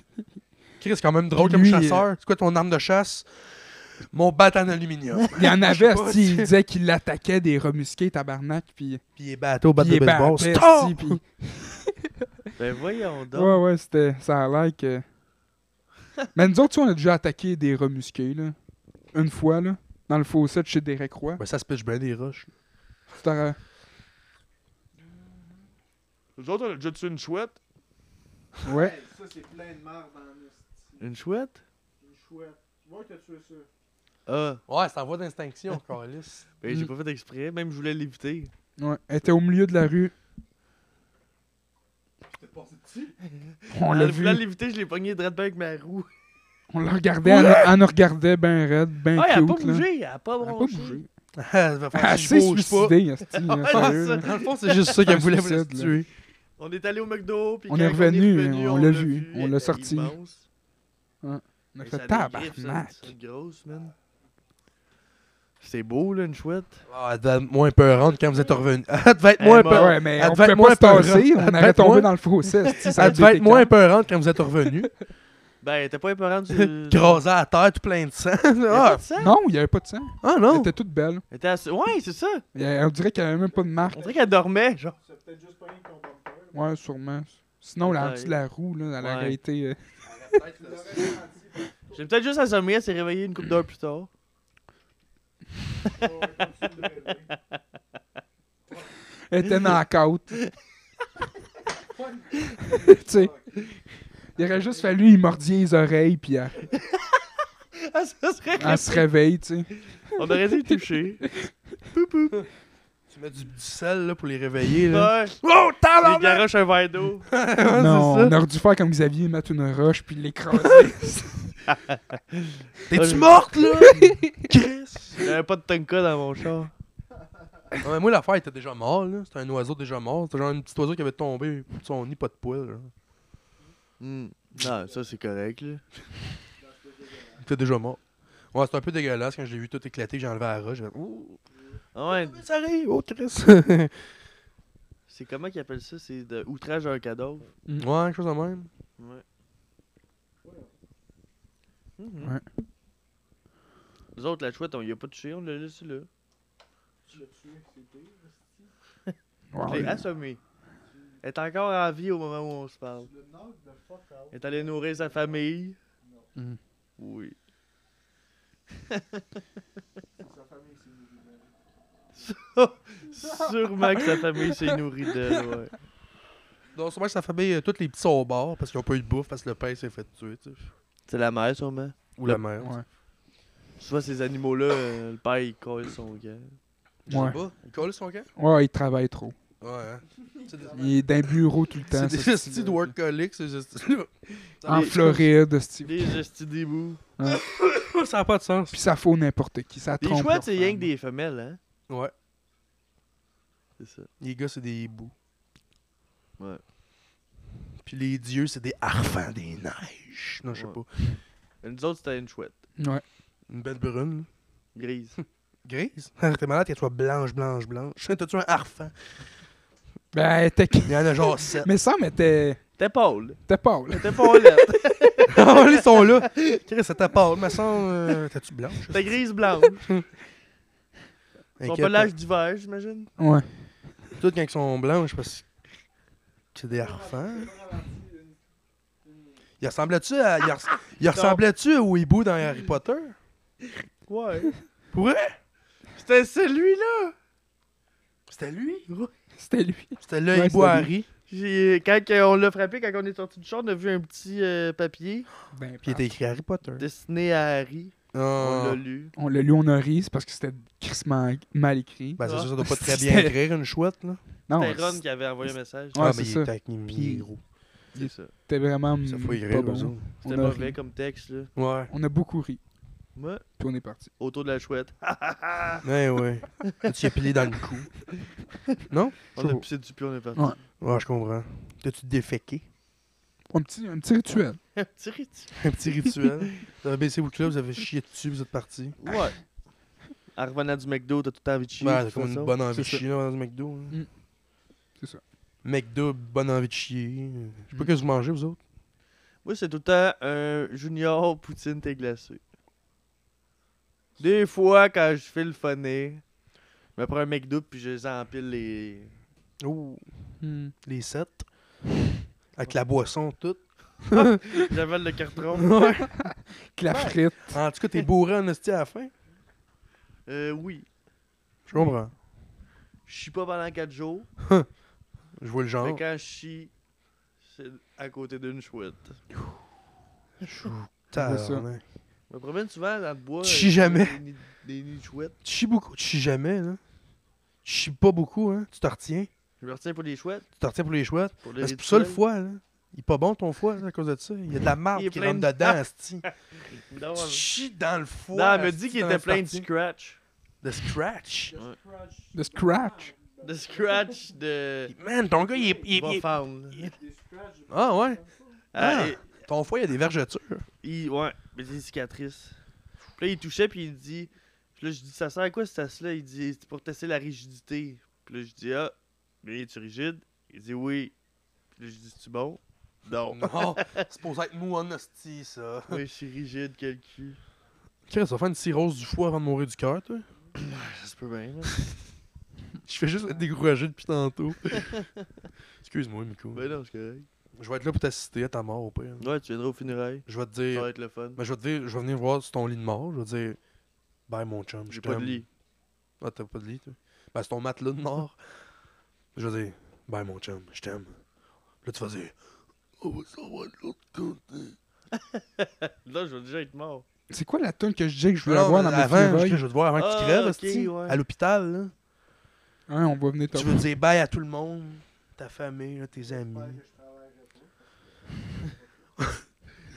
Speaker 1: Puis
Speaker 3: Chris, c'est quand même drôle
Speaker 1: Puis
Speaker 3: comme
Speaker 1: lui, euh,
Speaker 3: chasseur. C'est quoi ton arme de chasse? Mon bat en aluminium.
Speaker 1: il y en
Speaker 3: Je sais
Speaker 1: avait,
Speaker 3: pas,
Speaker 1: asti, il
Speaker 3: tu-
Speaker 1: disait qu'il l'attaquait des remusqués, tabarnak, puis...
Speaker 3: Puis il est batté au bat
Speaker 1: puis
Speaker 3: de
Speaker 1: il
Speaker 3: baseball.
Speaker 1: battait,
Speaker 3: Stop!
Speaker 1: asti, puis-
Speaker 2: Ben voyons donc.
Speaker 1: Ouais, ouais, c'était... Ça a l'air que... Mais nous autres, tu sais, on a déjà attaqué des remusqués, là. Une fois, là. Dans le fossé de chez Derek Roy.
Speaker 3: Ben, ça se pitche bien des roches.
Speaker 1: C'était, euh,
Speaker 2: Nous autres, on a déjà tué une chouette.
Speaker 1: Ouais.
Speaker 4: Hey, ça c'est plein de marde dans le style.
Speaker 2: Une chouette?
Speaker 4: Une chouette. Moi que t'as tué ça.
Speaker 2: Ah.
Speaker 3: Ouais, c'est en voie d'instinction, Carlis.
Speaker 2: Ben j'ai
Speaker 1: Mm.
Speaker 2: pas fait exprès. Même je voulais l'éviter.
Speaker 1: Ouais, elle était au milieu de la rue. On l'a
Speaker 2: En
Speaker 1: vu.
Speaker 2: voulant l'éviter, Ah, je l'ai pogné direct avec ma roue.
Speaker 1: On la regardait, elle, elle nous regardait ben raide, ben
Speaker 2: Ah, elle a pas
Speaker 1: cute. là.
Speaker 2: bougé, elle a pas
Speaker 1: Elle a pas
Speaker 2: bronché.
Speaker 1: bougé.
Speaker 3: Ah, Ça va faire
Speaker 1: Elle
Speaker 3: si
Speaker 1: s'est
Speaker 3: je bouge pas.
Speaker 1: suicidée, esti, là,
Speaker 2: Ouais,
Speaker 1: sérieux,
Speaker 2: c'est
Speaker 1: là.
Speaker 3: Dans le fond, c'est juste ça qu'elle
Speaker 1: Un
Speaker 3: voulait me
Speaker 1: suicide, là.
Speaker 3: tuer.
Speaker 2: On est allé au McDo, puis
Speaker 1: On
Speaker 2: quand
Speaker 1: est revenu,
Speaker 2: on, est revenu,
Speaker 1: on l'a vu, on
Speaker 2: elle
Speaker 1: l'a
Speaker 2: était
Speaker 1: sorti.
Speaker 2: immense.
Speaker 1: On a
Speaker 2: Mais
Speaker 1: fait
Speaker 2: ça a des griffes, ça,
Speaker 1: tabarnak.
Speaker 2: C'est une grosse, man. C'est beau, là, une chouette.
Speaker 3: Ah, elle devait être moins peurante quand vous êtes revenu. Elle devait être moins
Speaker 2: Elle m'a-
Speaker 3: peurante.
Speaker 1: Ouais, mais on
Speaker 3: Elle devait
Speaker 1: pouvait
Speaker 3: être moins
Speaker 1: pas se tasser,
Speaker 3: peurante.
Speaker 1: on
Speaker 3: Elle devait
Speaker 1: allait
Speaker 3: être
Speaker 1: tomber
Speaker 3: moins-
Speaker 1: dans le fossé. esti, ça a
Speaker 3: Elle
Speaker 1: dû
Speaker 3: devait être
Speaker 1: être
Speaker 3: moins
Speaker 1: écœurant.
Speaker 3: peurante quand vous êtes revenu.
Speaker 2: Ben, t'es pas épeurante du...
Speaker 3: Crasée à terre, tout plein de sang.
Speaker 2: Ah,
Speaker 3: Ah,
Speaker 1: Non, il n'y avait pas de sang.
Speaker 3: ah
Speaker 1: Elle
Speaker 3: non.
Speaker 1: était toute belle.
Speaker 2: Elle était assez- Ouais, c'est ça.
Speaker 1: Il y a- On dirait qu'il n'y avait même pas de marque.
Speaker 2: On dirait qu'elle dormait, genre.
Speaker 4: C'est peut-être juste pas un compacteur.
Speaker 1: Ouais, sûrement. Sinon, la en dessous de la roue, là, elle
Speaker 2: Ouais.
Speaker 1: aurait été. euh,
Speaker 2: J'ai peut-être juste assommé, elle s'est réveillée une couple d'heures plus tard.
Speaker 1: Elle était knock-out. tu sais. Il aurait juste fallu y mordier les oreilles, puis elle,
Speaker 2: Ah, ça serait...
Speaker 1: elle se réveille, tu sais.
Speaker 2: On aurait été touchés.
Speaker 3: Tu mets du, du sel là, pour les réveiller. Là.
Speaker 2: Ouais.
Speaker 3: Oh,
Speaker 2: Les
Speaker 3: tabarnak!
Speaker 2: garoches un verre d'eau.
Speaker 1: non,
Speaker 3: c'est ça.
Speaker 1: on aurait dû faire comme Xavier, mettre une roche, puis l'écraser.
Speaker 3: T'es-tu morte, là? Chris!
Speaker 2: J'avais pas de tonka dans mon char.
Speaker 3: Non, mais moi, l'affaire était déjà mort, là. C'était un oiseau déjà mort. C'était genre un petit oiseau qui avait tombé de son nid, pas de poil. genre.
Speaker 2: Hmm. Non, ça c'est correct, là.
Speaker 3: Il était déjà mort. Ouais, c'était un peu dégueulasse quand je l'ai vu tout éclater, j'ai enlevé la roche. J'ai fait, ouh,
Speaker 2: Ah ouais,
Speaker 3: ça arrive, oh Chris!
Speaker 2: c'est comment qu'ils appellent ça? C'est de outrage à un cadavre.
Speaker 3: ouais, quelque chose de même.
Speaker 2: Ouais. Mhm.
Speaker 1: Ouais.
Speaker 2: Nous autres, la chouette, on y a pas touché, on l'a laissé là.
Speaker 1: Wow, Ah
Speaker 2: Je l'ai assommée. Elle est encore en vie au moment où on se parle. Elle est allée nourrir sa famille.
Speaker 1: Hmm.
Speaker 2: Oui. Sûrement que sa famille s'est nourrie d'elle, ouais.
Speaker 3: Donc, sûrement que ça famille, euh, tous les petits sont au bord parce qu'ils ont pas eu de bouffe parce que le père s'est fait tuer, tu sais.
Speaker 2: C'est la mère, sûrement.
Speaker 3: Ou la mère.
Speaker 1: Ouais.
Speaker 2: Souvent, ces animaux-là, euh, le père, il colle son gars.
Speaker 3: Je
Speaker 1: Ouais.
Speaker 3: sais pas. Il colle son camp?
Speaker 1: Ouais, il travaille trop.
Speaker 3: Ouais, hein. C'est des-
Speaker 1: Il est d'un bureau tout le temps.
Speaker 3: C'est
Speaker 1: ce
Speaker 3: des hosties de
Speaker 1: petit-là.
Speaker 3: workaholics, ces hosties-là.
Speaker 1: En
Speaker 2: Les-
Speaker 1: Floride, ce type.
Speaker 2: Des gestes des bouts.
Speaker 3: Ça n'a pas de sens.
Speaker 1: Puis ça faut n'importe qui. Ça
Speaker 2: Des
Speaker 1: trompe
Speaker 2: chouettes,
Speaker 1: leur
Speaker 2: c'est rien
Speaker 1: femme.
Speaker 2: que des femelles, hein?
Speaker 3: Ouais.
Speaker 2: C'est ça.
Speaker 3: Les gars, c'est des hiboux.
Speaker 2: Ouais.
Speaker 3: Puis les dieux, c'est des harfans des neiges. Non, je sais
Speaker 2: Ouais.
Speaker 3: pas.
Speaker 2: Et Nous autres, c'était une chouette.
Speaker 1: Ouais.
Speaker 3: Une belle brune. là.
Speaker 2: Grise.
Speaker 3: Grise. T'es malade qu'elle soit blanche, blanche, blanche. T'as-tu un harfan?
Speaker 1: Ben, elle était.
Speaker 3: Il y en a genre sept.
Speaker 1: Mais Sam était.
Speaker 2: T'es pâle.
Speaker 1: était pâle.
Speaker 2: T'es pâle.
Speaker 3: Ah, ils sont là. Chris, ça t'a pas. Mais sans. euh, T'as-tu blanche?
Speaker 2: T'es grise blanche. Son
Speaker 3: Inquiète,
Speaker 2: pelage d'hiver, j'imagine.
Speaker 1: Ouais.
Speaker 3: hein. Toutes quand ils sont blanches, parce que c'est des harfans. Il ressemblait-tu à. Il, res- il ressemblait-tu au hibou dans Harry Potter?
Speaker 2: Ouais.
Speaker 3: Pour
Speaker 2: C'était celui-là.
Speaker 3: C'était lui?
Speaker 1: C'était lui.
Speaker 3: C'était le
Speaker 1: Ouais,
Speaker 3: hibou
Speaker 1: c'était lui.
Speaker 3: Harry.
Speaker 2: J'ai- Quand que on l'a frappé, quand on est sorti du char, on a vu un petit euh, papier
Speaker 1: Ben,
Speaker 3: Puis il était écrit Harry Potter.
Speaker 2: destiné à Harry. On
Speaker 3: Ah.
Speaker 2: l'a lu.
Speaker 1: On l'a lu, on a ri, c'est parce que c'était crissement mal écrit.
Speaker 3: Ben, c'est sûr, ça doit pas très
Speaker 1: C'était-
Speaker 3: bien écrire une chouette, là.
Speaker 1: non,
Speaker 2: C'était Ron
Speaker 1: c-
Speaker 2: qui avait envoyé un message.
Speaker 1: Ouais,
Speaker 3: ah,
Speaker 1: c'est
Speaker 3: mais il
Speaker 1: ça.
Speaker 3: est avec
Speaker 1: Puis-
Speaker 3: Mimi, gros.
Speaker 2: C'est ça.
Speaker 1: c'était vraiment
Speaker 3: Ça
Speaker 1: mm,
Speaker 3: faut
Speaker 1: pas
Speaker 3: écrire, eux
Speaker 1: bon.
Speaker 3: autres.
Speaker 1: On a,
Speaker 2: C'était mauvais
Speaker 1: ri.
Speaker 2: comme texte, là.
Speaker 3: Ouais.
Speaker 1: On a beaucoup ri,
Speaker 2: Moi,
Speaker 1: puis on est parti.
Speaker 2: autour de la chouette.
Speaker 3: Ouais, Ben, ouais. tu es pilé dans le cou.
Speaker 2: On
Speaker 1: Je-
Speaker 2: a pissé du pied, on est parti.
Speaker 1: Ouais.
Speaker 3: Ouais, je comprends. T'as-tu déféqué?
Speaker 1: Un petit, un petit rituel.
Speaker 2: Tu ris, tu-
Speaker 3: Un petit rituel. vous avez baissé vos clubs, vous avez chié dessus, vous êtes parti.
Speaker 2: Ouais. En revenant du McDo, t'as tout le temps envie de chier.
Speaker 3: Ouais,
Speaker 2: de
Speaker 3: t'as
Speaker 2: toute
Speaker 3: Bah, comme une
Speaker 2: façon.
Speaker 3: bonne envie de
Speaker 1: C'est ça.
Speaker 3: chier là, dans le McDo. là.
Speaker 1: Mm. C'est ça.
Speaker 3: McDo, bonne envie de chier. Je sais pas
Speaker 1: Mm.
Speaker 3: que vous mangez, vous autres.
Speaker 2: Moi, c'est tout le temps un junior poutine thé glacé. Des fois, quand je fais le funny, je me prends un McDo puis je les empile les...
Speaker 3: Oh,
Speaker 1: Hmm.
Speaker 3: les sept. Avec la boisson, toute.
Speaker 2: J'avale le carton.
Speaker 3: Ouais.
Speaker 1: Que la frite.
Speaker 3: En tout cas, t'es bourré en hostie à la fin.
Speaker 2: Euh, oui.
Speaker 3: Je comprends.
Speaker 2: Je chie pas pendant 4 jours,
Speaker 3: Je vois le
Speaker 2: mais
Speaker 3: genre.
Speaker 2: quand je chie, c'est à côté d'une chouette.
Speaker 3: Tabarnak.
Speaker 2: Je me promène souvent dans le bois.
Speaker 3: Tu
Speaker 2: euh,
Speaker 3: chies jamais?
Speaker 2: Des nids- des nids de chouettes.
Speaker 3: Tu chies beaucoup, tu chies jamais, là. Tu Je chie pas beaucoup, hein. Tu te retiens.
Speaker 2: Je me retiens pour les chouettes.
Speaker 3: Tu te retiens pour les chouettes.
Speaker 2: Pour les
Speaker 3: Ben, C'est pour ça le
Speaker 2: rituels.
Speaker 3: foie, là. Il est pas bon ton foie, là, à cause de ça. Il y a de la
Speaker 2: Il
Speaker 3: marde
Speaker 2: est
Speaker 3: qui
Speaker 2: plein
Speaker 3: rentre
Speaker 2: de-
Speaker 3: dedans, asti.
Speaker 2: Non,
Speaker 3: Tu
Speaker 2: elle-
Speaker 3: chies dans le foie.
Speaker 2: non, elle m'a
Speaker 3: asti,
Speaker 2: dit qu'il
Speaker 3: dans
Speaker 2: était
Speaker 3: cette
Speaker 2: plein de
Speaker 3: partie.
Speaker 2: scratch.
Speaker 3: de scratch.
Speaker 1: Le scratch.
Speaker 2: De scratch de.
Speaker 3: Man, ton gars, il est. il est- il
Speaker 2: Va
Speaker 3: est-
Speaker 2: femme.
Speaker 3: Ah ouais?
Speaker 2: Ah,
Speaker 3: Ah.
Speaker 2: et-
Speaker 3: Ton foie, il y a des vergetures.
Speaker 2: il, ouais, mais des cicatrices. Puis là, il touchait, puis il dit. Puis là, je dis, ça sert à quoi cette tasse-là Il dit, c'est pour tester la rigidité. Puis là, je dis, ah, mais es-tu rigide Il dit, oui. Puis là, je dis, c'est bon Non.
Speaker 3: Oh, Non, c'est supposé être mou en hostie, ça.
Speaker 2: Moi, je suis rigide, quel cul.
Speaker 3: Chris, ça va faire une cirrhose du foie avant de mourir du cœur, toi.
Speaker 2: Ça se peut bien, là.
Speaker 3: Je fais juste être découragé depuis tantôt. Excuse-moi, Miko.
Speaker 2: Ben non, c'est correct.
Speaker 3: Je vais être là pour t'assister à ta mort, au pire.
Speaker 2: Ouais, tu viendras au funérailles.
Speaker 3: Je vais te
Speaker 2: Ça va
Speaker 3: dire.
Speaker 2: être le fun.
Speaker 3: Ben, je vais te dire, je vais venir voir sur ton lit de mort. Je vais te dire. Bye, mon chum.
Speaker 2: J'ai
Speaker 3: je
Speaker 2: pas de
Speaker 3: t'aime.
Speaker 2: lit.
Speaker 3: Ah, t'as pas de lit, toi. Ben, c'est ton matelas de mort. je vais dire. Bye, mon chum. Je t'aime. Là, tu vas dire. On va s'en voir de l'autre côté.
Speaker 2: Là, je vais déjà être mort.
Speaker 1: C'est quoi la tune que je disais que je voulais
Speaker 3: Non,
Speaker 1: avoir dans
Speaker 3: mais
Speaker 1: mes
Speaker 3: avant,
Speaker 1: funérailles?
Speaker 3: Je je veux te voir avant que
Speaker 2: Ah,
Speaker 3: tu crèves,
Speaker 2: ok,
Speaker 3: esti,
Speaker 2: ouais.
Speaker 3: à l'hôpital. là.
Speaker 1: Hein, on va venir te
Speaker 3: Tu veux dire bye à tout le monde, ta famille, là, tes amis.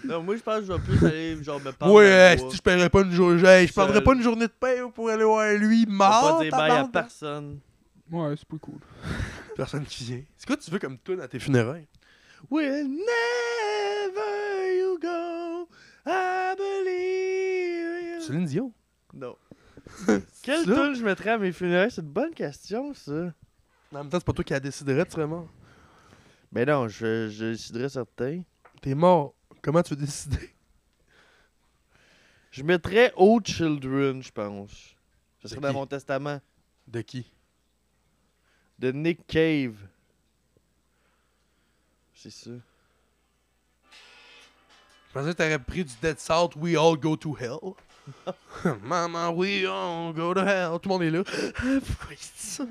Speaker 2: Non, moi, je pense que je vais plus aller, genre, me parler.
Speaker 3: Ouais,
Speaker 2: dans le bois.
Speaker 3: esti, je paierais pas une journée, hey, je
Speaker 2: Seul.
Speaker 3: perdrais pas une journée de paye pour aller voir lui
Speaker 2: Je vais
Speaker 3: mort.
Speaker 2: pas dire bye à
Speaker 3: tabarnak.
Speaker 2: personne.
Speaker 1: Ouais, c'est pas cool.
Speaker 3: Personne qui vient. C'est quoi tu veux comme toi à tes funérailles?
Speaker 2: Will never you go, I believe you.
Speaker 3: Céline Dion.
Speaker 2: Non. Quelle
Speaker 3: ça?
Speaker 2: tune je mettrais à mes funérailles? C'est une bonne question, ça.
Speaker 3: En même temps, c'est pas toi qui la déciderais, tu serais mort.
Speaker 2: Ben non, je, je déciderais certain.
Speaker 3: T'es mort. Comment tu veux décider?
Speaker 2: Je mettrais Oh Children, je pense. Ce
Speaker 3: C'est
Speaker 2: serait dans
Speaker 3: qui?
Speaker 2: mon testament.
Speaker 3: De qui?
Speaker 2: De Nick Cave. C'est ça.
Speaker 3: Je pensais que t'aurais pris du Dead South, We All Go to Hell. Mama, we all go to hell. Tout le monde est là. Pourquoi il dit ça?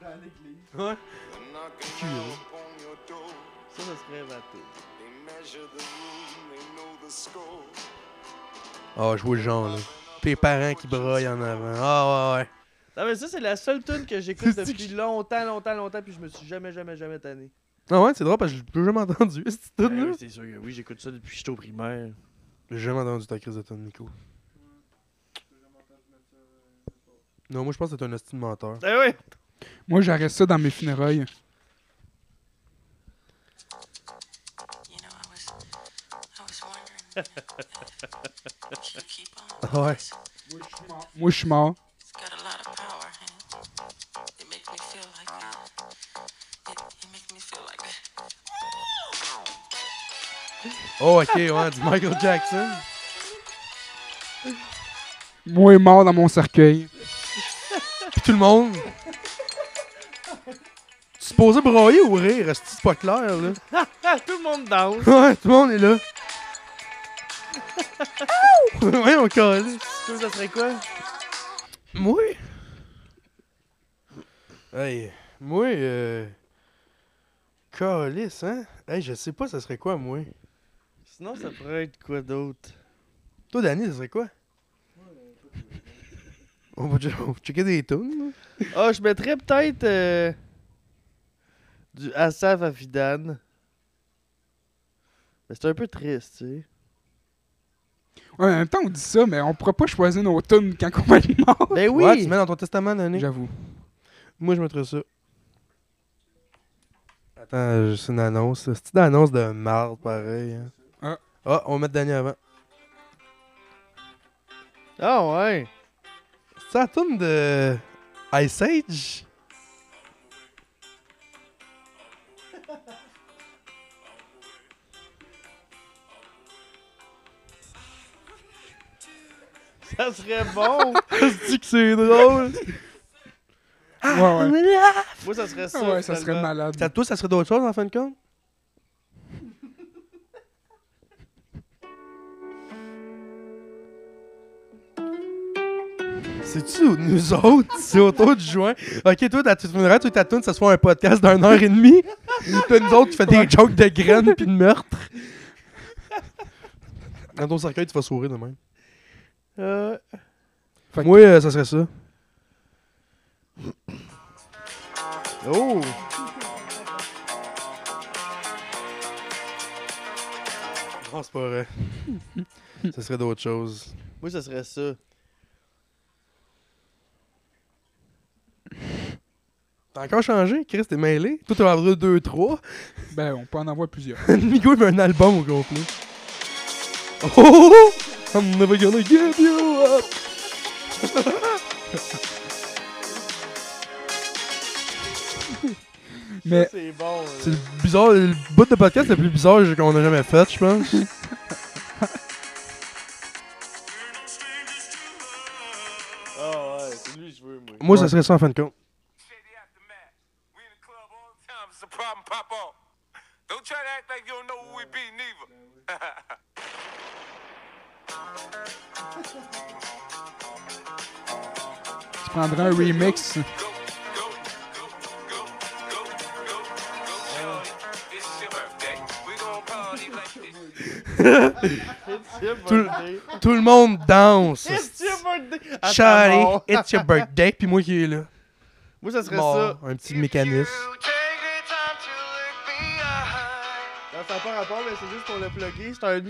Speaker 3: Ouais.
Speaker 2: Ça, ça serait ma tune.
Speaker 3: Ah, je vois le genre, là. Tes parents qui broyent en avant. Ah, ouais, ouais.
Speaker 2: Non, mais ça, c'est la seule tune que j'écoute
Speaker 3: C'est
Speaker 2: depuis longtemps, longtemps, longtemps, puis je me suis jamais, jamais, jamais tanné.
Speaker 3: Ah, ouais, c'est drôle parce que je l'ai plus jamais entendu, cette
Speaker 2: Ben
Speaker 3: tune-là.
Speaker 2: oui, c'est sûr que oui, j'écoute ça depuis que j'étais au primaire.
Speaker 3: J'ai jamais entendu ta crise de tune, Nico. Non, moi, je pense que c'est un hostile menteur.
Speaker 2: Eh oui!
Speaker 1: Moi, j'arrête ça dans mes funérailles.
Speaker 6: You know, I was, I was wondering you know, if you keep on.
Speaker 3: Ah, ouais.
Speaker 1: Moi, je suis mort.
Speaker 6: It's got a lot of power, and it makes me feel like uh, it, it makes me feel like
Speaker 3: Oh, ok, ouais, du Michael Jackson.
Speaker 1: Moi, est mort dans mon cercueil.
Speaker 3: Puis tout le monde. Tu es supposé broyer ou rire, esti, c'est pas clair, là.
Speaker 2: Ah, tout le monde danse!
Speaker 3: Ouais, tout le monde est là. ouais, on colle.
Speaker 2: Toi, ça serait quoi?
Speaker 3: Moi? Hey, moi, euh. Calice, hein? Hey, je sais pas, ça serait quoi, moi?
Speaker 2: Sinon, ça pourrait être quoi d'autre?
Speaker 3: Toi, Danny, ça serait quoi? On va, che- on va checker des tunes.
Speaker 2: Ah, je mettrais peut-être euh, du Asaf Avidan. Mais c'est un peu triste, tu sais.
Speaker 1: Ouais, en même temps, on dit ça, mais on pourra pas choisir nos tunes quand on va être mort.
Speaker 2: Ben oui!
Speaker 3: Ouais, tu mets dans ton testament, Danny.
Speaker 1: J'avoue.
Speaker 3: Moi, je mettrais ça. Attends, c'est une annonce. C'est une annonce de marde, pareil. hein.
Speaker 1: Ah.
Speaker 3: Ah, on va mettre Danny avant.
Speaker 2: Ah ouais!
Speaker 3: C'est la tourne de Ice Age?
Speaker 2: Ça serait bon!
Speaker 3: Je dis que c'est drôle. Ah,
Speaker 1: Ouais, ouais.
Speaker 2: Moi, ça serait ça.
Speaker 1: Ah ouais, ça serait
Speaker 2: finalement.
Speaker 1: malade.
Speaker 3: Ça, toi, ça serait d'autres choses en fin de compte? C'est-tu nous autres? C'est au taux de juin. Ok, toi, ta tu te funérailles, toi, ta tune, ça soit un podcast d'une heure et demie. Toi, nous autres, tu fais des jokes de graines puis de meurtre. Dans ton cercueil, tu vas sourire de même.
Speaker 2: Euh,
Speaker 1: Fait que-
Speaker 3: Moi, euh, ça serait ça.
Speaker 2: Oh!
Speaker 3: Non, Ah, c'est pas vrai. Ce serait d'autres choses.
Speaker 2: Moi, ça serait ça.
Speaker 3: T'as encore changé, Chris, t'es mêlé. Toi, t'as envoyé 2-3.
Speaker 1: Ben, on peut en avoir plusieurs.
Speaker 3: Nico, il veut un album au complet. Oh, oh, oh! I'm never gonna give you up!
Speaker 1: Mais
Speaker 2: C'est bon. là.
Speaker 3: C'est le bizarre, le bout de podcast le plus bizarre qu'on a jamais fait, je pense.
Speaker 2: Ah ouais, c'est lui que je veux, moi.
Speaker 3: Moi, ça serait ça en fin de compte.
Speaker 7: Shady aftermath. We in the club all the time. It's a problem, pop off. Don't try to act like you don't know who we be, neither.
Speaker 1: tu prendrais un remix.
Speaker 7: Go, go, go, go, go, go, go, shorty. This is your birthday. We gon' party like this.
Speaker 2: It's
Speaker 3: Tout
Speaker 2: your
Speaker 3: le-
Speaker 2: birthday.
Speaker 3: Tout le monde danse.
Speaker 2: It's your birthday. Attends,
Speaker 3: Charlie,
Speaker 2: mort.
Speaker 3: it's your birthday, puis moi qui est là.
Speaker 2: Moi, ça serait
Speaker 3: Mort, un petit mécanisme.
Speaker 7: You take the time to look behind.
Speaker 2: ça. Non, ça n'a pas rapport, mais c'est juste pour le plugger. C'est un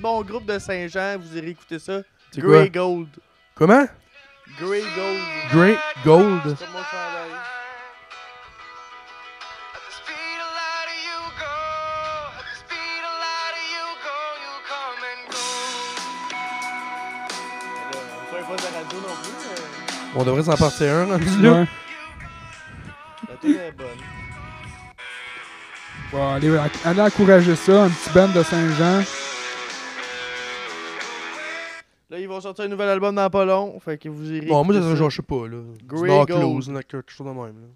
Speaker 2: bon groupe de Saint-Jean. Vous irez écouter ça.
Speaker 3: C'est quoi?
Speaker 2: Grey Gold.
Speaker 3: Comment?
Speaker 2: Grey Gold.
Speaker 3: Grey Gold.
Speaker 2: C'est mon Euh, chandail.
Speaker 7: At the speed of light you go. At the speed of light you go. You come
Speaker 2: Là, on fait
Speaker 7: and go.
Speaker 2: pas de radio non plus.
Speaker 3: On devrait s'en partir un, rendu là.
Speaker 1: Ouais.
Speaker 2: mais La tune est bonne.
Speaker 1: Bon, allez, allez encourager ça, un petit band de Saint-Jean.
Speaker 2: Là, ils vont sortir un nouvel album dans pas long. Fait que vous irez.
Speaker 3: Bon, moi, ça
Speaker 2: écouter
Speaker 3: serait genre, je sais pas, là.
Speaker 2: Grey
Speaker 3: Grey
Speaker 2: Gold.
Speaker 3: Close, là, quelque chose de même, là.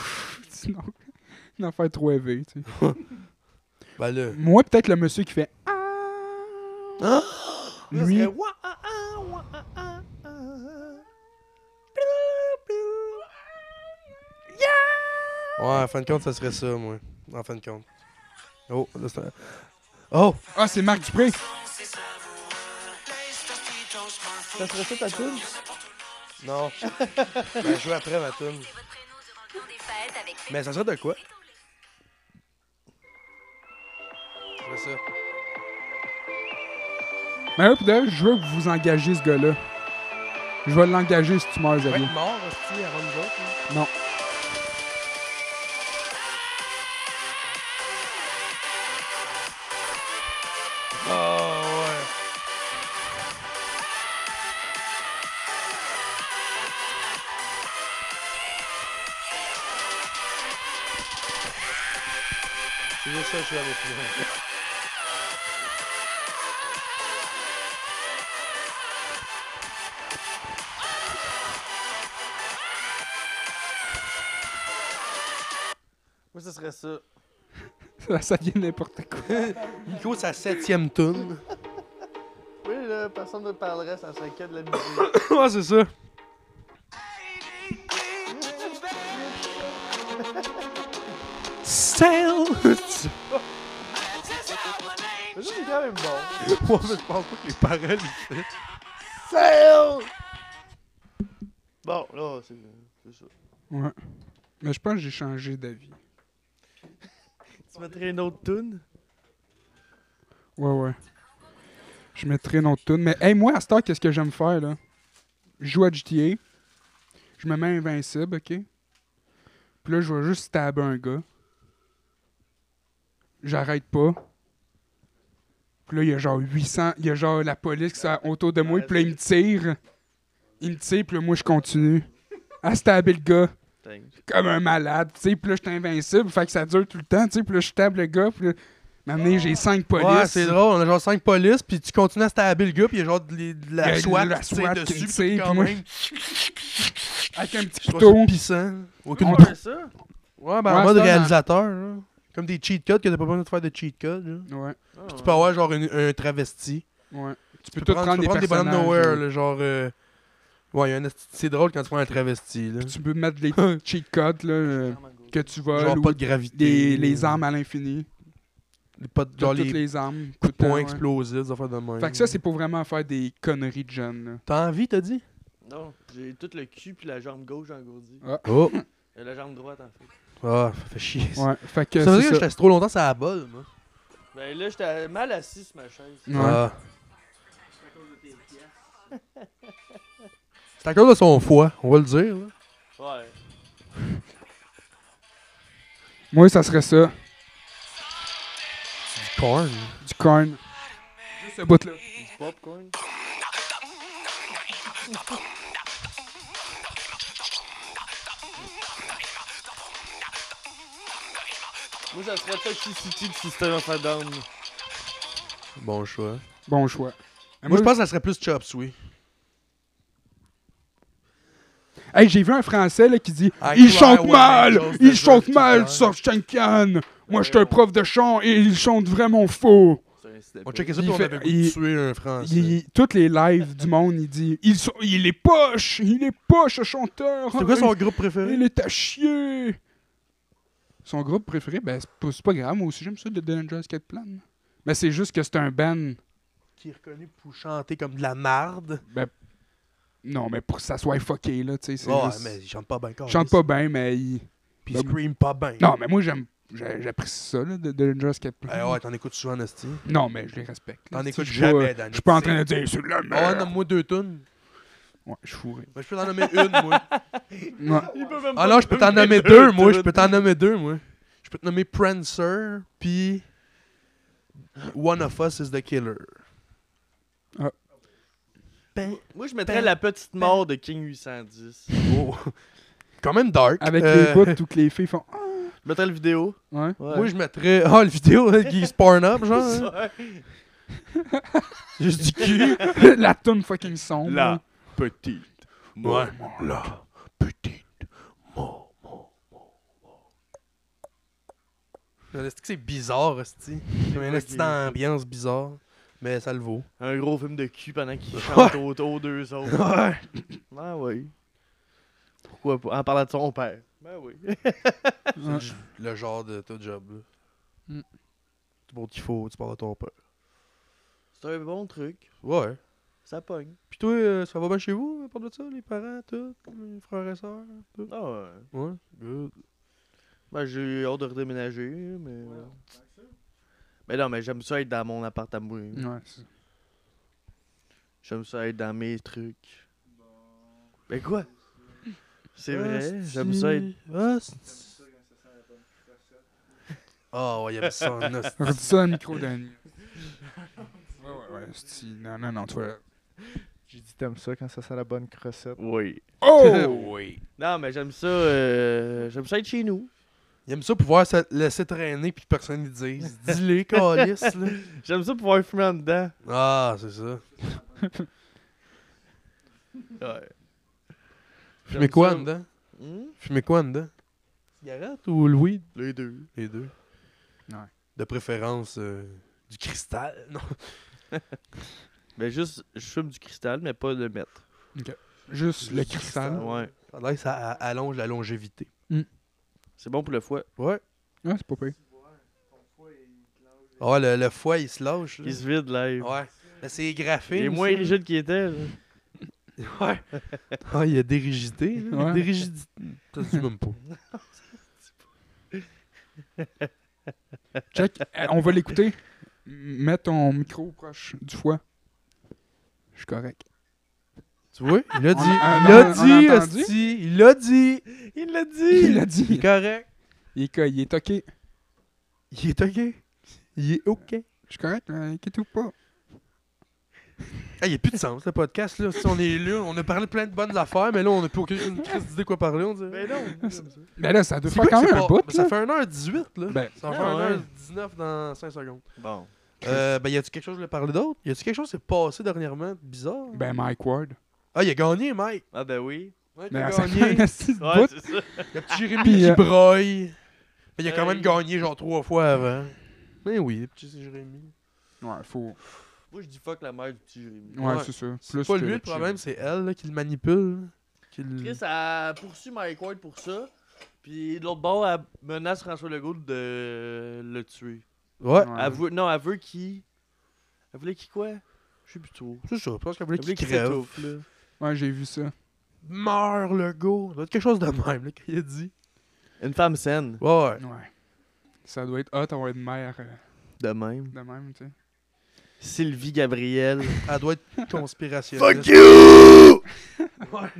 Speaker 1: Sinon, une affaire trop élevée, tu sais.
Speaker 3: Ben là.
Speaker 1: Moi, peut-être le monsieur qui fait. Ah!
Speaker 2: Là, ça
Speaker 1: Lui-
Speaker 2: serait Ouah, ah, ah, ouah, ah, ah, ah, ah.
Speaker 3: Ouais, en fin de compte, ça serait ça, moi. En fin de compte. Oh, là, c'est un... Oh!
Speaker 1: Ah, c'est Marc Dupré!
Speaker 2: Ça serait ça ta tune?
Speaker 3: Non. ben, joue après ma tune. Mais ça serait de quoi? C'est ça.
Speaker 1: Mais là, pour de vrai, je veux que vous engagiez ce gars-là. Je vais l'engager si tu meurs,
Speaker 3: Il va
Speaker 1: Xavier.
Speaker 3: être mort, aussi avant nous autres. là.
Speaker 1: Non.
Speaker 3: Oh, ouais. C'est juste ça que je suis avec lui.
Speaker 2: Moi, ça serait ça.
Speaker 1: Ça, ça devient n'importe quoi.
Speaker 3: Nico, sa septième tune.
Speaker 2: Oui, là, personne ne parlerait, ça serait que de la musique.
Speaker 3: ouais, c'est ça. Sail!
Speaker 2: Mais ça, c'est quand même bon.
Speaker 3: Moi, je pense pas que les paroles. ils-
Speaker 2: Bon, là, c'est c'est ça.
Speaker 1: Ouais. Mais je pense que j'ai changé d'avis.
Speaker 2: Tu mettrais une autre tune?
Speaker 1: Ouais, ouais. Je mettrai une autre tune. Mais hey, moi, à cette heure, qu'est-ce que j'aime faire, là? Je joue à GTA. Je me mets invincible, OK? Puis là, je vais juste stabber un gars. J'arrête pas. Puis là, il y a genre 800... Il y a genre la police qui sont autour de moi. Puis là, il me tire. Il me tire, puis là, moi, je continue. À stabber le gars comme un malade, tu sais, puis là, j'étais invincible, fait que ça dure tout le temps, tu sais, puis là, je tape le gars, puis là, maintenant, j'ai cinq polices.
Speaker 3: Ouais, c'est drôle, on a genre 5 polices, puis tu continues à stabber le gars, puis il y a genre de, les- de
Speaker 1: Il y
Speaker 3: la
Speaker 1: a
Speaker 3: SWAT,
Speaker 1: de la
Speaker 3: qui tire
Speaker 1: SWAT qui me
Speaker 3: dessus,
Speaker 1: tire,
Speaker 3: puis quand
Speaker 1: puis moi,
Speaker 3: même,
Speaker 1: Avec un petit
Speaker 3: je trouve
Speaker 1: couteau.
Speaker 3: ça pissant. Aucune...
Speaker 1: On-
Speaker 2: On fait ça?
Speaker 3: Ouais, ben
Speaker 1: Ouais,
Speaker 3: en mode
Speaker 1: c'est un-
Speaker 3: réalisateur, là. comme des cheat codes que t'as pas besoin de faire de cheat codes. là.
Speaker 1: Ouais,
Speaker 3: Tu peux avoir genre une- un travesti.
Speaker 1: ouais.
Speaker 3: Tu peux,
Speaker 1: tout prendre
Speaker 3: tu peux
Speaker 1: des
Speaker 3: prendre des bonhommes
Speaker 1: personnages,
Speaker 3: nowhere,
Speaker 1: ouais.
Speaker 3: là, genre. euh, Ouais, y a un esti- c'est drôle quand tu prends un travesti. Là.
Speaker 1: Tu peux mettre des cheat codes, là, euh, que tu voles,
Speaker 3: Genre
Speaker 1: ou
Speaker 3: pas de gravité.
Speaker 1: des,
Speaker 3: là.
Speaker 1: les armes à l'infini,
Speaker 3: Pas de, genre
Speaker 1: toutes
Speaker 3: les,
Speaker 1: les armes.
Speaker 3: coups
Speaker 1: tout
Speaker 3: de
Speaker 1: le
Speaker 3: poing
Speaker 1: temps, ouais.
Speaker 3: explosifs, des affaires de même.
Speaker 1: Fait que ça, c'est pour vraiment faire des conneries de jeunes, là.
Speaker 3: T'as envie, t'as dit
Speaker 2: Non, j'ai tout le cul puis la jambe gauche engourdie.
Speaker 3: Oh!
Speaker 2: Et la jambe droite, en fait.
Speaker 3: Ah, ça fait chier. ça.
Speaker 1: Ouais, fait que
Speaker 3: Ça veut dire que
Speaker 1: c'est ça.
Speaker 3: j'étais trop longtemps sur la balle, moi.
Speaker 2: Ben là, j'étais mal assis sur ma chaise.
Speaker 1: Ouais.
Speaker 3: Ah. C'est à cause de son foie, on va le dire. là.
Speaker 2: Ouais.
Speaker 1: Moi, ça serait ça.
Speaker 3: Du corn.
Speaker 1: Du corn. Juste ce bout-là.
Speaker 2: Du popcorn. Moi, ça serait Toxicity de System of a Down.
Speaker 3: Bon choix.
Speaker 1: Bon choix. Mais
Speaker 3: Moi, je pense que ça serait plus Chops, oui.
Speaker 1: Hey, j'ai vu un Français là, qui dit
Speaker 3: Ah,
Speaker 1: Ils
Speaker 3: ouais,
Speaker 1: chantent
Speaker 3: ouais,
Speaker 1: mal
Speaker 3: quelque chose de
Speaker 1: Ils chantent
Speaker 3: genre,
Speaker 1: mal,
Speaker 3: tout à
Speaker 1: sauf Shankan Moi, je suis un prof de chant et ils chantent vraiment faux.
Speaker 2: C'est un step.
Speaker 3: On checkait ça,
Speaker 1: Il
Speaker 3: puis on
Speaker 1: fait-
Speaker 3: avait le goût
Speaker 1: il-
Speaker 3: de tuer un Français.
Speaker 1: Il- il- toutes les lives du monde, il dit ils sont, Il est poche Il est poche, ce chanteur
Speaker 3: C'est quoi son
Speaker 1: Il-
Speaker 3: groupe préféré?
Speaker 1: Il est à chier Son groupe préféré, ben, c'est pas, c'est pas grave. Moi aussi, j'aime ça de Dangerous Cat Plan. Mais c'est juste que c'est un band.
Speaker 3: Qui est reconnu pour chanter comme de la marde.
Speaker 1: Ben, non, mais pour que ça soit fucké, là, tu sais. c'est
Speaker 3: Ouais,
Speaker 1: juste-
Speaker 3: Ah, mais il chante pas bien.
Speaker 1: Ils chantent pas bien, mais ils.
Speaker 3: Puis il scream pas bien.
Speaker 1: Non, mais moi, j'aime. j'a- J'apprécie ça, là, de de Dangerous Cat Plan.
Speaker 3: Eh ouais, t'en écoutes souvent, Nasty.
Speaker 1: Non, mais je les respecte. là.
Speaker 3: T'en
Speaker 1: Tu sais,
Speaker 3: écoutes
Speaker 1: je suis pas-
Speaker 3: jamais, Danny.
Speaker 1: Je suis pas en train de dire c'est de la
Speaker 3: Ah ouais,
Speaker 1: merde.
Speaker 3: nomme-moi deux tonnes.
Speaker 1: Ouais, je suis fourré.
Speaker 3: Moi, Ben, je peux t'en nommer une, moi.
Speaker 1: Ouais.
Speaker 3: Ah non, je peux t'en nommer deux, moi. Je peux t'en nommer deux, moi. Je peux te nommer Prancer, puis One of Us is the Killer. Ben,
Speaker 2: Moi, je mettrais la petite mort de King 810. Je
Speaker 3: Oh. Quand même dark.
Speaker 1: Avec les
Speaker 3: Euh,
Speaker 1: bouts, toutes les filles font. Ah,
Speaker 2: mettrais la vidéo.
Speaker 1: Ouais.
Speaker 2: Ouais.
Speaker 3: Moi, je mettrais. Ah, le vidéo, là, qui se porn up, genre. hein. Juste du cul.
Speaker 1: La toune fucking sombre.
Speaker 5: La
Speaker 1: là.
Speaker 5: petite.
Speaker 3: Ouais.
Speaker 5: Moi.
Speaker 3: Là, petite. Mo, mo, mo, mo. Là, Est-ce que c'est bizarre, Esti? C'est une petite ambiance bizarre, mais ça le vaut.
Speaker 2: Un gros film de cul pendant qu'il chante autour d'eux autres.
Speaker 3: Ouais.
Speaker 2: Ben oui. Pourquoi pas? En parlant de son père. Ben oui.
Speaker 1: Ouais.
Speaker 3: Le genre de ton job, là.
Speaker 1: Mm.
Speaker 3: C'est pour qu'il faut, tu parles à ton père.
Speaker 2: C'est un bon truc.
Speaker 3: Ouais.
Speaker 2: Ça pogne.
Speaker 3: Puis toi, euh, ça va bien chez vous, à part de ça, les parents, tout, les frères et sœurs?
Speaker 2: Ah ouais.
Speaker 3: Ouais. Good.
Speaker 2: Ben j'ai hâte de redéménager, mais. Mais non, mais j'aime ça être dans mon appart à moi.
Speaker 1: Ouais, c'est ça.
Speaker 2: J'aime ça être dans mes trucs. Mais quoi? C'est vrai, j'aime ça être.
Speaker 3: Ah, c'est- Ah, ouais, il aime ça en hostie.
Speaker 1: Redis ça dans le micro, Danny. Ouais, ouais, ouais. c'est- Non, non, non, tu vois.
Speaker 4: J'ai dit, t'aimes ça quand ça sent la bonne crossette.
Speaker 2: Oui.
Speaker 1: Oh!
Speaker 3: oui.
Speaker 2: Non, mais j'aime ça. euh, J'aime ça être chez nous.
Speaker 3: Il aime ça pouvoir se laisser traîner puis que personne ne dise. Dis-le, calice, là.
Speaker 2: J'aime ça pouvoir fumer en dedans.
Speaker 3: Ah, c'est ça.
Speaker 2: Ouais.
Speaker 3: Fumer quoi en dedans?
Speaker 2: Hmm?
Speaker 3: Fumer quoi en dedans? Cigarette ou le weed?
Speaker 2: Les deux.
Speaker 3: Les deux.
Speaker 1: Ouais.
Speaker 3: De préférence, euh, du cristal. Non.
Speaker 2: Mais juste, je fume du cristal, mais pas de mettre.
Speaker 1: Juste le
Speaker 3: Juste du
Speaker 1: cristal.
Speaker 3: cristal.
Speaker 2: Ouais.
Speaker 3: Ça a l'air que ça a- allonge la longévité.
Speaker 2: C'est bon pour le foie.
Speaker 3: Ouais.
Speaker 1: Ouais, c'est pas pire.
Speaker 3: Ah, le, le foie, il se lâche. là.
Speaker 2: Il se vide, là.
Speaker 3: Ouais. Mais c'est
Speaker 2: Il
Speaker 3: graphé.
Speaker 2: est moins rigide qu'il était. là.
Speaker 3: Ouais. Ah, il y a des rigidités. là.
Speaker 1: Ouais.
Speaker 3: Des rigidités. Ça se dit même pas.
Speaker 1: Check, euh, on va l'écouter. M- Mets ton micro proche du foie. Je suis correct.
Speaker 3: Tu vois? Il l'a dit.
Speaker 1: On a- on
Speaker 3: il
Speaker 1: a-
Speaker 3: l'a
Speaker 1: on a
Speaker 3: dit,
Speaker 1: entendu?
Speaker 3: hostie. Il l'a dit.
Speaker 2: Il l'a dit!
Speaker 1: Il l'a dit.
Speaker 3: Il est correct.
Speaker 1: Il est, co- il est toqué.
Speaker 3: Il est OK. Il est OK.
Speaker 1: Je suis correct, euh, inquiète-vous pas.
Speaker 3: Ah, il n'y a plus de sens, le podcast. Là. Si on est là, on a parlé de plein de bonnes affaires, mais là, on n'a plus aucune crise d'idée quoi parler, on dirait.
Speaker 2: Mais non!
Speaker 1: Mais là, ça doit
Speaker 3: C'est
Speaker 1: faire
Speaker 3: quoi
Speaker 1: quand
Speaker 3: que
Speaker 1: même
Speaker 3: c'est
Speaker 1: un
Speaker 3: pas-
Speaker 1: bout.
Speaker 3: Ça
Speaker 1: là.
Speaker 3: fait 1h18, là.
Speaker 1: Ben,
Speaker 3: ça va
Speaker 2: Ah, ouais.
Speaker 3: faire 1h19 dans 5 secondes.
Speaker 2: Bon.
Speaker 3: Euh, ben, y a-tu quelque chose que je voulais parler d'autre? Y a-tu quelque chose qui s'est passé dernièrement de bizarre?
Speaker 1: ben, Mike Ward.
Speaker 3: Ah, il a gagné, Mike!
Speaker 2: Ah ben oui.
Speaker 3: Ouais, il
Speaker 1: Mais
Speaker 3: a
Speaker 1: ça
Speaker 3: gagné.
Speaker 1: fait un esti de
Speaker 2: Ouais,
Speaker 1: bout.
Speaker 2: c'est ça.
Speaker 3: Le petit Jérémy
Speaker 1: Puis,
Speaker 3: qui
Speaker 1: euh,
Speaker 3: broille. Mais il a quand
Speaker 2: Hey.
Speaker 3: même gagné, genre, trois fois avant. Mais oui, le petit Jérémy.
Speaker 1: Ouais, faut.
Speaker 2: Moi je dis fuck la mère du petit Jérémy.
Speaker 1: Ouais,
Speaker 3: Ouais.
Speaker 1: c'est ça.
Speaker 3: C'est
Speaker 1: Plus
Speaker 3: pas
Speaker 1: que
Speaker 3: lui le
Speaker 1: petit.
Speaker 3: problème, c'est elle là, qui le manipule. qui le-
Speaker 2: Chris a poursuit Mike Ward pour ça. Puis de l'autre bord, elle menace François Legault de le tuer.
Speaker 3: Ouais,
Speaker 1: Ouais.
Speaker 2: Elle veut, non, elle veut qu'il. Elle voulait qu'il quoi? Je sais plus trop.
Speaker 3: c'est ça. Je pense qu'elle voulait
Speaker 2: Elle voulait
Speaker 3: qu'il
Speaker 2: qu'il
Speaker 3: crève.
Speaker 2: s'étouffe, là.
Speaker 1: Ouais, j'ai vu ça.
Speaker 3: Meurs le gars. Ça doit être quelque chose de même, là, qu'il a dit.
Speaker 2: Une femme saine,
Speaker 3: Ouais, ouais.
Speaker 1: Ouais. Ça doit être hot, on va être mère euh,
Speaker 2: de même.
Speaker 1: de même, tu sais.
Speaker 2: Sylvie Gabriel.
Speaker 3: Elle doit être conspirationniste.
Speaker 2: you!
Speaker 3: Ouais.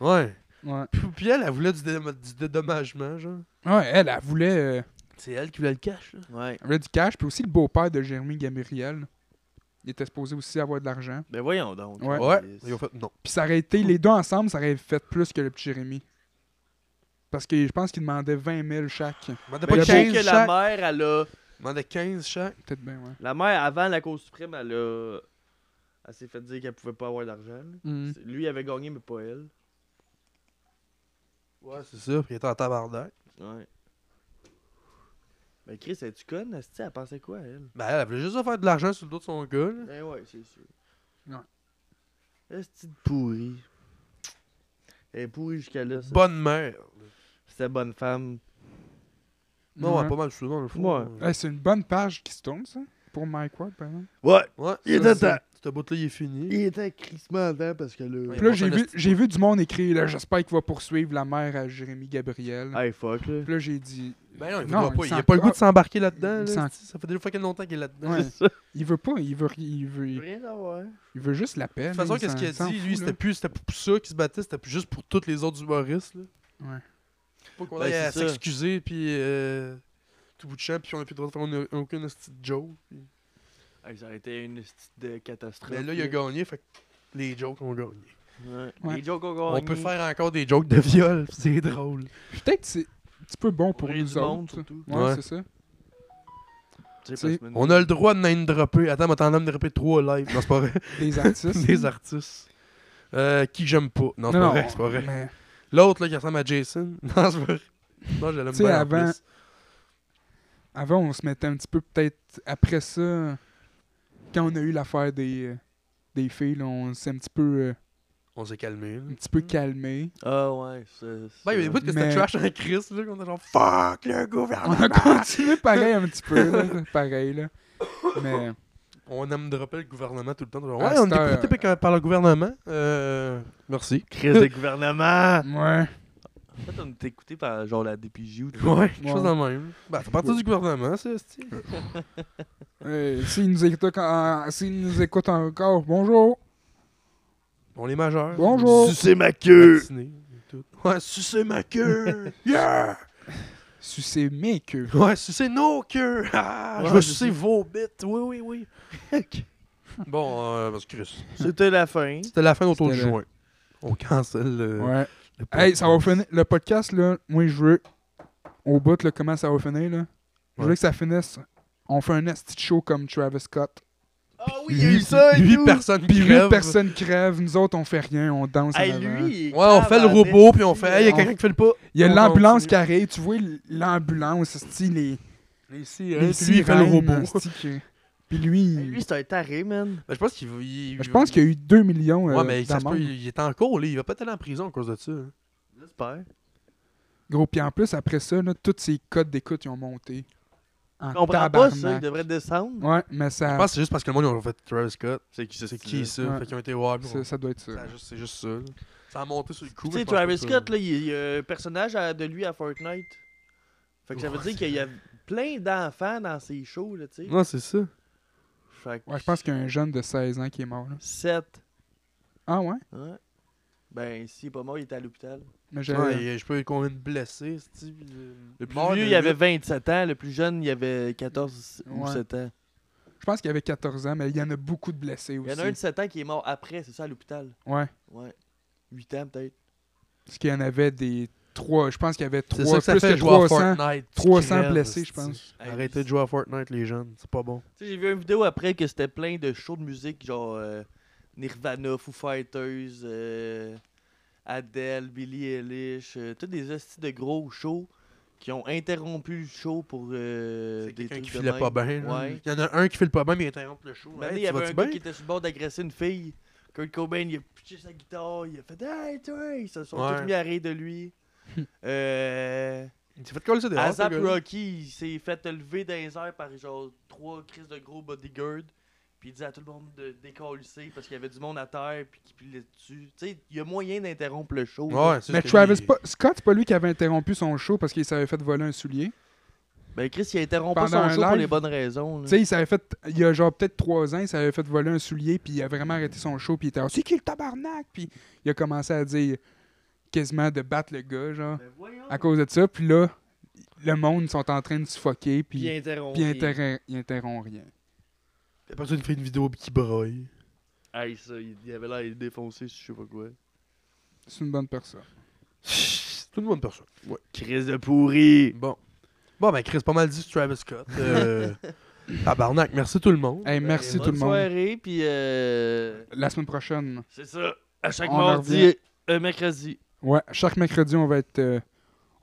Speaker 3: Ouais.
Speaker 1: Ouais.
Speaker 3: Puis, puis elle, elle voulait du, dé- du dédommagement, genre.
Speaker 1: Ouais, elle, elle voulait, euh,
Speaker 3: C'est elle qui voulait le cash, là.
Speaker 2: Ouais.
Speaker 1: elle voulait du cash, puis aussi le beau-père de Jérémy Gabriel. Il était supposé aussi avoir de l'argent.
Speaker 2: Ben voyons donc.
Speaker 1: Ouais.
Speaker 3: Ouais. Ils ont fait non.
Speaker 1: Puis ça aurait été, les deux ensemble, ça aurait fait plus que le petit Jérémy. Parce que je pense qu'il demandait 20 000 chaque. Mais
Speaker 3: Demandait pas
Speaker 2: Je
Speaker 1: le
Speaker 3: 15
Speaker 2: sais que la
Speaker 3: chaque.
Speaker 2: mère, elle a.
Speaker 3: Demandait 15 chaque.
Speaker 1: Peut-être bien, ouais.
Speaker 2: La mère, avant la Cour suprême, elle a. Elle s'est fait dire qu'elle pouvait pas avoir d'argent. là.
Speaker 3: Hmm.
Speaker 1: Mm.
Speaker 2: C'est- Lui, il avait gagné, mais pas elle.
Speaker 3: Ouais, c'est ça. Puis il était en tabarnak.
Speaker 2: Ouais. Ben Chris, es-tu conne? Asti? Elle pensait quoi, elle?
Speaker 3: Ben elle, elle voulait juste faire de l'argent sur le dos de son gars, là.
Speaker 2: Ben ouais, c'est sûr.
Speaker 1: Ouais.
Speaker 2: Esti de pourri. Elle est pourrie jusqu'à là, ça.
Speaker 3: Bonne mère.
Speaker 2: C'était bonne femme.
Speaker 3: Non,
Speaker 1: Ouais.
Speaker 3: ouais, pas mal souvent, le euh. fond.
Speaker 2: Ouais.
Speaker 1: Ouais, Eh, c'est une bonne page qui se tourne, ça. Pour Mike Ward, par exemple.
Speaker 2: Ouais!
Speaker 3: Ouais.
Speaker 2: Il
Speaker 3: ça,
Speaker 2: était
Speaker 3: c'est-
Speaker 2: temps.
Speaker 3: Cette bout-là, il est fini.
Speaker 2: Il était crissement dedans parce que là.
Speaker 3: Ouais.
Speaker 1: Puis là,
Speaker 3: bon,
Speaker 1: j'ai
Speaker 3: ça,
Speaker 1: vu,
Speaker 3: le-
Speaker 1: j'ai vu du monde écrire, là, j'espère qu'il va poursuivre la mère à Jérémy Gabriel.
Speaker 2: Hey, fuck, là.
Speaker 1: Puis là, j'ai dit,
Speaker 3: Ben non, il
Speaker 1: Non,
Speaker 3: voudra pas.
Speaker 1: il
Speaker 3: Il a
Speaker 1: s'en-
Speaker 3: pas le goût de
Speaker 1: ah.
Speaker 3: s'embarquer là-dedans.
Speaker 1: Il
Speaker 3: là.
Speaker 1: s'en-
Speaker 3: Ça fait deux fois qu'il y a longtemps qu'il est là-dedans.
Speaker 1: ouais,
Speaker 2: C'est ça.
Speaker 1: il veut pas, il veut, ri- il veut,
Speaker 2: Je
Speaker 1: il
Speaker 2: veux rien savoir.
Speaker 1: il veut juste la paix.
Speaker 3: De toute façon, qu'est-ce qu'il a dit, lui, c'était plus, c'était pour ça qu'il se battait, c'était plus juste pour tous les autres humoristes. Là.
Speaker 1: Ouais.
Speaker 3: Faut pas qu'on
Speaker 2: Ben,
Speaker 3: aille
Speaker 2: c'est
Speaker 3: à
Speaker 2: ça.
Speaker 3: s'excuser, puis euh, tout bout de champ, puis on a plus le droit de faire une- aucune petite joke. puis-
Speaker 2: Hey, ça aurait été une petite de catastrophe.
Speaker 3: Mais là, il a gagné, fait que les jokes ont gagné.
Speaker 2: Ouais.
Speaker 1: Ouais.
Speaker 2: Les jokes ont
Speaker 3: On
Speaker 2: gagné.
Speaker 3: peut faire encore des jokes de viol, puis c'est drôle.
Speaker 1: Peut-être que c'est un petit peu bon pour
Speaker 2: Rire
Speaker 1: nous
Speaker 2: du monde,
Speaker 1: autres.
Speaker 2: surtout.
Speaker 1: Ouais,
Speaker 3: Ouais.
Speaker 1: c'est ça.
Speaker 2: Tu
Speaker 1: sais,
Speaker 2: sais, parce que-
Speaker 3: On a le droit de name dropper. Attends, moi, t'en as dropper trois live. Non, c'est pas vrai.
Speaker 1: Des artistes.
Speaker 3: des artistes. Euh, qui que j'aime pas. Non, c'est pas vrai, c'est pas vrai.
Speaker 1: mais
Speaker 3: L'autre, là, qui ressemble à Jason. Non, c'est pas vrai. Non, je l'aime
Speaker 1: Tu sais,
Speaker 3: bien en
Speaker 1: avant-
Speaker 3: plus.
Speaker 1: avant, on se mettait un petit peu, peut-être, après ça, quand on a eu l'affaire des, euh, des filles, là, on s'est un petit peu, euh,
Speaker 3: On s'est calmé. là.
Speaker 1: un petit peu calmé.
Speaker 2: Ah ouais, c'est. c'est-
Speaker 3: Ben, il y a des bouts que c'était
Speaker 1: Mais-
Speaker 3: trash en Chris, là, qu'on a genre fuck le
Speaker 1: On a
Speaker 3: gouvernement.
Speaker 1: continué pareil un petit peu, là, pareil, là. Mais
Speaker 3: On aime dropper le gouvernement tout le temps. genre,
Speaker 1: À
Speaker 3: ouais, on
Speaker 1: cette heure,
Speaker 3: est écouté par- par le gouvernement. Euh, merci.
Speaker 2: Crise de gouvernement!
Speaker 1: ouais,
Speaker 2: En fait, on était écouté par genre la DPJ ou de
Speaker 3: Ouais, quelque
Speaker 1: Ouais.
Speaker 3: chose de même. Ben, c'est partir du gouvernement, ça, c'est.
Speaker 1: Euh, s'ils nous écoutent, en- s'ils nous écoutent encore, bonjour.
Speaker 3: On est majeur.
Speaker 1: Bonjour.
Speaker 2: Sucez ma queue!
Speaker 3: Ouais, sucez ma queue! yeah!
Speaker 1: Sucez mes queues.
Speaker 3: Ouais, sucez nos queues! Ah, je
Speaker 2: Ouais,
Speaker 3: vais
Speaker 2: c'est
Speaker 3: sucer
Speaker 2: ça.
Speaker 3: vos bites! Oui, oui, oui! bon, euh, parce que Chris,
Speaker 2: C'était la fin.
Speaker 3: c'était la fin autour du
Speaker 1: C'était le-
Speaker 3: juin. On cancelle le.
Speaker 1: Ouais.
Speaker 3: le
Speaker 1: Hey, ça va
Speaker 3: podcast.
Speaker 1: finir. Le podcast, là, moi, je veux. Au bout, là, comment ça va finir, là. Je veux
Speaker 3: Ouais.
Speaker 1: que ça finisse. On fait un esti de show comme Travis Scott.
Speaker 2: Ah oui, il y a eu
Speaker 3: Huit
Speaker 2: ça! et
Speaker 3: huit
Speaker 2: tout.
Speaker 3: personnes
Speaker 1: Puis
Speaker 3: crèvent.
Speaker 1: huit personnes crèvent, nous autres, on fait rien, on danse. en
Speaker 2: Hey,
Speaker 1: avant.
Speaker 2: lui, il est
Speaker 3: Ouais, on fait le
Speaker 2: cave,
Speaker 3: robot,
Speaker 2: Alex.
Speaker 3: puis on fait, hey, y a quelqu'un qui fait le pas.
Speaker 1: Il y a
Speaker 3: On
Speaker 1: l'ambulance
Speaker 3: continue.
Speaker 1: qui arrive, tu vois l- l'ambulance, esti, les.
Speaker 3: Les
Speaker 1: les
Speaker 3: puis lui, il fait le
Speaker 1: sirènes,
Speaker 3: robot.
Speaker 1: esti, que- Puis lui,
Speaker 2: Hey, Lui,
Speaker 1: il-
Speaker 2: c'est un taré, man.
Speaker 3: Ben, je pense qu'il va- il-
Speaker 1: je pense qu'il y a eu 2 millions euh,
Speaker 3: Ouais, mais ça se peut,
Speaker 1: d'amendes.
Speaker 3: il il est en cours, là. Il va peut-être aller en prison à cause de ça. hein.
Speaker 2: J'espère.
Speaker 1: Gros, puis en plus, après ça, là, toutes ces codes d'écoute, ils ont monté. En
Speaker 2: Je comprends pas
Speaker 1: tabarnak.
Speaker 2: ça, il devrait descendre.
Speaker 1: Ouais, mais ça,
Speaker 3: Je pense que c'est juste parce que le monde, ils ont fait Travis Scott.
Speaker 2: C'est qui
Speaker 3: C'est qui ça?
Speaker 1: Ah. Ouais.
Speaker 3: Fait qu'ils ont été voir.
Speaker 1: ça, ça doit être ça.
Speaker 3: Ça, juste- C'est juste ça. là. Ça a monté sur le coup.
Speaker 2: Tu sais, Travis Scott, là, il y a un personnage à- de lui à Fortnite. Fait que ça veut
Speaker 3: Ouais,
Speaker 2: dire qu'il y a plein d'enfants dans ses shows, là, tu sais.
Speaker 3: Non, c'est ça.
Speaker 2: Fait que
Speaker 1: Ouais, je pense qu'il y a un jeune de 16 ans qui est mort. Là.
Speaker 2: 7.
Speaker 1: Ah ouais?
Speaker 2: Ouais. Ben, s'il est pas mort, il était à l'hôpital.
Speaker 1: Mais j'ai-
Speaker 3: Ouais, il- je peux combien de blessés, c'est-tu, puis le-
Speaker 2: Le plus
Speaker 3: Mort
Speaker 2: vieux,
Speaker 3: de
Speaker 2: il avait
Speaker 3: huit.
Speaker 2: 27 ans. Le plus jeune, il avait 14 ou
Speaker 1: Ouais.
Speaker 2: 7 ans.
Speaker 1: Je pense qu'il y avait 14 ans, mais il y en a beaucoup de blessés
Speaker 2: Il
Speaker 1: aussi.
Speaker 2: y en a un de 7 ans qui est mort après, c'est ça, à l'hôpital.
Speaker 1: Ouais.
Speaker 2: Ouais. 8 ans, peut-être.
Speaker 1: Parce qu'il y en avait des 3, je pense qu'il y avait
Speaker 3: C'est
Speaker 1: 3,
Speaker 3: ça que ça
Speaker 1: plus
Speaker 3: fait
Speaker 1: que
Speaker 3: jouer à
Speaker 1: 300,
Speaker 3: Fortnite. tu
Speaker 1: 300
Speaker 3: crèves,
Speaker 1: blessés, je
Speaker 3: c'est-tu.
Speaker 1: pense.
Speaker 3: Arrêtez de jouer à Fortnite, les jeunes. C'est pas bon.
Speaker 2: Tu sais, j'ai vu une vidéo après que c'était plein de shows de musique, genre euh, Nirvana, Foo Fighters, euh, Adele, Billie Eilish, euh, tous des hosties de gros shows qui ont interrompu le show pour euh,
Speaker 3: C'est
Speaker 2: des
Speaker 3: quelqu'un
Speaker 2: trucs
Speaker 3: qui
Speaker 2: de
Speaker 3: filait
Speaker 2: même.
Speaker 3: pas bien. là.
Speaker 2: Ouais.
Speaker 3: Il y en a un qui file pas bien, mais il interrompt le show.
Speaker 2: Un moment donné,
Speaker 3: Hey,
Speaker 2: il y
Speaker 3: tu
Speaker 2: avait
Speaker 3: vas-tu
Speaker 2: un gars
Speaker 3: bien?
Speaker 2: qui était sur le bord d'agresser une fille. Kurt Cobain, il a pitché sa guitare, il a fait Hey, toi! Ils se sont
Speaker 3: Ouais.
Speaker 2: tous mis à rire de lui. euh.
Speaker 3: Il s'est fait coller ça dehors,
Speaker 2: Azap
Speaker 3: ce gars-là.
Speaker 2: Rocky, il s'est fait lever dans les airs par genre trois crises de gros bodyguard. Puis il disait à tout le monde de décalisser parce qu'il y avait du monde à terre puis qu'il pilait dessus. Tu sais, il y a moyen d'interrompre le show. là.
Speaker 3: Ouais, c'est
Speaker 1: Mais
Speaker 3: ce que
Speaker 1: Travis
Speaker 3: lui-
Speaker 1: Scott, Scott, c'est pas lui qui avait interrompu son show parce qu'il s'avait fait voler un soulier.
Speaker 2: Ben Chris, il a interrompu
Speaker 1: Pendant
Speaker 2: son
Speaker 1: un
Speaker 2: show pour
Speaker 1: live.
Speaker 2: les bonnes raisons. là.
Speaker 1: Tu sais, il s'avait fait, il y a genre peut-être trois ans, il s'avait fait voler un soulier, puis il a vraiment arrêté son show, puis il était, c'est qui le tabarnak? Puis il a commencé à dire quasiment de battre le gars, genre,
Speaker 2: Ben voyons.
Speaker 1: à cause de ça. Puis là, le monde sont en train de suffoquer,
Speaker 2: Puis
Speaker 1: puis
Speaker 2: interrompt.
Speaker 1: puis ils interrompt- ils interrompent rien.
Speaker 3: Après ça, il fait une vidéo qui broille.
Speaker 2: Hey, ça, il il avait l'air défoncé, je sais pas quoi.
Speaker 1: C'est une bonne personne.
Speaker 3: C'est une bonne personne. Ouais.
Speaker 2: Chris de pourri.
Speaker 3: Bon. Bon, ben, Chris, pas mal dit sur Travis Scott. Euh, tabarnak, merci tout le monde.
Speaker 1: Hey, merci tout le monde.
Speaker 2: Bonne soirée, puis euh,
Speaker 1: La semaine prochaine.
Speaker 2: c'est ça. À chaque
Speaker 1: On en
Speaker 2: mardi,
Speaker 1: revient.
Speaker 2: euh, mercredi,
Speaker 1: Ouais, chaque mercredi, on va être. euh,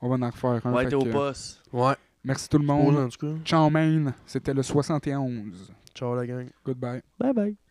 Speaker 1: on va en refaire un.
Speaker 2: on va
Speaker 1: fait
Speaker 2: être au
Speaker 1: que,
Speaker 2: poste.
Speaker 3: Ouais.
Speaker 1: Merci tout le
Speaker 3: Bon,
Speaker 1: monde.
Speaker 3: en tout cas.
Speaker 1: Ciao, man. C'était le 71.
Speaker 3: Ciao, la gang.
Speaker 1: Goodbye.
Speaker 2: Bye bye.